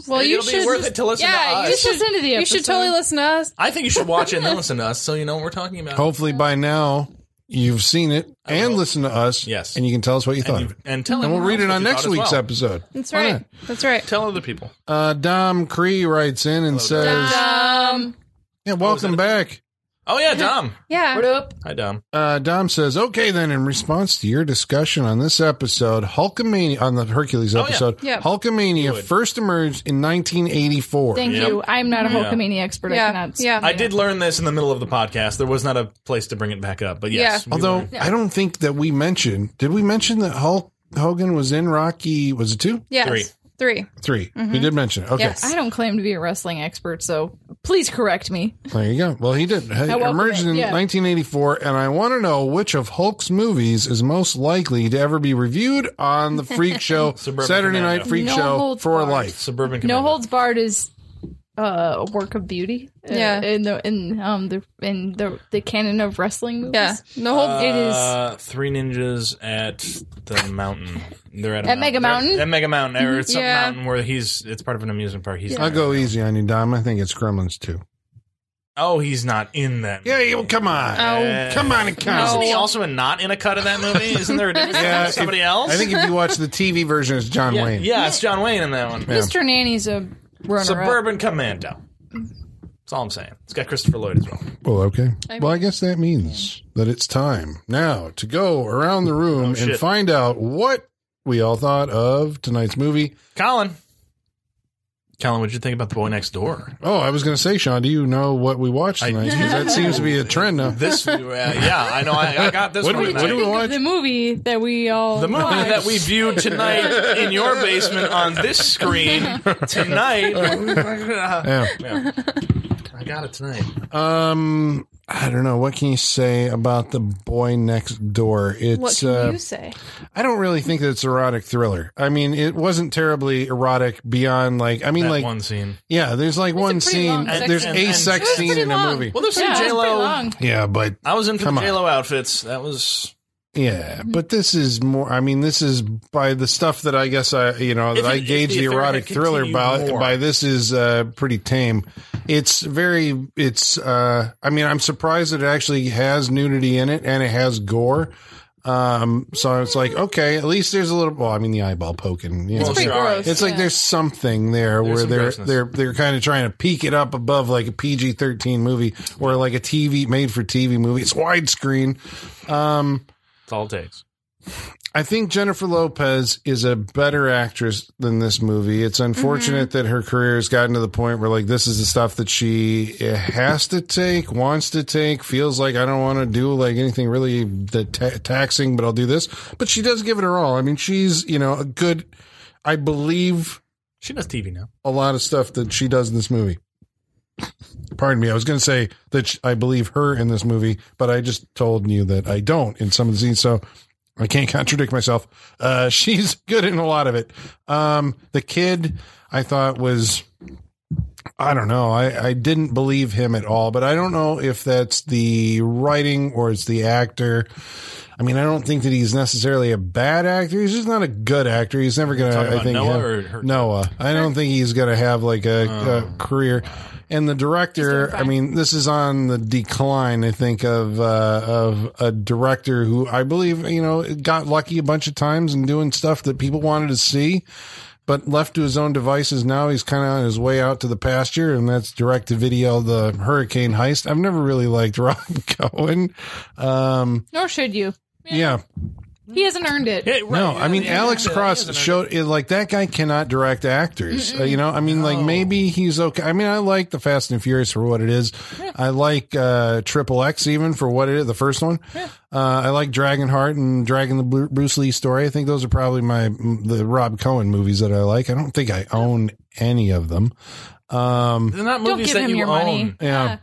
E: well, you
C: It'll
E: should
C: be worth it to listen
E: yeah,
C: to
E: you
C: us.
E: should
D: listen to the
E: You should
D: episode.
E: totally listen to us.
C: I think you should watch it and then listen to us, so you know what we're talking about.
B: Hopefully by now you've seen it and listened to us.
C: Yes.
B: and you can tell us what you thought.
C: and, you- and tell
B: and we'll
C: everyone
B: read it
C: else what
B: on
C: you
B: next
C: thought as
B: week's
C: well.
B: episode.
E: That's right. That's right.
C: Tell other people.
B: Uh, Dom Cree writes in and says,
E: Um,
B: "Yeah, welcome back."
C: Oh yeah, Dom.
E: yeah.
D: What up?
C: Hi, Dom.
B: Uh, Dom says, okay, then in response to your discussion on this episode, Hulkamania, on the Hercules
C: Oh, yeah.
B: episode,
E: Yeah.
B: Hulkamania first emerged in 1984.
D: Thank
C: Yep.
D: you. I'm not a Hulkamania expert. I
E: Yeah.
D: cannot.
E: Yeah.
C: I did learn this in the middle of the podcast. There was not a place to bring it back up, but yes. we
E: Yeah.
B: Although
C: learned.
B: I don't think that we mentioned, did we mention that Hulk Hogan was in Rocky, was it two?
E: Yes.
C: Three.
E: Three.
B: 3
D: Mm-hmm.
B: We did mention it. Okay.
E: Yes.
D: I don't claim to be a wrestling expert, so please correct me.
B: There you go. Well, he did. He
D: welcome
B: emerged
D: it,
B: in
D: yeah.
B: 1984, and I want to know which of Hulk's movies is most likely to ever be reviewed on the Freak Show,
C: Suburban
B: Saturday
C: Commando.
B: Night Freak
D: No
B: Show
D: holds
B: for
D: barred.
B: life.
C: Suburban
D: No
C: Commando.
D: holds barred is uh, a work of beauty. uh,
E: Yeah.
D: in the in um the in the the canon of wrestling movies.
E: Yeah. No whole.
D: it is-
C: Uh, Three ninjas at the mountain. They're at, a
D: At Mega Mountain?
C: They're At Mega Mountain, or it's some
E: Yeah.
C: mountain where he's. It's part of an amusement park. He's.
B: I'll go easy on you, Dom. I think it's Gremlins too.
C: Oh, he's not in that.
B: Yeah,
C: movie.
B: you, come on,
E: Oh.
B: come on, and count.
C: Isn't he also not in a cut of that movie? Isn't there a difference
B: Yeah,
C: between
B: if-
C: somebody else?
B: I think if you watch the TV version, it's John
C: yeah,
B: Wayne.
C: yeah, it's John Wayne in that one.
D: Mr. Nanny's a runner up.
C: Suburban Commando. That's all I'm saying. It's got Christopher Lloyd as well.
B: Well, okay. well, I guess that means that it's time now to go around the room and
C: Oh, shit.
B: find out what we all thought of tonight's movie.
C: Colin. Colin, what'd you think about the boy next door?
B: Oh, I was going to say, Sean, do you know what we watched
C: I-
B: tonight? 'Cause that seems to be a trend now.
C: This, uh, yeah, I know. I, I got this
B: What do
C: one.
B: we- what
C: tonight.
B: do we watch?
D: The movie that we all
C: The movie
D: watched.
C: that we viewed tonight in your basement on this screen tonight.
B: Yeah.
C: I got it tonight.
B: Um, I don't know. What can you say about the boy next door? It's
E: What can
B: uh,
E: you say?
B: I don't really think that it's erotic thriller. I mean, it wasn't terribly erotic beyond like I mean
C: That
B: like
C: one scene.
B: yeah. There's like one
D: pretty long
B: scene. uh,
D: sex
B: There's
C: scene.
B: a
C: And-
B: sex
D: It was
B: scene
D: pretty
B: in a
D: long.
B: movie.
C: Well, there's some
D: yeah, it was
C: J
D: pretty
C: Lo.
D: long.
B: yeah, but
C: I was in for
B: Come on.
C: J Lo outfits. That was
B: yeah,
D: Mm-hmm.
B: but this is more. I mean, this is by the stuff that I guess I you know that
C: If it-
B: I
C: if
B: gauge
C: the
B: the
C: affair
B: erotic
C: had
B: thriller
C: continued
B: by
C: more.
B: by this is uh, pretty tame. It's very. It's. uh I mean, I'm surprised that it actually has nudity in it and it has gore. Um, so it's like, okay, at least there's a little, well, I mean, the eyeball poking, you know,
C: Well,
D: Pretty
C: sure.
D: gross.
B: It's like
D: yeah.
B: there's something there where
C: some
B: they're
C: grossness.
B: they're they're kind of trying to peak it up above like a PG thirteen movie or like a TV made for TV movie. It's widescreen. Um,
C: that's all it takes.
B: I think Jennifer Lopez is a better actress than this movie. It's unfortunate that her career has gotten to the point where like this is the stuff that she has to take, wants to take, feels like I don't want to do like anything really that ta- taxing, but I'll do this. But she does give it her all. I mean, she's you know a good. I believe
C: She does TV now.
B: a lot of stuff that she does in this movie. Pardon me. I was going to say that sh- I believe her in this movie, but I just told you that I don't in some of the scenes. So I can't contradict myself. Uh, she's good in a lot of it. Um, the kid I thought was, I don't know. I, I didn't believe him at all, but I don't know if that's the writing or it's the actor. I mean, I don't think that he's necessarily a bad actor. He's just not a good actor. He's never going to,
C: Talking
B: I
C: about
B: think,
C: Noah
B: have-
C: or her- Oh.
B: Noah. I don't think he's going to have like a, a career. And the director, I mean, this is on the decline. I think of uh, of a director who I believe you know got lucky a bunch of times and doing stuff that people wanted to see, but left to his own devices. Now he's kind of on his way out to the pasture, and that's direct to video, the Hurricane Heist. I've never really liked Rob Cohen. Um,
D: Nor should you.
B: yeah,
D: He hasn't earned it.
B: no, I mean Alex Cross showed it, like that guy cannot direct actors. Uh, you know, I mean, like maybe he's okay. I mean, I like the Fast and Furious for what it is. I like uh, Triple X even for what it is, the first one. Uh, I like Dragonheart and Dragon the Bru- Bruce Lee story. I think those are probably my the Rob Cohen movies that I like. I don't think I own any of them. Um,
C: They're not
D: Don't
C: movies
D: give
C: that
D: him
C: you
D: your money.
C: own.
B: yeah,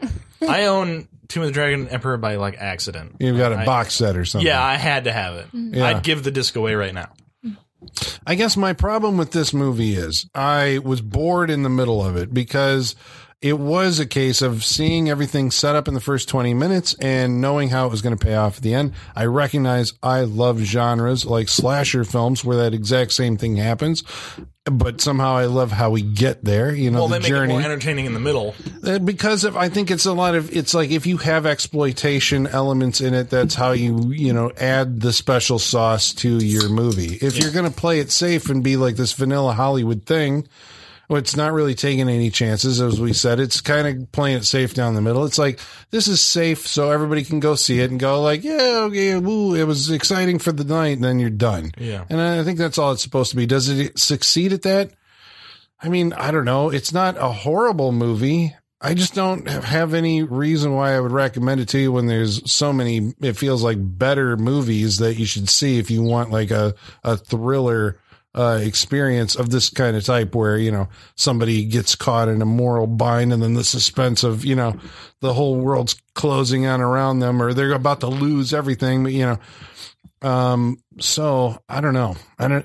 C: I own Tomb of the Dragon Emperor by like accident.
B: you've got a
C: I-
B: box set or something.
C: Yeah, I had to have it.
B: Yeah.
C: I'd give the disc away right now.
B: I guess my problem with this movie is I was bored in the middle of it because it was a case of seeing everything set up in the first 20 minutes and knowing how it was going to pay off at the end. I recognize I love genres like slasher films where that exact same thing happens, but somehow I love how we get there, you know,
C: Well,
B: the
C: they make
B: journey.
C: it more entertaining in the middle.
B: Uh, because of I think it's a lot of it's like if you have exploitation elements in it, that's how you you know add the special sauce to your movie. If you're going to play it safe and be like this vanilla Hollywood thing, well, it's not really taking any chances, as we said. It's kind of playing it safe down the middle. It's like this is safe, so everybody can go see it and go like, yeah, okay, woo, it was exciting for the night, and then you're done.
C: Yeah.
B: and I think that's all it's supposed to be. Does it succeed at that? I mean, I don't know. It's not a horrible movie. I just don't have any reason why I would recommend it to you when there's so many, it feels like better movies that you should see if you want like a, a thriller uh, experience of this kind of type where, you know, somebody gets caught in a moral bind and then the suspense of, you know, the whole world's closing on around them or they're about to lose everything, but, you know. Um, so I don't know. I don't.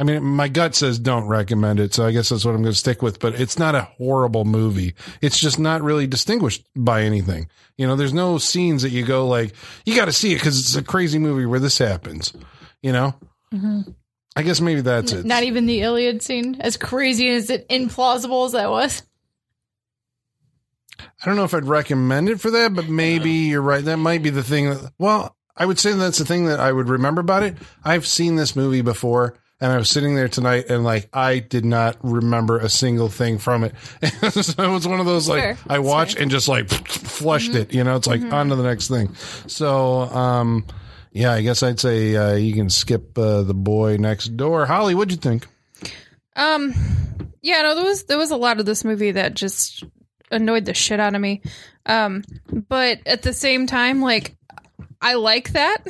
B: I mean, my gut says don't recommend it, so I guess that's what I'm going to stick with. But it's not a horrible movie. It's just not really distinguished by anything. You know, there's no scenes that you go like, you got to see it because it's a crazy movie where this happens. You know, I guess maybe that's it.
D: Not even the Iliad scene, as crazy as it implausible as that was.
B: I don't know if I'd recommend it for that, but maybe you're right. That might be the thing. That, well, I would say that's the thing that I would remember about it. I've seen this movie before, and I was sitting there tonight, and like I did not remember a single thing from it. so it was one of those like
D: Fair.
B: I watched and just like flushed it. You know, it's like on to the next thing. So, um, yeah, I guess I'd say uh, you can skip uh, the boy next door. Holly, what'd you think?
E: Um, yeah, no, there was there was a lot of this movie that just annoyed the shit out of me. Um, but at the same time, like I like that.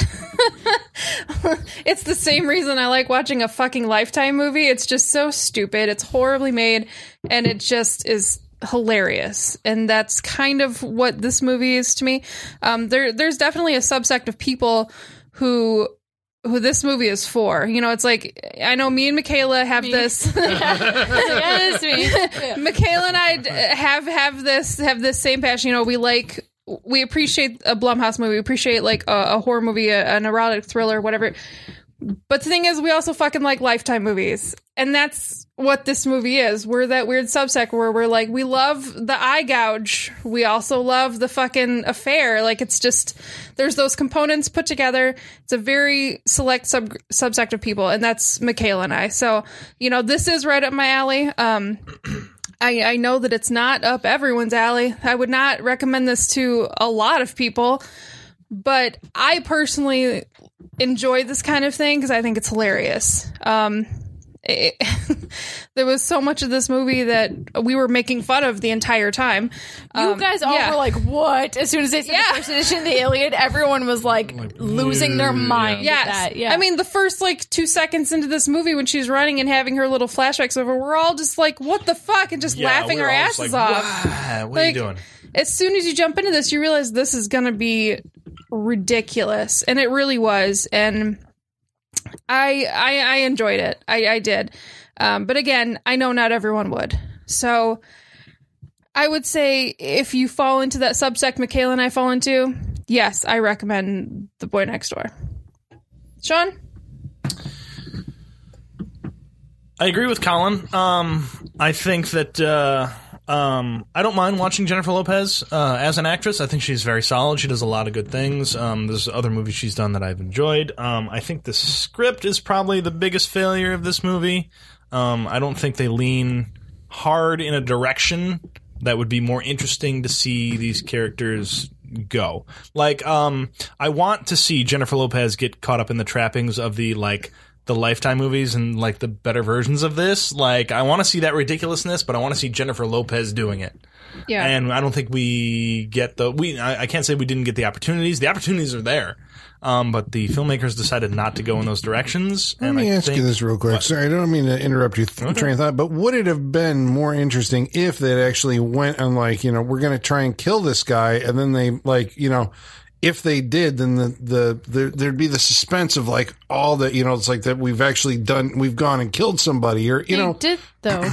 E: it's the same reason I like watching a fucking Lifetime movie. It's just so stupid. It's horribly made, and it just is hilarious. And that's kind of what this movie is to me. Um, there, there's definitely a subsect of people who who this movie is for. You know, it's like I know me and Michaela have this.
D: yeah, that's me.
E: Michaela and I d- have have this have this same passion. You know, we like we appreciate a Blumhouse movie. We appreciate like a, a horror movie, a, an erotic thriller, whatever. But the thing is, we also fucking like Lifetime movies, and that's what this movie is. We're that weird subsect where we're like, we love the eye gouge. We also love the fucking affair. Like it's just there's those components put together. It's a very select sub subsect of people, and that's Michaela and I. So you know, this is right up my alley. Um, I, I know that it's not up everyone's alley. I would not recommend this to a lot of people, but I personally enjoy this kind of thing because I think it's hilarious. Um, it, there was so much of this movie that we were making fun of the entire time. Um,
D: You guys all
E: yeah.
D: were like, "What?" As soon as they said
E: Yeah.
D: the first edition of the Iliad, everyone was like, losing their mind.
E: Yes.
D: at that. yeah.
E: I mean, the first like two seconds into this movie when she's running and having her little flashbacks over, we're all just like, what the fuck? And just laughing
C: we were
E: our
C: all just
E: asses
C: like,
E: off.
C: "Wow, What
E: Like,
C: are you doing?
E: as soon as you jump into this, you realize this is going to be ridiculous, and it really was. And I, I, I enjoyed it. I, I did. Um, but again, I know not everyone would. So I would say if you fall into that subsect Michaela and I fall into, yes, I recommend The Boy Next Door. Sean?
C: I agree with Colin. Um, I think that uh, um, I don't mind watching Jennifer Lopez uh, as an actress. I think she's very solid. She does a lot of good things. Um, there's other movies she's done that I've enjoyed. Um, I think the script is probably the biggest failure of this movie. Um, I don't think they lean hard in a direction that would be more interesting to see these characters go. Like, um, I want to see Jennifer Lopez get caught up in the trappings of the like the Lifetime movies and like the better versions of this. Like, I want to see that ridiculousness, but I want to see Jennifer Lopez doing it.
E: Yeah.
C: And I don't think we get the we. I, I can't say we didn't get the opportunities. The opportunities are there. Um, but the filmmakers decided not to go in those directions.
B: Let me
C: I
B: ask you this real quick. Sorry, I don't mean to interrupt your th- train of thought, but would it have been more interesting if they actually went and like, you know, we're going to try and kill this guy, and then they like, you know, if they did, then the the, there there'd be the suspense of like all the, you know, it's like that we've actually done, we've gone and killed somebody, or you
D: they
B: know,
D: did though.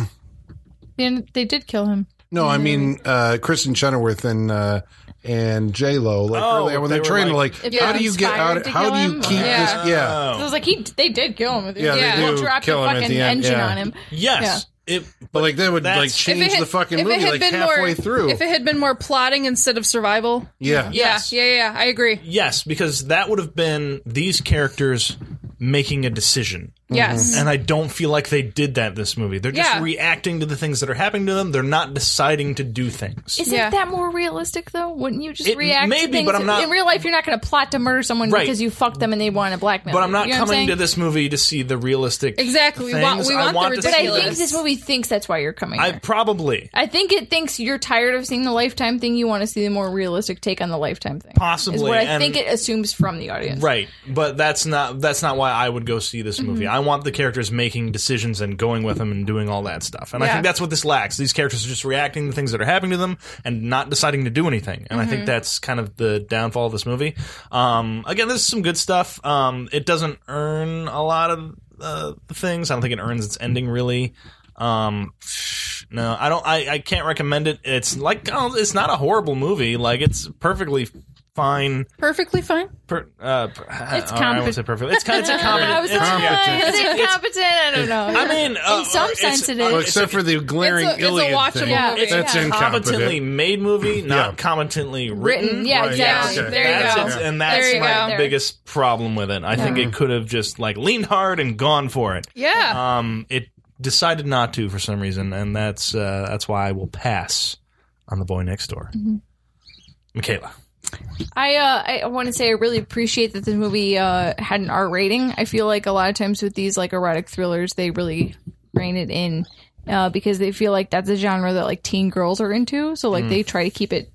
D: and they did kill him.
B: no, I mean, uh, Kristen Chenoweth and. uh and J Lo, like
C: Oh,
B: earlier when
C: they
B: they're
C: were
B: trying
C: like-
B: to like,
D: If
B: how
D: they
B: do you get
D: conspired
B: out?
D: to
B: How
D: kill
B: do you
D: him?
B: keep this? Yeah,
C: "Oh,
D: So it was like he they did kill him. With
B: Yeah,
D: the,
B: they
D: Well,
B: do
D: drop
B: kill him
D: the
B: at
D: fucking
B: the end,
D: engine
B: yeah.
D: on him.
C: Yes. It.
B: but like that would like
C: That's-
B: change the fucking
E: if
B: movie like halfway
E: more,
B: through.
E: If it had been more plotting instead of survival.
B: yeah,
C: Yes.
E: Yeah, yeah, yeah. I agree.
C: Yes, because that would have been these characters making a decision.
E: Yes.
B: Mm-hmm.
C: And I don't feel like they did that in this movie. They're just
E: Yeah.
C: reacting to the things that are happening to them. They're not deciding to do things.
D: Isn't
E: Yeah.
D: that more realistic though? Wouldn't you just
C: It
D: react?
C: may
D: to
C: be,
D: things?
C: but I'm not-
D: In real life, you're not going to plot to murder someone
C: Right.
D: because you fucked them and they want to blackmail.
C: but I'm
D: you.
C: not
D: You know what
C: coming to
D: saying?
C: this movie to see the realistic.
E: Exactly. We want-
C: things.
E: we
C: I
E: want
C: to
E: the
C: see
D: But I
E: ridiculous.
D: think this movie thinks that's why you're coming.
C: I
D: here.
C: probably
D: I think it thinks you're tired of seeing the lifetime thing. You want to see the more realistic take on the lifetime thing.
C: Possibly,
D: is what I
C: and-
D: think it assumes from the audience.
C: right, but that's not that's not why I would go see this movie. I want the characters making decisions and going with them and doing all that stuff. And I
E: Yeah.
C: think that's what this lacks. These characters are just reacting to things that are happening to them and not deciding to do anything. And I think that's kind of the downfall of this movie. Um, again, this is some good stuff. Um, it doesn't earn a lot of uh, things. I don't think it earns its ending really. Um, no, I don't. I, I can't recommend it. It's like oh, it's not a horrible movie. Like it's perfectly fine.
E: perfectly fine.
C: Per, uh, per, all
D: It's
C: right, I
D: competent.
C: won't say perfect. It's kind. It's a comedy.
D: I was like,
C: it's- yeah.
D: "Uh, is it competent? I don't know.
C: I mean, uh,
D: in some
C: it's-
D: sense, it is.
B: Well, except for the glaring
E: It's a- it's a
B: Iliad
E: watchable
B: thing.
E: Yeah,
D: movie.
B: That's
D: yeah.
C: competently
B: incompetent.
C: made movie, not
B: Yeah.
C: competently written.
D: written. Yeah,
B: Right,
D: exactly.
B: yeah, okay.
D: There you
C: That's
D: go.
C: its- and that's
E: There you
C: my
D: go.
C: biggest problem with it. I think it could have just like leaned hard and gone for it.
E: Yeah.
C: Um, it decided not to for some reason, and that's uh, that's why I will pass on the boy next door.
D: Mm-hmm.
C: Michaela,
D: I uh, I want to say I really appreciate that this movie uh, had an R rating. I feel like a lot of times with these like erotic thrillers, they really rein it in uh, because they feel like that's a genre that like teen girls are into. So like they
C: Mm.
D: try to keep it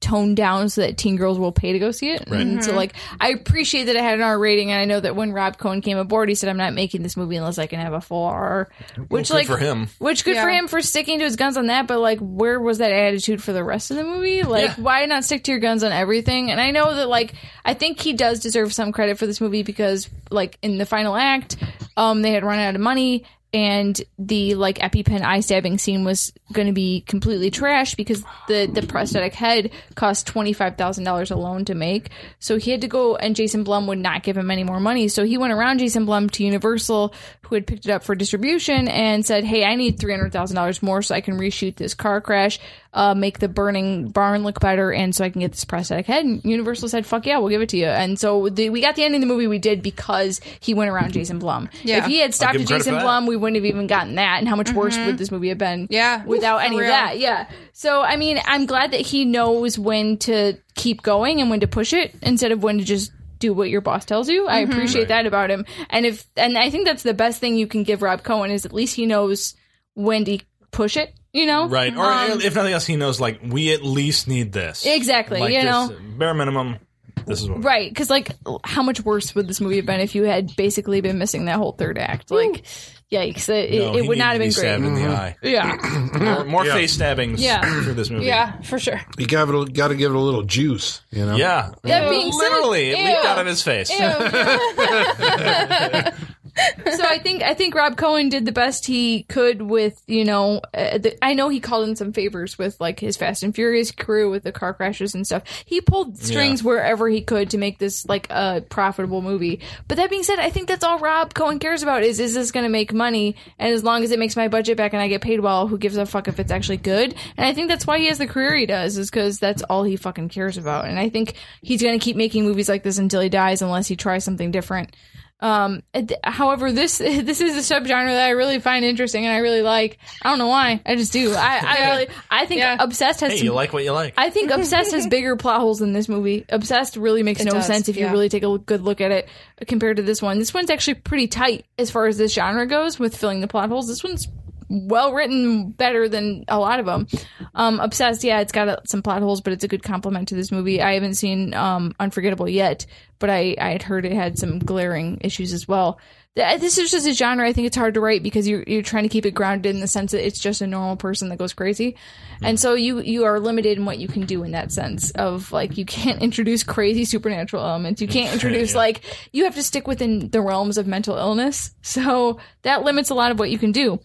D: toned down so that teen girls will pay to go see it. And so like I appreciate that it had an R rating, and I know that when Rob Cohen came aboard, he said, "I'm not making this movie unless I can have a full R," which
C: good
D: like
C: for him.
D: which good for
E: Yeah.
D: him for sticking to his guns on that, but like, where was that attitude for the rest of the movie? Like, why not stick to your guns on everything? And I know that, like, I think he does deserve some credit for this movie because, like, in the final act, um, they had run out of money. And the like EpiPen eye stabbing scene was going to be completely trashed because the the prosthetic head cost twenty five thousand dollars alone to make. So he had to go, and Jason Blum would not give him any more money. So he went around Jason Blum to Universal, who had picked it up for distribution, and said, "Hey, I need three hundred thousand dollars more so I can reshoot this car crash, uh, make the burning barn look better, and so I can get this prosthetic head." And Universal said, "Fuck yeah, we'll give it to you." And so the, we got the ending of the movie we did because he went around Jason Blum.
E: Yeah. Mm-hmm.
D: If he had stopped
C: give him
D: at
C: credit for
D: Jason
C: that.
D: Blum, we wouldn't have even gotten that. And how much worse would this movie have been?
E: Yeah.
D: without
E: For
D: any of
E: real.
D: that. Yeah. So I mean, I'm glad that he knows when to keep going and when to push it instead of when to just do what your boss tells you. I appreciate that about him. And if and I think that's the best thing you can give Rob Cohen is at least he knows when to push it, you know?
C: right? Or
D: Um,
C: if nothing else, he knows like we at least need this
D: Exactly,
C: Like,
D: you
C: this,
D: know.
C: bare minimum. This is what we
D: Right, because like, how much worse would this movie have been if you had basically been missing that whole third act? Like, yikes! It,
C: No,
D: it
C: he
D: would
C: needed
D: not have
C: to
D: been
C: be stabbed
D: great.
C: in the eye.
D: Yeah,
C: More, more
B: Mm-hmm. Yeah.
C: face stabbings
D: Yeah.
C: for this movie.
E: yeah, for sure.
B: You got to got to give it a little juice, you know.
C: Yeah.
D: That being said,
C: Literally, it leaked
D: ew.
C: out of his face.
D: so I think I think Rob Cohen did the best he could with you know uh, the, I know he called in some favors with like his Fast and Furious crew with the car crashes and stuff. He pulled strings wherever he could to make this like a profitable movie. But that being said, I think that's all Rob Cohen cares about is is this going to make money? And as long as it makes my budget back and I get paid well, who gives a fuck if it's actually good? And I think that's why he has the career he does is because that's all he fucking cares about. And I think he's going to keep making movies like this until he dies unless he tries something different. Um, ad- however, this this is a subgenre that I really find interesting and I really like. I don't know why. I just do. I, I really I think
E: Yeah.
D: obsessed has
C: Hey,
D: some-
C: you like what you like.
D: I think obsessed has bigger plot holes than this movie. Obsessed really makes no
E: does,
D: sense if
E: yeah.
D: you really take a look- good look at it compared to this one. This one's actually pretty tight as far as this genre goes with filling the plot holes. This one's well written, better than a lot of them. Um, obsessed, yeah, it's got uh, some plot holes, but it's a good compliment to this movie. I haven't seen um, Unforgettable yet, but I, I had heard it had some glaring issues as well. Th- uh, This is just a genre I think it's hard to write because you're, you're trying to keep it grounded in the sense that it's just a normal person that goes crazy. And so you, you are limited in what you can do in that sense of like, you can't introduce crazy supernatural elements. You can't introduce like, you have to stick within the realms of mental illness. So that limits a lot of what you can do.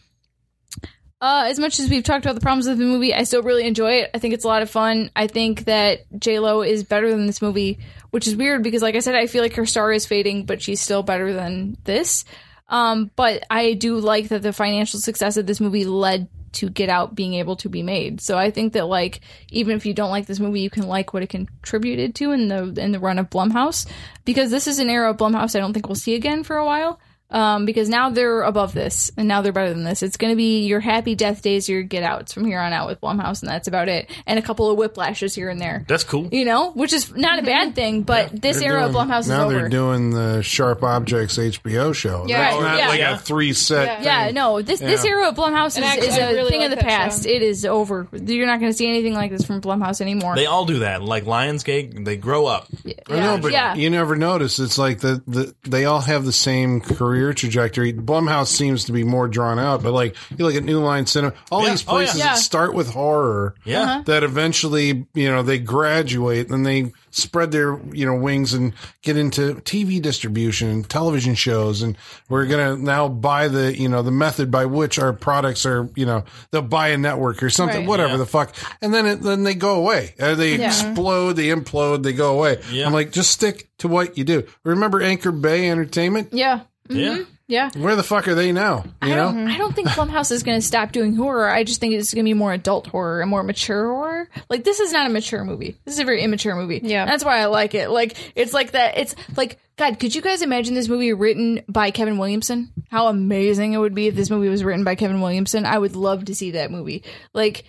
D: Uh, as much as we've talked about the problems of the movie, I still really enjoy it. I think it's a lot of fun. I think that J Lo is better than this movie, which is weird because, like I said, I feel like her star is fading, but she's still better than this. Um, but I do like that the financial success of this movie led to Get Out being able to be made. So I think that like even if you don't like this movie, you can like what it contributed to in the in the run of Blumhouse because this is an era of Blumhouse I don't think we'll see again for a while. Um, because now they're above this and now they're better than this. It's going to be your happy death days, your get outs from here on out with Blumhouse, and that's about it. And a couple of whiplashes here and there,
C: That's cool.
D: you know, which is not a bad thing. But this
B: They're
D: era
B: doing-
D: of Blumhouse is
B: Mm. now
D: over.
B: they're doing the Sharp Objects HBO show.
E: Yeah.
B: That's
D: Right,
B: not
D: yeah.
B: like
C: Yeah.
B: a three set.
D: Yeah, no. This this
B: Yeah.
D: era of Blumhouse
E: And
D: is,
E: actually,
D: is
E: I
D: a
E: really
D: thing
E: like
D: of the
E: that
D: past.
E: show.
D: It is over. You're not going to see anything like this from Blumhouse anymore.
C: They all do that. Like Lionsgate, they grow up.
B: I know, but
D: yeah.
B: you never notice. It's like the, the they all have the same career career trajectory. Blumhouse seems to be more drawn out, but like you look at New Line Cinema, all
C: Yeah.
B: these
C: Oh, yeah.
B: places
D: Yeah.
B: that start with horror
C: Yeah.
D: Uh-huh.
B: that eventually, you know, they graduate and they spread their, you know, wings and get into TV distribution and television shows. And we're going to now buy the, you know, the method by which our products are, you know, they'll buy a network or something,
D: Right.
B: whatever
C: Yeah.
B: the fuck. And then, it, then they go away. Uh, they
D: Yeah.
B: explode, they implode, they go away.
C: Yeah.
B: I'm like, just stick to what you do. Remember Anchor Bay Entertainment?
D: Yeah.
C: Yeah.
D: Yeah.
B: Where the fuck are they now? You
D: I
B: know?
E: Mm-hmm.
D: don't, I don't think Blumhouse is going to stop doing horror. I just think it's going to be more adult horror and more mature horror. Like this is not a mature movie. This is a very immature movie.
E: Yeah.
D: that's why I like it. Like it's like that. It's like God. Could you guys imagine this movie written by Kevin Williamson? How amazing it would be if this movie was written by Kevin Williamson. I would love to see that movie. Like.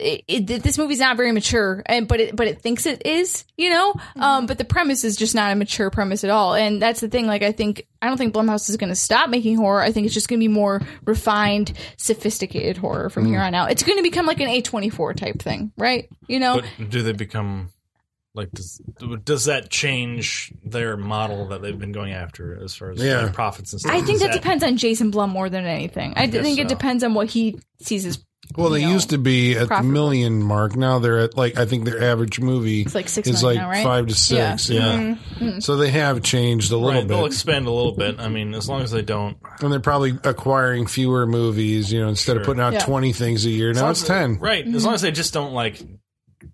D: It, it, this movie's not very mature, and but it but it thinks it is, you know. Um, but the premise is just not a mature premise at all, and that's the thing. Like, I think I don't think Blumhouse is going to stop making horror. I think it's just going to be more refined, sophisticated horror from here on out. It's going to become like an A twenty four type thing, right? You know,
C: But do they become like does does that change their model that they've been going after as far as like,
B: Yeah.
C: profits and stuff?
D: I think
C: Is
D: that depends on Jason Blum more than anything. I,
C: guess
D: think it
C: so.
D: depends on what he sees as
B: Well, they
D: you know,
B: used to be at the
D: profitable.
B: million mark. Now they're at like I think their average movie
D: It's like six
B: is like
D: million now, right?
B: five to
D: Yeah. Mm-hmm.
B: six. Yeah, so they have changed a
C: Right,
B: little
C: they'll
B: bit,
C: expand a little bit. I mean, as long as they don't.
B: and they're probably acquiring fewer movies. You know, instead of putting out
D: Yeah.
B: twenty things a year, now it's ten.
C: Right,
E: Mm-hmm.
C: as long as they just don't like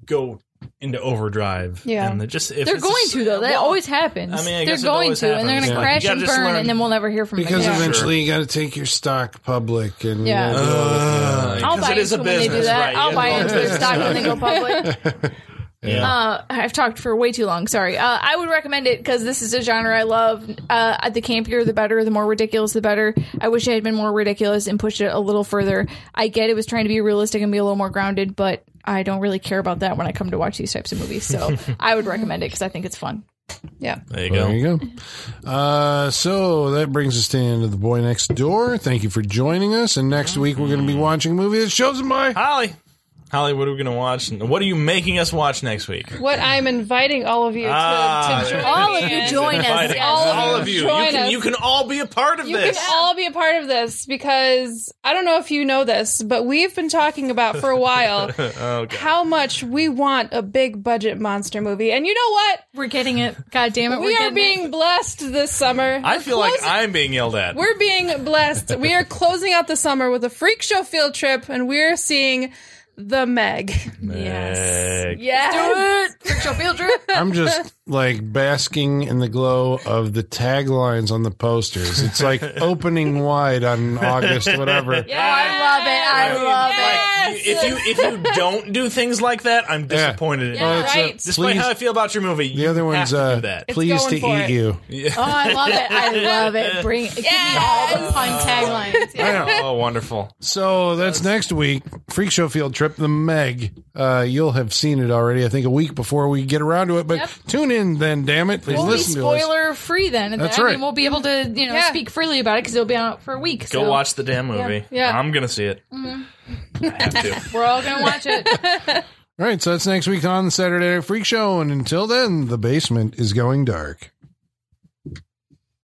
C: go into overdrive.
E: Yeah.
C: and they just if
D: they're
C: it's a
D: going
C: s-
D: to though. That
C: well,
D: always happens.
C: I mean, I
D: they're
C: guess it
D: going
C: always
D: to, and they're
C: happens,
D: going to
C: but
D: crash
C: you gotta
D: and
C: just
D: burn,
C: learn-
D: and then we'll never hear from
B: Because
D: them again.
B: eventually you got to take your stock public, and
D: Yeah.
B: you know,
C: Uh,
D: I'll
C: because
D: buy
C: it is
D: into
C: a
D: them when they do
C: business,
D: that.
C: right,
D: I'll
C: yeah,
D: buy
C: it's
D: into their
C: business.
D: stock when they go public.
C: yeah.
D: Uh, I've talked for way too long. Sorry. Uh, I would recommend it because this is a genre I love. Uh, the campier, the better. The more ridiculous, the better. I wish I had been more ridiculous and pushed it a little further. I get it was trying to be realistic and be a little more grounded, but I don't really care about that when I come to watch these types of movies. So I would recommend it because I think it's fun.
E: Yeah.
C: there you
B: There
C: go.
B: you go. Uh, so that brings us to the end of the boy next door. Thank you for joining us. And next week we're going to be watching a movie that shows my
C: Holly, Holly, what are we going to watch? And What are you making us watch next week?
E: What I'm inviting all of you to,
C: Ah,
E: to
C: there it
E: join
D: All
E: me
D: of you
E: in-
D: join us.
C: Friday.
E: All of
D: Yes.
E: you.
C: you,
E: Join
C: you can,
E: us.
C: you can all be a part of
E: You
C: this.
E: can all be a part of this because I don't know if you know this, but we've been talking about for a while how much we want a big budget monster movie. And you know what?
D: We're getting it. God damn it.
E: we
D: we're
E: are
D: getting
E: being blessed this summer.
C: I feel like
E: Close-
C: I'm being yelled at.
E: We're being blessed. We are closing out the summer with a freak show field trip, and we're seeing the Meg.
C: Meg.
D: it. Yes. Do it. Freak show field trip.
B: I'm just like basking in the glow of the taglines on the posters. It's like opening wide on August, whatever.
D: I love it. I love
C: Like,
D: it.
C: you- if you if you don't do things like that, I'm
B: Yeah.
C: disappointed. in
B: Oh,
C: you.
B: it's a-
E: right.
C: Despite
B: please-
C: how I feel about your movie,
B: the other one's
C: have to
B: uh,
C: do that.
B: pleased to
E: going for
B: eat
E: it.
B: you.
D: Oh, I love it. I love it. Bring it. Give me all the fun taglines.
B: I know.
C: Oh, wonderful!
B: So that's next week. Freak show field trip. The Meg. Uh, you'll have seen it already. I think a week before we get around to it. But
D: Yep.
B: tune in then. Damn it! Please
D: We'll be
B: listen to us.
D: spoiler free then. And
B: That's
D: then, I
B: right.
D: mean, we'll be able to, you know,
E: Yeah.
D: speak freely about it because it'll be out for a week.
C: Go
D: so
C: watch the damn movie.
E: Yeah. Mm-hmm.
C: I'm gonna see it. I have to.
D: We're all gonna watch it.
B: All right. So that's next week on the Saturday Night Freak Show. And until then, the basement is going dark.